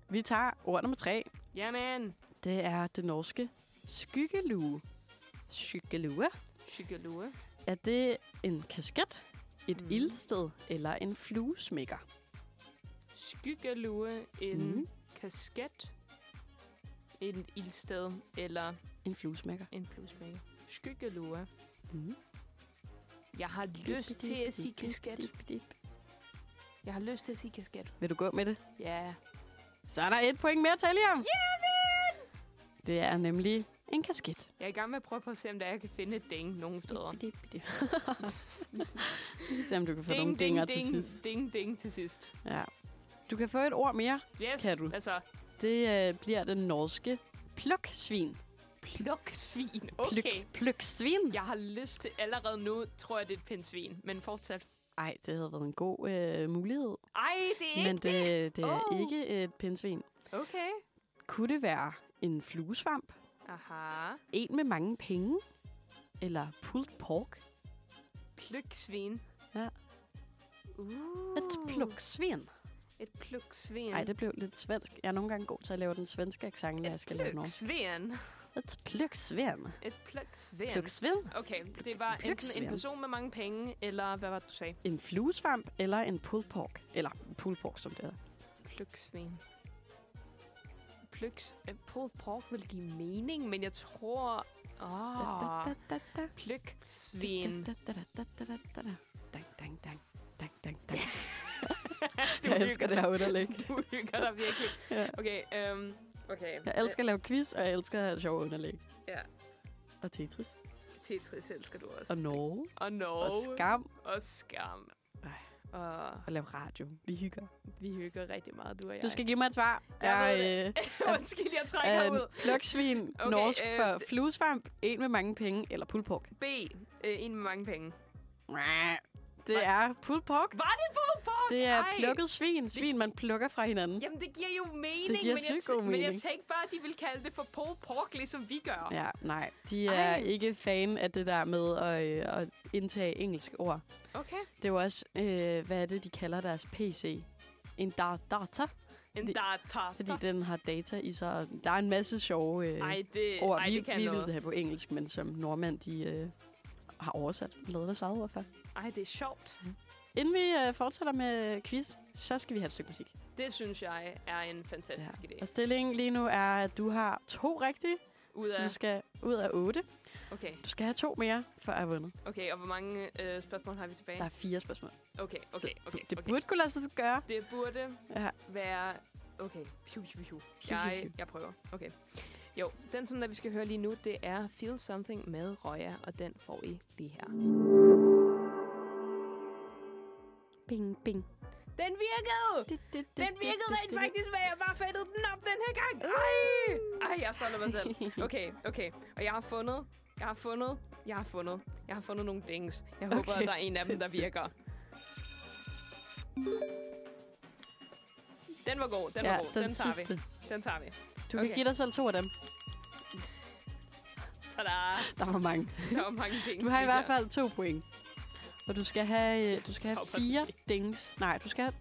S1: Vi tager ord nummer tre.
S2: Jamen,
S1: Det er det norske skyggelue. Skyggelue.
S2: Chikalua.
S1: Er det en kasket, et
S2: Mm.
S1: mm. ildsted eller en fluesmækker?
S2: Skyggelue, en
S1: Mhm.
S2: mm. kasket, en ildsted eller
S1: En fluesmækker.
S2: en fluesmækker. Skyggelue.
S1: Mm.
S2: Jeg har lyst til at sige kasket. Jeg har lyst til at sige kasket.
S1: Vil du gå med det?
S2: Ja.
S1: Så er der et point mere til Liam. Yeah, det er nemlig en kasket.
S2: Jeg er i gang med at prøve på at se, om der jeg kan finde et ding nogen steder.
S1: Bidip, bidip. <laughs> Se om du kan få nogle
S2: Ding,
S1: dinger
S2: ding,
S1: til sidst.
S2: ding, ding, ding til sidst.
S1: Ja. Du kan få et ord mere.
S2: Yes,
S1: Kan du?
S2: altså
S1: Det øh, bliver den norske pluksvin.
S2: pluksvin.
S1: Pluk,
S2: Okay.
S1: Pluksvin.
S2: Jeg har lyst til allerede nu, tror jeg, det er et pindsvin. Men fortsat.
S1: Ej, det havde været en god øh, mulighed.
S2: Ej, det er ikke
S1: Men det, det er
S2: Åh.
S1: ikke et pindsvin.
S2: Okay.
S1: Kunne det være en fluesvamp?
S2: Aha.
S1: En med mange penge? Eller pulled pork?
S2: Pluksvin.
S1: Ja.
S2: Uh,
S1: Et pluksvin.
S2: Et pluksvin.
S1: Nej, det blev lidt svensk. Jeg er nogle gange god til at lave den svenske accent, når jeg
S2: et
S1: skal lave noget.
S2: pluksvin.
S1: Et pluksvin.
S2: Et pluksvin.
S1: Pluksvin.
S2: Okay, det var enten
S1: Pluksvin.
S2: en person med mange penge, eller hvad var det, du sagde?
S1: En fluesvamp eller en pulled pork. Eller pulled pork, som det hedder.
S2: Pluksvin. Pluks... øh, Pulled pork vil give mening, men jeg tror...
S1: Da,
S2: Ah,
S1: da, da, da, da. <laughs>
S2: pluksvin.
S1: Da, da, da, da, da, da, da, da. Dang, dang, dang. Dang, dang, dang.
S2: Du
S1: Jeg elsker
S2: hygger
S1: det her underlæg.
S2: dig- Du hygger dig virkelig.
S1: Ja.
S2: Okay, øhm, okay.
S1: Jeg elsker at lave quiz, og jeg elsker at have sjov underlæg.
S2: Ja.
S1: Og Tetris.
S2: Øh, Tetris elsker du også.
S1: Og Norge.
S2: Og Norge.
S1: Og Skam.
S2: Og skam.
S1: Ej.
S2: Og
S1: Og lave radio. Vi hygger.
S2: vi hygger rigtig meget, du og jeg.
S1: Du skal give mig et svar.
S2: Jeg
S1: er,
S2: ved det. <laughs>
S1: øh,
S2: Undskyld, jeg
S1: er
S2: trækker
S1: en
S2: ud.
S1: pluksvin
S2: Okay,
S1: norsk
S2: øh,
S1: for
S2: det-
S1: fluesvamp, en med mange penge, eller pulled pork?
S2: B. Øh, en med mange penge.
S1: Det er pulled pork.
S2: Var det pulled pork?
S1: Det er
S2: Ej.
S1: plukket svin. Svin, man plukker fra hinanden.
S2: Jamen, det giver jo mening,
S1: Mm. Det giver
S2: men, jeg
S1: sygt god
S2: men jeg
S1: mening.
S2: tænkte bare, at de ville kalde det for po pork, ligesom vi gør.
S1: Ja, nej. De er
S2: Ej.
S1: ikke fan af det der med at, øh, at indtage engelske ord.
S2: Okay.
S1: Det er jo også, øh, hvad er det, de kalder deres PC? En da- data,
S2: En
S1: Det-
S2: data.
S1: fordi den har data i sig. og Der er en masse sjove øh,
S2: Ej, det,
S1: ord.
S2: ej,
S1: vi
S2: det kan
S1: vi ved
S2: noget.
S1: det her på engelsk, men som nordmænd, de øh, har oversat og lavet deres eget ord for.
S2: Ej, det er sjovt.
S1: Inden vi øh, fortsætter med quiz, så skal vi have et stykke musik.
S2: Det synes jeg er en fantastisk idé.
S1: Og stillingen lige nu er, at du har to rigtige,
S2: Ud
S1: så
S2: af...
S1: du skal ud af otte.
S2: Okay,
S1: Du skal have to mere, for at have vundet.
S2: okay. Og hvor mange øh, spørgsmål har vi tilbage?
S1: Der er fire spørgsmål.
S2: Okay, okay, okay.
S1: Det
S2: okay.
S1: burde kunne lade sig gøre.
S2: Det burde
S1: Ja.
S2: være... Okay, piu, piu, piu.
S1: piu,
S2: Jeg,
S1: piu.
S2: jeg prøver. Okay. Jo, den som der vi skal høre lige nu, det er Feel Something med Røya, og den får I lige her.
S1: Bing, bing.
S2: Den virkede!
S1: Det, det, Uh.
S2: Den virkede rent faktisk, men jeg bare fattede den op den her gang. Ej, Ej jeg er stolt af mig
S1: <laughs>
S2: selv. Okay, okay. Og jeg har fundet, jeg har fundet, jeg har fundet, jeg har fundet nogle dings. Jeg håber,
S1: Okay,
S2: at der er en af dem, der
S1: sindssygt.
S2: virker. Den var god, den
S1: ja,
S2: var god. Den,
S1: den,
S2: den tager
S1: sidste.
S2: vi. Den tager vi.
S1: Du
S2: Okay.
S1: kan give dig selv to af dem.
S2: Tada!
S1: Der var mange.
S2: Der var mange ting.
S1: Du har i hvert fald to point. Og du skal have, øh, du skal have
S2: Stopper
S1: fire
S2: det.
S1: dings. Nej, du skal have,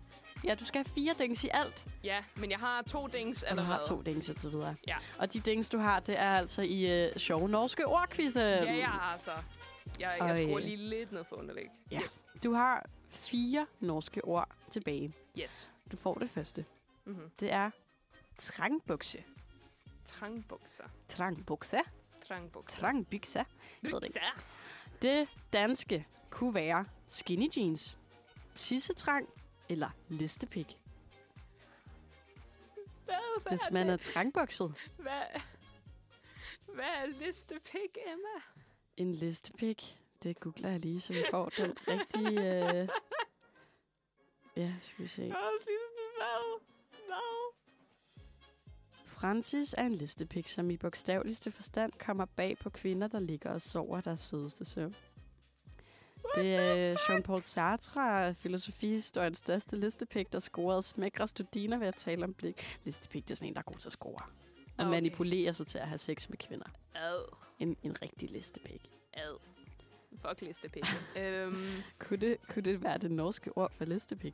S1: ja, du skal have fire dings i alt.
S2: Ja, men jeg har to dings
S1: Og du
S2: allerede.
S1: har to dings og så videre.
S2: Ja.
S1: Og de dings, du har, det er altså i øh, sjove norske ordquizzen.
S2: Ja, jeg har altså. Jeg, jeg
S1: Og,
S2: skruer
S1: øh,
S2: lige lidt ned for underlæg.
S1: ja.
S2: Yes.
S1: Du har fire norske ord tilbage.
S2: yes.
S1: Du får det første.
S2: Mm-hmm.
S1: Det er trangbukse.
S2: Trangbukser.
S1: Trangbukse?
S2: Trangbukser.
S1: Trangbykse. ved det
S2: Bukser.
S1: Det danske kunne være skinny jeans, tissetrang eller listepik.
S2: Hvad, hvad,
S1: Hvis man er trangbukset.
S2: Hvad, hvad er listepik, Emma?
S1: En listepik. Det googler jeg lige, så vi får den rigtige... <laughs> Øh... Ja, skal vi se.
S2: Jeg var også lige sådan, Hvad? Hvad?
S1: Francis er en listepik, som i bogstaveligste forstand kommer bag på kvinder, der ligger og sover deres sødeste søvn. Det er Jean-Paul Sartre, filosofihistoriens største listepik, der scorede smækre studiner ved at tale om blik. Listepik, det er sådan en, der er god til at score. Og
S2: Okay.
S1: okay. manipulerer sig til at have sex med kvinder.
S2: Ad.
S1: En, en rigtig listepik.
S2: Ad. Fuck
S1: <laughs>
S2: listepik. øhm,
S1: Kunne det, kunne det være det norske ord for listepik?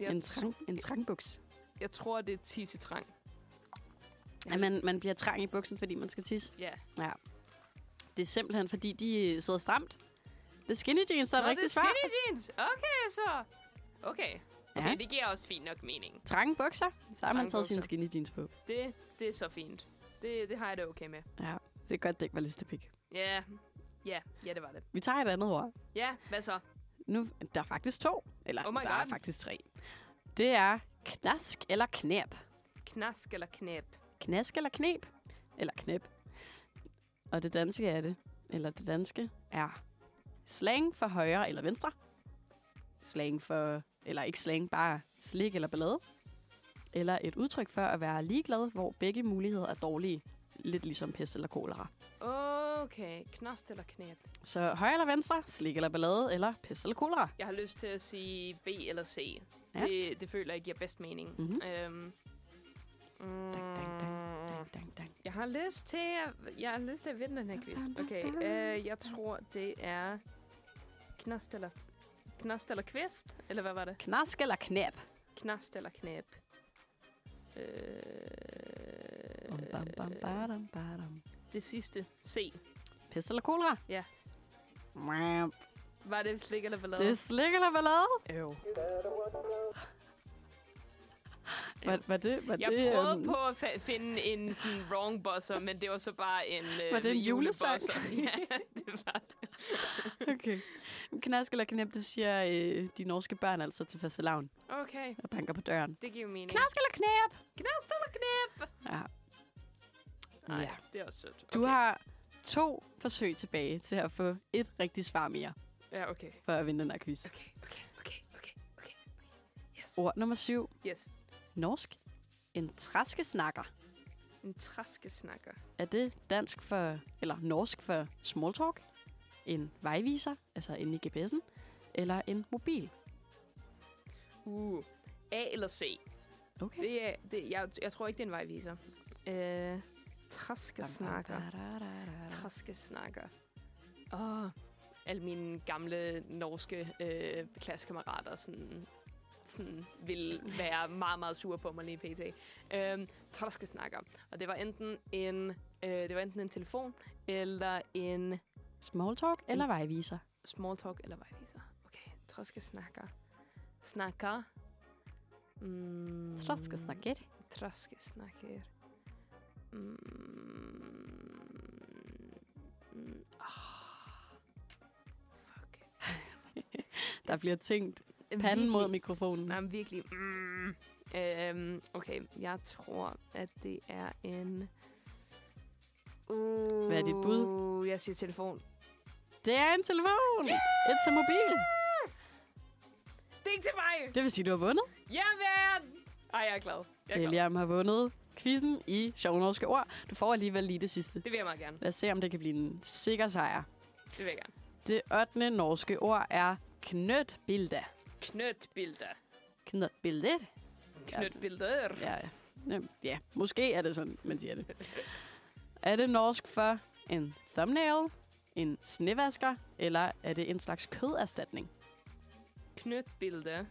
S2: jeg,
S1: en,
S2: tr-
S1: trang, en trangbuks.
S2: jeg tror, det er tissetrank.
S1: At man, man bliver trang i buksen, fordi man skal tisse.
S2: Ja.
S1: Ja. Det er simpelthen, fordi de øh, sidder stramt. Det er skinny jeans, der er
S2: Nå,
S1: det rigtige
S2: det er
S1: svar.
S2: skinny jeans. Okay, så. Okay. Okay,
S1: Ja.
S2: det giver også fint nok mening.
S1: Trange bukser. Så har man
S2: Trange
S1: taget sine
S2: bukser.
S1: skinny jeans på.
S2: Det, det er så fint. Det, det har jeg det okay med.
S1: Ja, det er godt, det ikke var listepik.
S2: Ja, ja, ja, det var det.
S1: Vi tager et andet ord.
S2: Ja, hvad så?
S1: Nu, der er faktisk to. Eller
S2: Oh
S1: oh
S2: my
S1: der God. er
S2: God.
S1: faktisk tre. Det er knask eller knæb.
S2: Knask eller knæb?
S1: Knask eller knæb. Eller knæb. Og det danske er det. Eller det danske er slang for højre eller venstre. Slang for, eller ikke slang, bare slik eller ballade. Eller et udtryk for at være ligeglad, hvor begge muligheder er dårlige. Lidt ligesom pest eller kolera.
S2: Okay, knast eller knæb?
S1: Så højre eller venstre, slik eller ballade, eller pest eller kolera.
S2: Jeg har lyst til at sige B eller C. Ja.
S1: Ja.
S2: Det, det føler jeg giver bedst mening.
S1: Mhm.
S2: Øhm, mm,
S1: Dang, dang, dang, dang, dang.
S2: jeg har lyst til at, jeg har lyst til at vinde den her quiz. Okay, øh, jeg tror, det er knast eller, knast eller kvist? Eller hvad var det?
S1: Knask eller knæb.
S2: Knast eller knæb? Øh,
S1: Bum, bam, bam, badam, badam.
S2: det sidste, C.
S1: Pest eller kolera?
S2: Ja.
S1: Mwah.
S2: Var det slik eller ballade?
S1: Det er slik eller ballade.
S2: Øv.
S1: Var, var det, var
S2: Jeg
S1: det,
S2: prøvede
S1: øhm,
S2: på at fa- finde en sådan wrong buzzer, men det var så bare en øh,
S1: Var det en julesang?
S2: julebuzzer. <laughs> ja, det var det.
S1: Okay. Knask eller knæb, det siger øh, de norske børn altså til fastelavn,
S2: Okay,
S1: der banker på døren.
S2: det giver mening.
S1: Knask eller knæb?
S2: Knast eller knæb?
S1: Ja.
S2: Nej,
S1: Ja.
S2: det er også sødt.
S1: Du har to forsøg tilbage til at få et rigtigt svar mere,
S2: Ja, okay.
S1: for at vinde den her quiz.
S2: Okay, okay, okay, okay, okay. Yes.
S1: Ord nummer syv.
S2: yes.
S1: Norsk. En træskesnakker.
S2: En traskesnakker.
S1: Er det dansk for, eller norsk for small talk? En vejviser, altså inde i GPS'en? Eller en mobil?
S2: Uh, A eller C?
S1: Okay.
S2: Det er, det, jeg, jeg tror ikke, det er en vejviser. Øh, Traskesnakker. Traskesnakker. Åh, oh, alle mine gamle norske øh, klassekammerater sådan, sådan vil være meget, meget sure på mig lige pt. Øhm, Traskesnakker. Og det var enten en, øh, det var enten en telefon, eller en
S1: Small talk eller vejviser?
S2: small talk, eller vejviser. Okay, traskesnakker. Snakker. Mm,
S1: Traskesnakker.
S2: Traskesnakker. Mm, mm, ah, fuck.
S1: Der bliver tænkt panden
S2: Virkelig-
S1: mod mikrofonen.
S2: Nej, men virkelig. Mm. Øhm, okay, jeg tror, at det er en... Uh,
S1: Hvad er dit bud?
S2: Jeg siger telefon.
S1: Det er en telefon! Yeah! Et til mobil.
S2: Det er ikke til mig!
S1: Det vil sige, du har vundet.
S2: Jamen! Ej, jeg er glad. Jeg er glad.
S1: Eliam har vundet quizzen i sjove norske ord. Du får alligevel lige det sidste.
S2: Det vil jeg meget gerne.
S1: Lad os se, om det kan blive en sikker sejr.
S2: Det vil jeg gerne.
S1: Det 8. norske ord er knøtbilde.
S2: Knøtbilder.
S1: Knøtbilder?
S2: Knøtbilder.
S1: Ja, ja. Jamen, ja, måske er det sådan, man siger det. Er det norsk for en thumbnail, en snevasker, eller er det en slags køderstatning?
S2: Knøtbilder.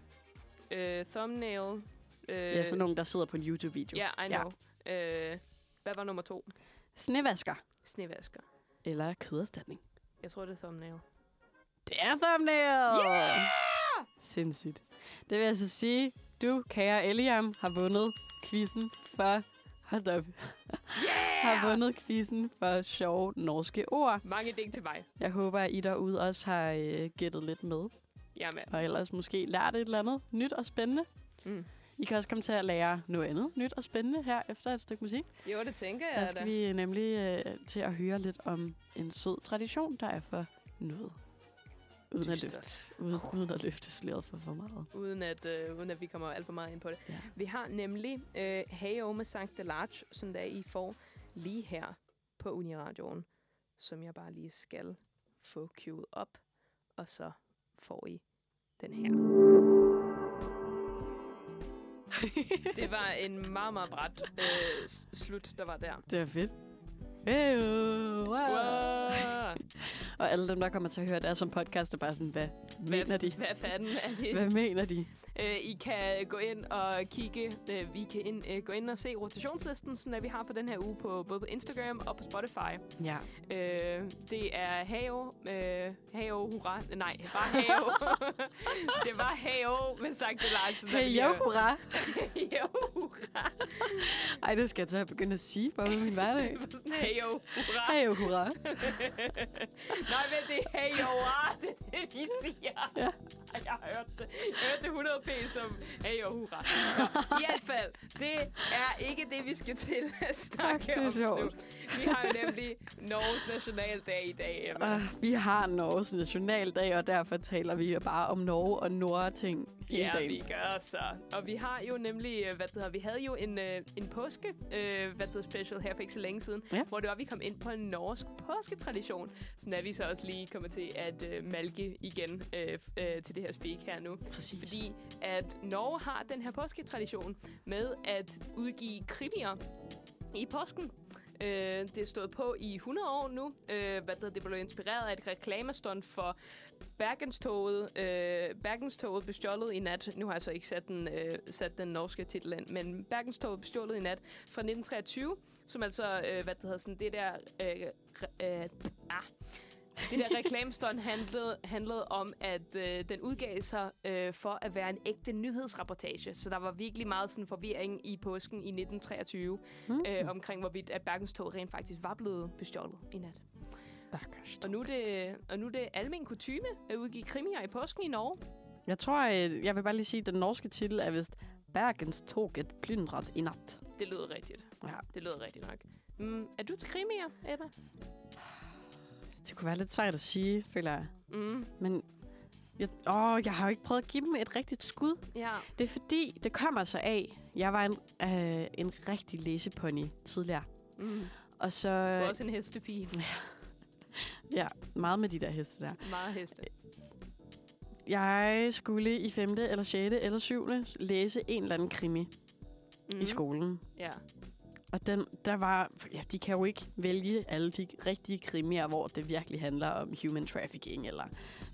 S2: Øh, thumbnail. Øh,
S1: Øh, ja, sådan nogen, der sidder på en YouTube-video.
S2: Ja, I know. Ja. Øh, hvad var nummer to?
S1: Snevasker
S2: Snevasker.
S1: eller køderstatning?
S2: Jeg tror, det er thumbnail.
S1: Det er thumbnail! Yeah! Sindssygt. Det vil altså sige, du, kære Eliam, har vundet quizzen for... Hold op.
S2: Yeah!
S1: Har vundet quizzen for sjove norske ord.
S2: Mange ding til mig.
S1: Jeg håber, at I derude også har øh, gættet lidt med.
S2: Jamen.
S1: Og ellers måske lært et eller andet nyt og spændende.
S2: Mm.
S1: I kan også komme til at lære noget andet nyt og spændende her efter et stykke musik.
S2: Jo, det tænker
S1: Der
S2: jeg da.
S1: skal vi nemlig øh, til at høre lidt om en sød tradition, der er for noget. Uden at, løfte,
S2: Dystert.
S1: uden, uden at løfte sløret for for meget.
S2: Uden at, øh, uden at vi kommer alt for meget ind på det.
S1: Ja.
S2: Vi har nemlig øh, Hey O med Sankt Large, som der I får lige her på Uniradioen, som jeg bare lige skal få queued op, og så får I den
S1: <laughs>
S2: her. Det var en meget, meget bræt øh, s- slut, der var der.
S1: Det er fedt. Hey, uh, wow.
S2: Wow.
S1: Og alle dem, der kommer til at høre det er som podcast, er bare sådan, hvad mener de?
S2: Hvad fanden er det?
S1: Hvad mener de?
S2: Øh, I kan gå ind og kigge. Øh, vi kan ind, øh, gå ind og se rotationslisten, som der vi har for den her uge på både på Instagram og på Spotify.
S1: Ja.
S2: Øh, det er Hao. Øh, Hao, hurra. Nej, det var Hao. det var Hao med Sankt Larsen.
S1: Hey, jo, hurra.
S2: Hao, hurra.
S1: Ej, det skal jeg til at begynde at sige bare med min hverdag.
S2: Det var sådan, Hao, hurra.
S1: Hey, jo, hurra.
S2: Nej, men det er Hao, hurra. Det er <laughs> det, de siger.
S1: Ja.
S2: Ej, Jeg har hørt det. Jeg hørte det 100 p som Hao,
S1: <laughs>
S2: hurra. Nå, I hvert fald, det er ikke det, vi skal til at snakke
S1: det er
S2: om nu.
S1: sjovt.
S2: Vi har jo nemlig Norges nationaldag i dag, Emma.
S1: Uh, vi har Norges nationaldag, og derfor taler vi jo bare om Norge og Nordting i
S2: Ja,
S1: dag.
S2: vi gør så. Og vi har jo nemlig, øh, hvad det hedder, vi havde jo en, øh, en påske, øh, hvad det hedder, special her for ikke så længe siden,
S1: Ja.
S2: hvor det var, vi kom ind på en norsk påsketradition. Sådan er vi så også lige kommet til at øh, malke igen øh, f- øh, til det her speak her nu.
S1: Præcis.
S2: Fordi at Norge har den her påsketradition med at udgive krimier i påsken. Øh, det er stået på i 100 år nu. Øh, hvad det, hedder, det blev inspireret af et reklamestånd for Bergenstoget, øh, Bergenstoget bestjålet i nat. Nu har jeg så ikke sat den, øh, sat den norske titel ind, men Bergenstoget bestjålet i nat fra 1923, som altså, øh, hvad det hedder, sådan det der... Øh, re- øh, ah, det der reklamestånd handlede, handlede om, at øh, den udgav sig øh, for at være en ægte nyhedsrapportage. Så der var virkelig meget sådan, forvirring i påsken i 1923
S1: Mm.
S2: øh, omkring, hvorvidt at Bergenstoget rent faktisk var blevet bestjålet i nat.
S1: Stakkels.
S2: Og nu er det, og nu er det almen kutyme at udgive krimier i påsken i Norge.
S1: Jeg tror, øh, jeg vil bare lige sige, at den norske titel er vist Bergens toget plyndret i nat.
S2: Det lyder rigtigt.
S1: Ja.
S2: Det lyder rigtigt nok. Mm, er du til krimier, Ebba?
S1: Det kunne være lidt sejt at sige, føler jeg.
S2: Mm,
S1: Men jeg, åh, jeg har jo ikke prøvet at give dem et rigtigt skud.
S2: ja.
S1: Det er fordi, det kommer sig af, jeg var en, øh, en rigtig læsepony tidligere.
S2: Mm.
S1: Og så øh,
S2: Du
S1: <laughs>
S2: er også en hestepige.
S1: meget med de der heste der.
S2: Meget heste.
S1: Jeg skulle i 5. eller 6. eller 7. læse en eller anden krimi mm.
S2: Mm.
S1: i skolen.
S2: Ja.
S1: Og den, der var, ja, de kan jo ikke vælge alle de rigtige krimier, hvor det virkelig handler om human trafficking eller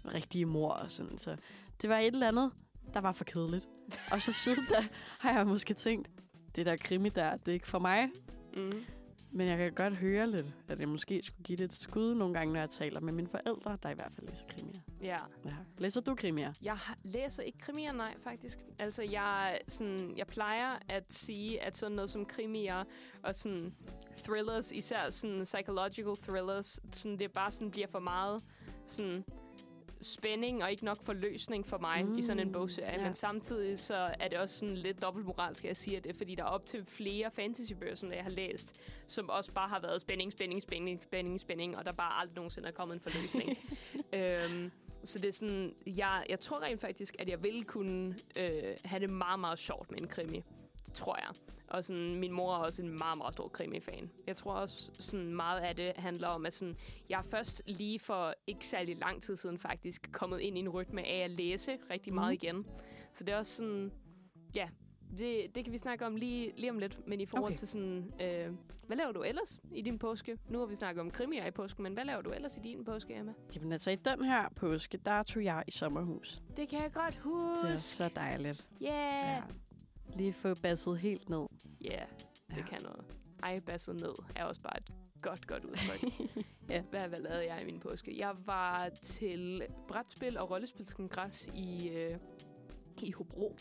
S1: rigtige mor og sådan. Så det var et eller andet, der var for kedeligt. Og så siden da har jeg måske tænkt, det der krimi der, det er ikke for mig.
S2: Mm.
S1: Men jeg kan godt høre lidt, at jeg måske skulle give det et skud nogle gange, når jeg taler med mine forældre, der i hvert fald læser krimier.
S2: Ja.
S1: Ja. Læser du krimier?
S2: Jeg har- læser ikke krimier, nej, faktisk. Altså, jeg, er sådan, jeg plejer at sige, at sådan noget som krimier og sådan thrillers, især sådan psychological thrillers, sådan det bare sådan bliver for meget sådan spænding og ikke nok forløsning for mig mm, i sådan en bogserie.
S1: ja.
S2: Ja. Men samtidig så er det også sådan lidt dobbeltmoralsk, at jeg siger det, fordi der er op til flere fantasybøger, som jeg har læst, som også bare har været spænding, spænding, spænding, spænding, spænding, og der bare aldrig nogensinde er kommet en forløsning. øhm, så det er sådan, jeg, jeg tror rent faktisk, at jeg ville kunne øh, have det meget, meget sjovt med en krimi. Det tror jeg. Og sådan, min mor er også en meget, meget stor krimi-fan. Jeg tror også, sådan meget af det handler om, at sådan, jeg er først lige for ikke særlig lang tid siden faktisk kommet ind i en rytme af at læse rigtig meget
S1: Mhm.
S2: igen. Så det er også sådan, ja, det, det kan vi snakke om lige, lige om lidt. Men i forhold
S1: Okay.
S2: okay. til sådan, øh, hvad laver du ellers i din påske? Nu har vi snakket om krimier i påsken, men hvad laver du ellers i din påske, Emma?
S1: Jamen altså, i den her påske, der tog jeg i sommerhus.
S2: Det kan jeg godt
S1: Det er
S2: huske.
S1: så dejligt.
S2: Yeah.
S1: Lige få basset helt ned.
S2: Ja, yeah, det
S1: Ja.
S2: ja. kan noget. Ej, basset ned er også bare et godt, godt
S1: <laughs>
S2: udtryk.
S1: Ja.
S2: ja. Hvad, hvad lavede jeg i min påske? Jeg var til brætspil og rollespilskongres i, øh, i Hobro.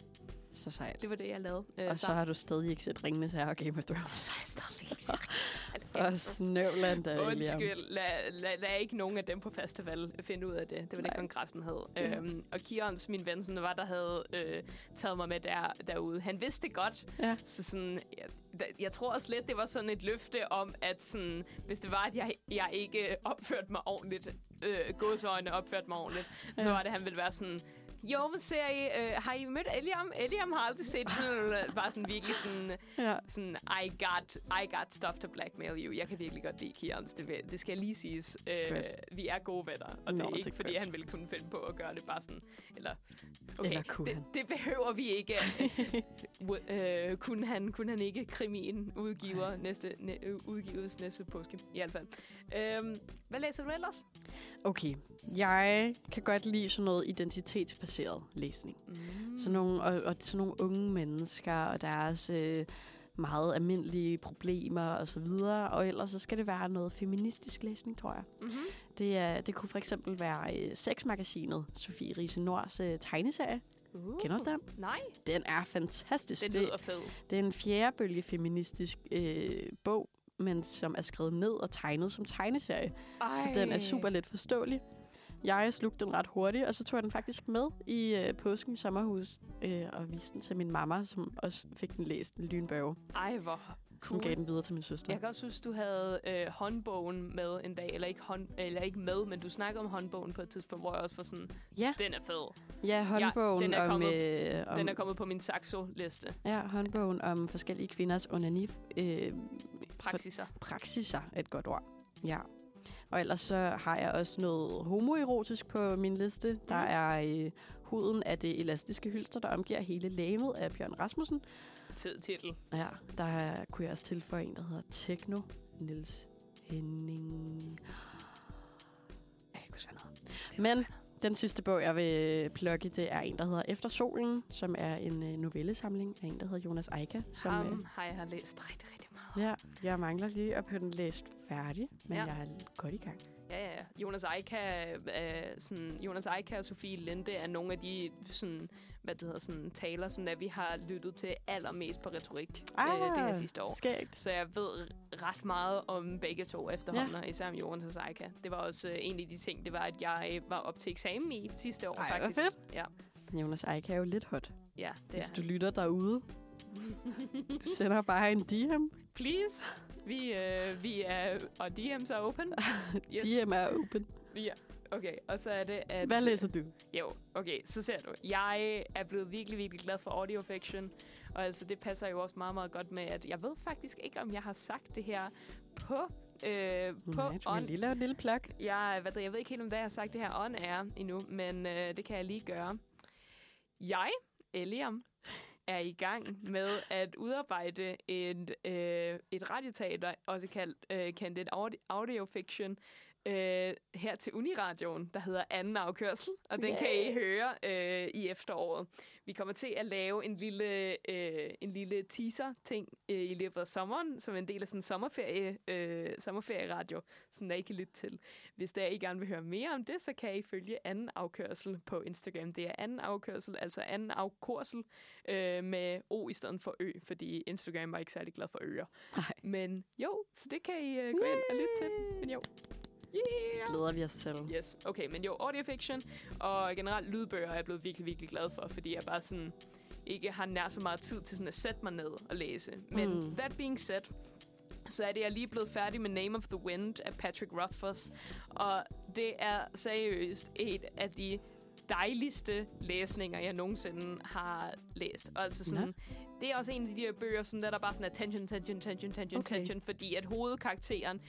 S1: Så sejt.
S2: Det var det, jeg lavede. øh,
S1: Og Øh, så har du stadig ikke set Ringenes Herre og Game of Thrones. <laughs>
S2: så er jeg stadig ikke sikker.
S1: Og Snøvland og William.
S2: altså. Undskyld, lad, lad, lad ikke nogen af dem på festival finde ud af det. Det var det,
S1: Nej.
S2: kongressen hed.
S1: Ja.
S2: Øhm, og Kirans, min ven, sådan, var der havde øh, taget mig med der, derude. Han vidste det godt.
S1: Ja.
S2: Så sådan, jeg, da- jeg tror også lidt, det var sådan et løfte om, at sådan, hvis det var, at jeg, jeg ikke opførte mig ordentligt, øh, godsøjne opførte mig ordentligt, så
S1: Ja.
S2: var det, han ville være sådan, jo, men ser I, øh, har I mødt Eliam? Eliam har aldrig set bare sådan virkelig sådan,
S1: Ja.
S2: sådan, I got, I got stuff to blackmail you. Jeg kan virkelig godt lide Kians, det, vil- det skal lige siges. Øh,
S1: Godt.
S2: vi er gode venner, og det
S1: Nå,
S2: er
S1: det
S2: ikke,
S1: er
S2: fordi
S1: godt.
S2: han ville kunne finde på at gøre det bare sådan, eller... Okay,
S1: Eller kunne
S2: det,
S1: han?
S2: det behøver vi
S1: <laughs>
S2: ikke. Wo- øh, kunne, han, kunne han ikke krimien udgiver næste, næ, øh, udgives næste påske, i hvert fald. Øhm, hvad læser du ellers?
S1: Okay. Jeg kan godt lide sådan noget identitetsbaseret læsning.
S2: Mm.
S1: Sådan nogle, og, og sådan nogle unge mennesker og deres øh, meget almindelige problemer og så videre. Og ellers så skal det være noget feministisk læsning, tror jeg.
S2: Mm-hmm.
S1: Det, er, det kunne for eksempel være øh, sexmagasinet Sofie Riese Nords øh, tegneserie.
S2: Uh.
S1: Kender du den?
S2: Nej,
S1: Den er fantastisk.
S2: den
S1: Det-
S2: lyder fed.
S1: Det er en fjerdebølge feministisk øh, bog, men som er skrevet ned og tegnet som tegneserie. Ej. Så den er super let forståelig. Jeg slugte den ret hurtigt, og så tog jeg den faktisk med i øh, påsken i sommerhus øh, og viste den til min mamma, som også fik den læst en lynbørge, cool.
S2: Ej, hvor
S1: som
S2: cool.
S1: gav den videre til min søster.
S2: Jeg kan også huske, du havde øh, håndbogen med en dag, eller ikke, hånd, eller ikke med, men du snakkede om håndbogen på et tidspunkt, hvor jeg også var sådan,
S1: Ja.
S2: den er fed.
S1: Ja, håndbogen
S2: den er
S1: om,
S2: kommet-
S1: øh, om,
S2: Den er kommet på min saxo-liste.
S1: ja, håndbogen om forskellige kvinders onani øh,
S2: Praksiser.
S1: praksiser er et godt ord. Ja. Og ellers så har jeg også noget homoerotisk på min liste. Der
S2: Mhm.
S1: er øh, huden af det elastiske hylster, der omgiver hele lamet af Bjørn Rasmussen.
S2: Fed titel.
S1: Ja, der er, kunne jeg også tilføje en, der hedder Tekno Nils Henning. Jeg kan ikke huske, hvad han hedder. Men den sidste bog, jeg vil plukke, det er en, der hedder Efter solen, som er en øh, novellesamling af en, der hedder Jonas Eika. Som, øh,
S2: Ham har jeg har læst rigtig, rigtig meget.
S1: Ja, jeg mangler lige at få den læst færdig, men
S2: Ja.
S1: ja. jeg er godt i gang.
S2: Ja, ja, ja. Jonas Eika, øh, sådan, Jonas Eika og Sofie Linde er nogle af de sådan, hvad det hedder, sådan, taler, som der, vi har lyttet til allermest på retorik øh, det her sidste år.
S1: Ah, Skægt.
S2: Så jeg ved ret meget om begge to efterhånden, ja. især om Jonas og Eika. Det var også øh, en af de ting, det var, at jeg øh, var op til eksamen i sidste år,
S1: Ej, hvor
S2: faktisk.
S1: fedt.
S2: Ja,
S1: Jonas Eik er jo lidt hot. Det
S2: ja det
S1: Hvis
S2: er
S1: du
S2: han.
S1: lytter derude, du sender bare en DM.
S2: Please! Vi, øh, vi er, og DM's er
S1: <laughs>
S2: open. Yes.
S1: DM er open.
S2: Ja. Okay, og så er det, at...
S1: Hvad læser du?
S2: Jo, okay, så ser du. Jeg øh, er blevet virkelig, virkelig glad for audio fiction, og altså det passer jo også meget, meget godt med, at jeg ved faktisk ikke, om jeg har sagt det her på øh, på
S1: Nej, du kan
S2: on
S1: lige lave et lille plug.
S2: Jeg, hvad det, jeg ved ikke helt, om det jeg har sagt det her on air endnu, men øh, det kan jeg lige gøre. Jeg, Eliam, er i gang med at udarbejde et, øh, et radioteater, også kaldt, øh, kaldt et audi- audio fiction, øh, her til Uniradioen, der hedder Anden Afkørsel, og den kan I høre øh, i efteråret. Vi kommer til at lave en lille, øh, en lille teaser-ting øh, i løbet af sommeren, som en del af sådan en sommerferie, øh, sommerferieradio, som der I kan lytte til. Hvis der I gerne vil høre mere om det, så kan I følge anden afkørsel på Instagram. Det er anden afkørsel, altså anden afkorsel øh, med O i stedet for Ø, fordi Instagram var ikke særlig glad for øer.
S1: Nej.
S2: Men jo, så det kan I øh, gå ind og lytte til. Men jo. Yeah!
S1: Glæder vi os til.
S2: Yes, okay, men jo, audio fiction og generelt lydbøger er jeg blevet virkelig, virkelig glad for, fordi jeg bare sådan ikke har nær så meget tid til sådan at sætte mig ned og læse. Men
S1: Mm.
S2: mm. that being said, så er det, jeg er lige blevet færdig med Name of the Wind af Patrick Rothfuss, og det er seriøst et af de dejligste læsninger, jeg nogensinde har læst. Og altså sådan,
S1: Nå.
S2: det er også en af de der bøger, som der, der bare sådan er tension, tension, tension, tension,
S1: Okay.
S2: okay. tension, fordi at hovedkarakteren,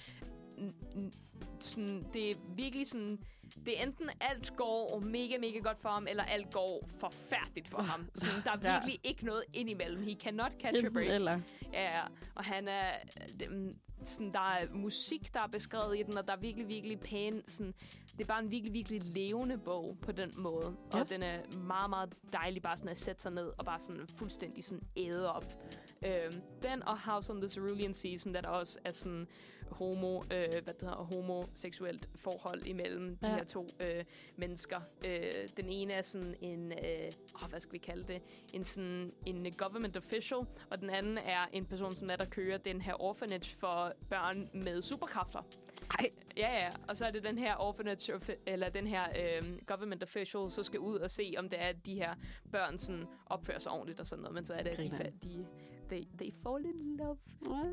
S2: n- n- sådan, det er virkelig sådan, det er enten alt går mega, mega godt for ham, eller alt går forfærdeligt for ham. Sådan, der
S1: Ja.
S2: er virkelig ikke noget indimellem. He cannot catch a
S1: Enten
S2: break.
S1: eller.
S2: Ja, ja. og han er... øh, Dem, sådan, der er musik, der er beskrevet i den, og der er virkelig, virkelig pæn... Sådan, det er bare en virkelig, virkelig levende bog på den måde. Ja.
S1: Ja.
S2: Og den er meget, meget dejlig bare sådan at sætte sig ned og bare sådan fuldstændig sådan æde op. Øhm, den og House on the Cerulean Sea, som der, der også er sådan homo, øh, hvad det hedder, homoseksuelt forhold imellem de
S1: Ja.
S2: her to øh, mennesker. Øh, den ene er sådan en, øh, åh, hvad skal vi kalde det, en, sådan, en øh, government official, og den anden er en person, som er der kører den her orphanage for børn med superkræfter.
S1: Ej.
S2: Ja, ja, og så er det den her orphanage, offi- eller den her øh, government official, så skal ud og se, om det er, at de her børn sådan, opfører sig ordentligt og sådan noget, men så er det, at de,
S1: Grineren.
S2: fa- de they, they fall in love,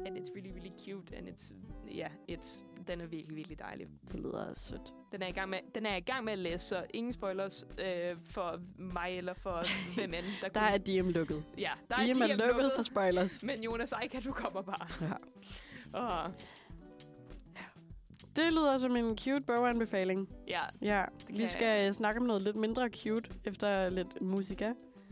S2: and it's really, really cute, and it's, yeah, it's, den er virkelig, virkelig dejlig.
S1: Det lyder også sødt.
S2: Den er, i gang med, den er jeg i gang med at læse, så ingen spoilers øh, for mig eller for hvem end. Der,
S1: Der er DM lukket.
S2: ja, der er
S1: DM er
S2: DM
S1: lukket for spoilers.
S2: Men Jonas Eika, du kommer bare.
S1: Ja.
S2: Og,
S1: Det lyder som en cute boganbefaling.
S2: ja.
S1: Ja,
S2: kan
S1: vi
S2: jeg-
S1: skal øh, snakke om noget lidt mindre cute efter lidt musik.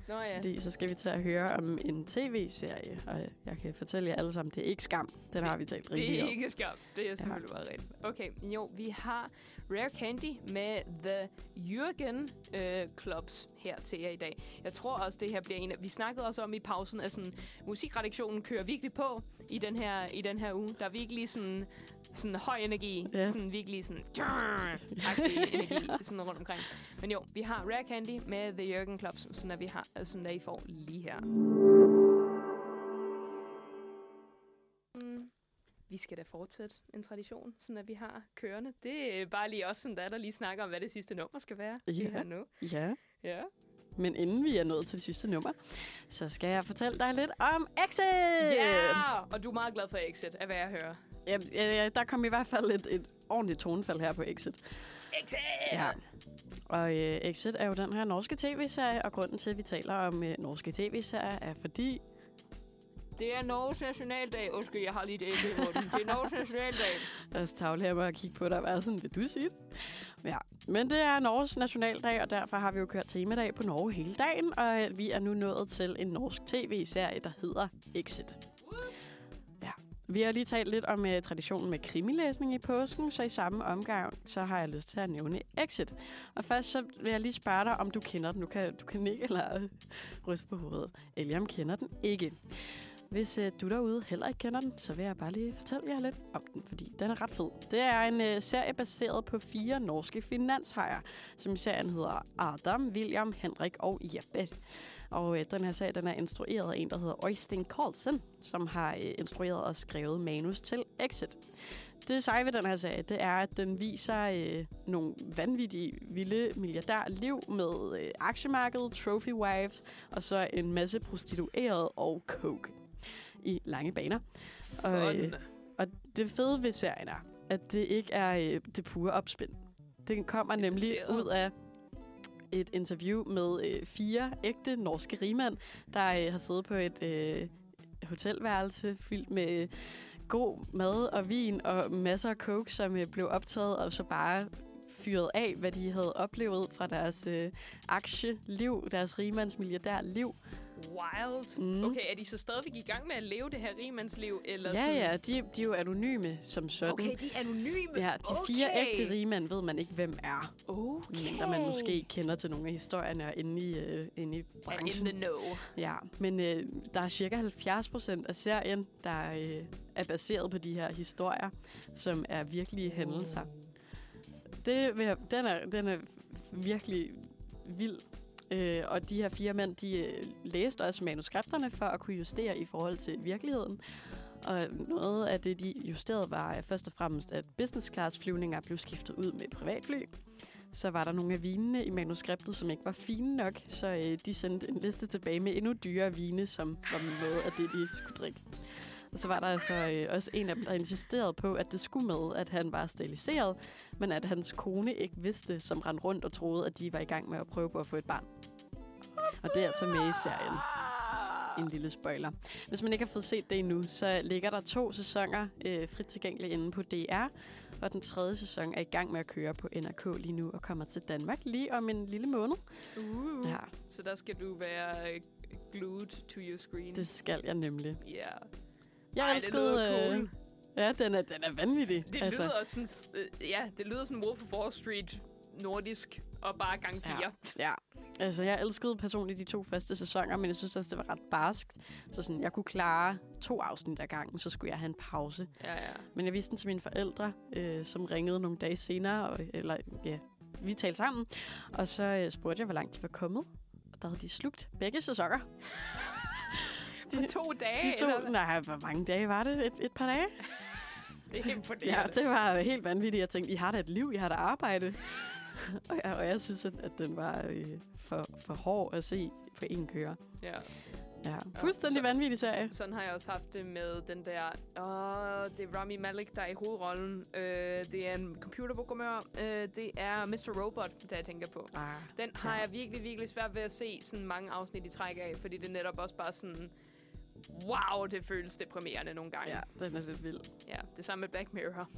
S2: Nå ja.
S1: Fordi så skal vi til at høre om en tv-serie. Og jeg kan fortælle jer alle sammen, det er ikke skam. Den har vi talt
S2: Det
S1: rigtig
S2: er
S1: om.
S2: ikke skam. Det er selvfølgelig bare rigtigt. Okay, jo, vi har Rare Candy med The Jürgen øh, Clubs her til jer i dag. Jeg tror også, det her bliver en af... Vi snakkede også om i pausen, at sådan, musikredaktionen kører virkelig på i den her, i den her uge. Der er virkelig sådan, sådan høj energi.
S1: Ja.
S2: Yeah. Sådan virkelig sådan... <laughs> agtig energi sådan rundt omkring. Men jo, vi har Rare Candy med The Jürgen Clubs, som der, vi har, som der I får lige her. Mm. Vi skal da fortsætte en tradition, som at vi har kørende. Det er bare lige os, som der, er, der lige snakker om, hvad det sidste nummer skal være. Yeah.
S1: Ja.
S2: Det her nu.
S1: Ja,
S2: Ja.
S1: men inden vi er nået til det sidste nummer, så skal jeg fortælle dig lidt om Exit!
S2: Yeah! Og du er meget glad for Exit, af hvad jeg hører.
S1: Ja, ja, ja, der kom i hvert fald et, et ordentligt tonefald her på Exit.
S2: Exit!
S1: Og øh, Exit er jo den her norske tv-serie, og grunden til, at vi taler om øh, norske tv-serier, er fordi...
S2: Det er Norges nationaldag. Undskyld, jeg har lige det æble i munden. Det er Norges nationaldag.
S1: Altså, tavle her med at kigge på dig og være sådan, vil du sige det? Ja. Men det er Norges nationaldag, og derfor har vi jo kørt temadag på Norge hele dagen, og øh, vi er nu nået til en norsk tv-serie, der hedder Exit. Ja. Vi har lige talt lidt om uh, traditionen med krimilæsning i påsken, så i samme omgang, så har jeg lyst til at nævne Exit. Og først så vil jeg lige spørge dig, om du kender den. Du kan, du kan ikke eller øh, ryste på hovedet. Eliam kender den ikke. Hvis øh, du derude heller ikke kender den, så vil jeg bare lige fortælle jer lidt om den, fordi den er ret fed. Det er en øh, serie baseret på fire norske finanshajer, som i serien hedder Adam, William, Henrik og Jeppe. Og øh, den her serie, den er instrueret af en, der hedder Øystein Carlsen, som har øh, instrueret og skrevet manus til Exit. Det seje ved den her serie, det er, at den viser øh, nogle vanvittige, vilde milliardærliv med øh, aktiemarkedet, trophy wives og så en masse prostitueret og coke i lange baner. Og, øh,
S2: Fun.
S1: og det fede ved serien er, at det ikke er øh, det pure opspind. Den kommer
S2: Det er
S1: nemlig
S2: baseret.
S1: ud af et interview med øh, fire ægte norske rigmænd, der øh, har siddet på et øh, hotelværelse fyldt med god mad og vin og masser af coke, som øh, blev optaget og så bare fyret af, hvad de havde oplevet fra deres øh, aktieliv, deres rigmandsmilliardærliv.
S2: Wild.
S1: Mm.
S2: Okay, er de så stadigvæk i gang med at leve det her rigmandsliv? Eller
S1: Ja,
S2: sådan?
S1: ja, de, de er jo anonyme som sådan.
S2: Okay, de er anonyme.
S1: Ja, de
S2: okay.
S1: fire ægte rigmænd ved man ikke, hvem er.
S2: Okay.
S1: Når man måske kender til nogle af historierne og inde i, øh, inde i
S2: er in
S1: branchen.
S2: the know.
S1: Ja, men øh, der er cirka 70 procent af serien, der øh, er baseret på de her historier, som er virkelige hændelser. Det, vil jeg- den, er, den er virkelig vild. Øh, og de her fire mænd, de øh, læste også manuskripterne for at kunne justere i forhold til virkeligheden. Og noget af det, de justerede, var øh, først og fremmest, at business class flyvninger blev skiftet ud med privatfly. Så var der nogle af vinene i manuskriptet, som ikke var fine nok, så øh, de sendte en liste tilbage med endnu dyrere vine, som var noget af det, de skulle drikke. Og så var der altså øh, også en af dem, der insisterede på, at det skulle med, at han var steriliseret, men at hans kone ikke vidste, som rendte rundt og troede, at de var i gang med at prøve på at få et barn. Og det er altså med i serien.
S2: Ah.
S1: En lille spoiler. Hvis man ikke har fået set det endnu, så ligger der to sæsoner øh, frit tilgængelige inde på DR, og den tredje sæson er i gang med at køre på NRK lige nu og kommer til Danmark lige om en lille måned.
S2: Uh.
S1: Ja,
S2: Så der skal du være øh, glued to your screen.
S1: det skal jeg nemlig.
S2: Yeah.
S1: Jeg
S2: Ej, det lyder
S1: øh,
S2: cool.
S1: Ja, den er, den er vanvittig.
S2: Det altså. lyder sådan, øh, ja, det lyder sådan Wolf of Wall Street nordisk og bare gang 4.
S1: Ja.
S2: Ja.
S1: Ja, altså jeg elskede personligt de to første sæsoner, men jeg synes også, det var ret barskt. Så sådan, jeg kunne klare to afsnit ad gangen, så skulle jeg have en pause.
S2: ja, ja.
S1: Men jeg viste den til mine forældre, øh, som ringede nogle dage senere, og, eller ja, vi talte sammen. Og så øh, spurgte jeg, hvor langt de var kommet. Og der havde de slugt begge sæsoner.
S2: På
S1: De-
S2: to dage?
S1: De to,
S2: Eller?
S1: nej, hvor mange dage var det? Et, et par dage?
S2: Det er
S1: Ja,
S2: imponerende.
S1: det var helt vanvittigt. Jeg tænkte, I har da et liv, I har da
S2: <laughs>
S1: arbejde. og, jeg, og jeg synes, at, at den var øh, for, for hård at se på en kører.
S2: Ja. ja.
S1: Ja, fuldstændig
S2: så-
S1: vanvittig serie.
S2: Sådan har jeg også haft det med den der, åh, det er Rami Malek, der er i hovedrollen. Øh, det er en computerprogrammør. Øh, det er Mr. Robot, der jeg tænker på.
S1: Ah,
S2: Den har
S1: Ja.
S2: jeg virkelig, virkelig svært ved at se sådan mange afsnit i træk af, fordi det er netop også bare sådan, wow, det føles deprimerende nogle gange.
S1: ja,
S2: Ja,
S1: den er lidt vild.
S2: ja det samme med Black Mirror.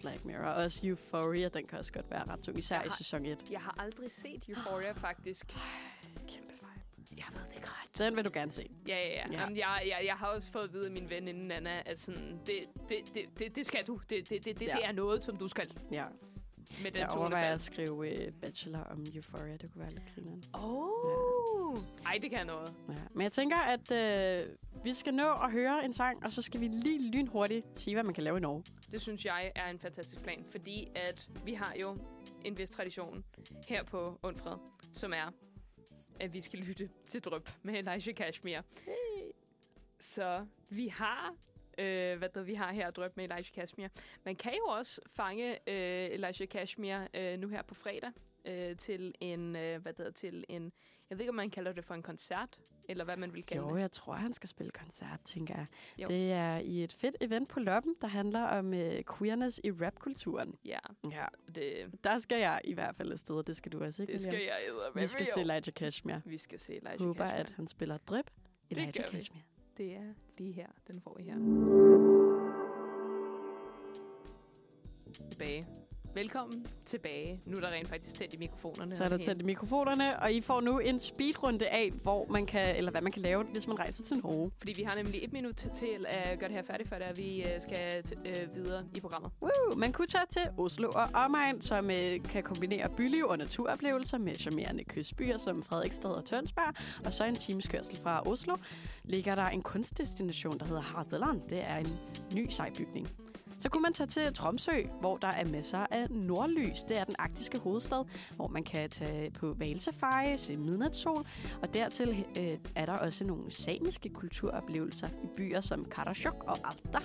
S1: Black Mirror. Også Euphoria, den kan også godt være ret tung. Især
S2: Jeg
S1: i
S2: har-
S1: sæson 1.
S2: Jeg har aldrig set Euphoria, faktisk.
S1: Kæmpe fejl.
S2: Jeg ved det godt.
S1: Den vil du gerne se.
S2: Ja, ja, ja.
S1: Ja.
S2: Jamen, jeg, jeg, jeg har også fået at vide af min ven inden Anna, at sådan, det, det, det, det, det skal du. Det, det, det, det,
S1: Ja.
S2: det er noget, som du skal
S1: Ja.
S2: med den
S1: Jeg overvejer
S2: tonefald.
S1: at skrive øh, bachelor om Euphoria. Det kunne være lidt grineren.
S2: Åh! Oh. Ej, det kan noget.
S1: Ja. Men jeg tænker, at øh, vi skal nå at høre en sang, og så skal vi lige lynhurtigt sige, hvad man kan lave i Norge.
S2: Det synes jeg er en fantastisk plan, fordi at vi har jo en vis tradition her på Undfred, som er, at vi skal lytte til Drøb med Elijah Kashmir. Så vi har, øh, hvad der, vi har her Drøb med Elijah Kashmir. Man kan jo også fange øh, Elijah Kashmir øh, nu her på fredag øh, til en, øh, hvad der, til en, jeg ved ikke, om man kalder det for en koncert, eller hvad man vil kalde
S1: Jo,
S2: det.
S1: jeg tror, han skal spille koncert, tænker jeg.
S2: Jo.
S1: Jo. Det er i et fedt event på Loppen, der handler om øh, queerness i rapkulturen.
S2: Ja,
S1: Ja.
S2: det,
S1: Der skal jeg i hvert fald afsted, og det skal du også, ikke?
S2: det skal
S1: William?
S2: jeg eddermame
S1: Vi skal
S2: jo.
S1: se Elijah Kashmir.
S2: Vi skal se Elijah
S1: håber,
S2: Kashmir.
S1: at han spiller drip.
S2: gør
S1: Elijah
S2: vi.
S1: Kashmir.
S2: Det er lige her. Den får I her. Tilbage. Velkommen tilbage. Nu er der rent faktisk tændt i mikrofonerne.
S1: Så er der
S2: herinde.
S1: tændt i mikrofonerne, og I får nu en speedrunde af, hvor man kan, eller hvad man kan lave, hvis man rejser til Norge.
S2: Fordi vi har nemlig et minut til at gøre det her færdigt, før det er, vi øh, skal t- øh, videre i programmet.
S1: Woo! Man kunne tage til Oslo og omegn, som øh, kan kombinere byliv og naturoplevelser med charmerende kystbyer som Fredrikstad og Tønsberg. Og så en times kørsel fra Oslo ligger der en kunstdestination, der hedder Hardeland. Det er en ny sejbygning. Så kunne man tage til Tromsø, hvor der er masser af nordlys. Det er den arktiske hovedstad, hvor man kan tage på valsafari, se midnatssol. Og dertil øh, er der også nogle samiske kulturoplevelser i byer som Karasjok og Alta.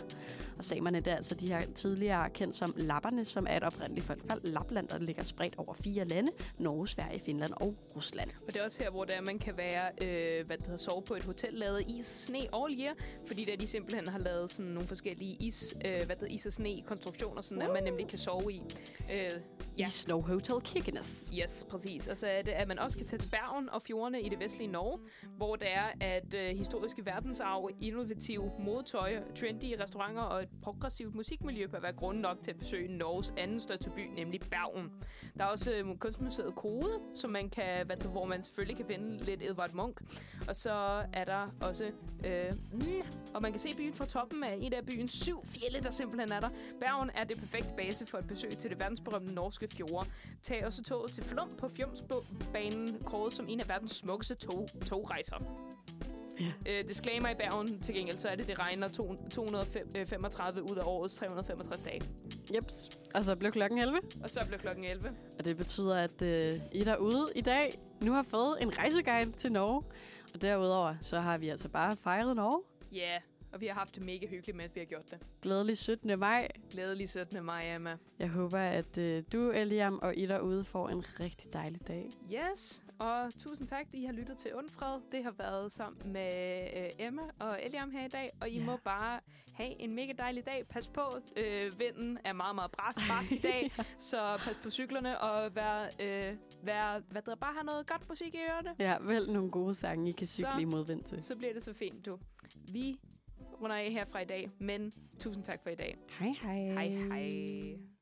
S1: Og samerne, det er altså de her tidligere kendt som lapperne, som er et oprindeligt folk fra Lapland, der ligger spredt over fire lande. Norge, Sverige, Finland og Rusland.
S2: Og det er også her, hvor det er, man kan være, øh, hvad det hedder, sove på et hotel lavet af is, sne all year. Fordi der de simpelthen har lavet sådan nogle forskellige is, øh, hvad det hedder, is og sne konstruktioner, sådan at man nemlig kan sove i. Øh,
S1: ja.
S2: Ja.
S1: i Snow Hotel Kirkenes.
S2: Yes, præcis. Og så er det, at man også kan tage til Bergen og fjordene i det vestlige Norge, hvor der er, at øh, historiske verdensarv, innovative modetøj, trendy restauranter og et progressivt musikmiljø bør være grund nok til at besøge Norges anden største by, nemlig Bergen. Der er også øh, kunstmuseet Kode, som man kan, hvad, det- hvor man selvfølgelig kan finde lidt Edvard Munch. Og så er der også... Øh, mm, og man kan se byen fra toppen af et af byens syv fjelle, der simpelthen er der. Bergen er det perfekte base for et besøg til det verdensberømte norske fjorde. Tag også toget til Flum på Fjumsbanen, kåret som en af verdens smukkeste tog, togrejser.
S1: Ja.
S2: Øh, disclaimer i Bergen til gengæld, så er det, det regner to- 235 øh, ud af årets 365 dage.
S1: Jeps. Og så blev klokken 11.
S2: Og så blev klokken 11.
S1: Og det betyder, at øh, I derude i dag nu har fået en rejseguide til Norge. Og derudover, så har vi altså bare fejret Norge.
S2: Ja, yeah. og vi har haft det mega hyggeligt med, at vi har gjort det.
S1: Glædelig 17. maj.
S2: Glædelig 17. maj, Emma.
S1: Jeg håber, at øh, du, Eliam, og I derude får en rigtig dejlig dag.
S2: Yes, og tusind tak, fordi I har lyttet til Undfred. Det har været sammen med øh, Emma og Eliam her i dag, og I
S1: Ja.
S2: yeah. må bare have en mega dejlig dag. Pas på, øh, vinden er meget, meget brask, brask i <laughs> dag, så pas på cyklerne og vær, øh, vær, hvad der, bare have noget godt musik i ørerne.
S1: <laughs> Ja, vælg nogle gode sange, I kan
S2: Så-
S1: cykle i modvind til.
S2: Så bliver det så fint, du. Vi runder af her fra i dag, men tusind tak for i dag.
S1: Hej hej.
S2: Hej hej.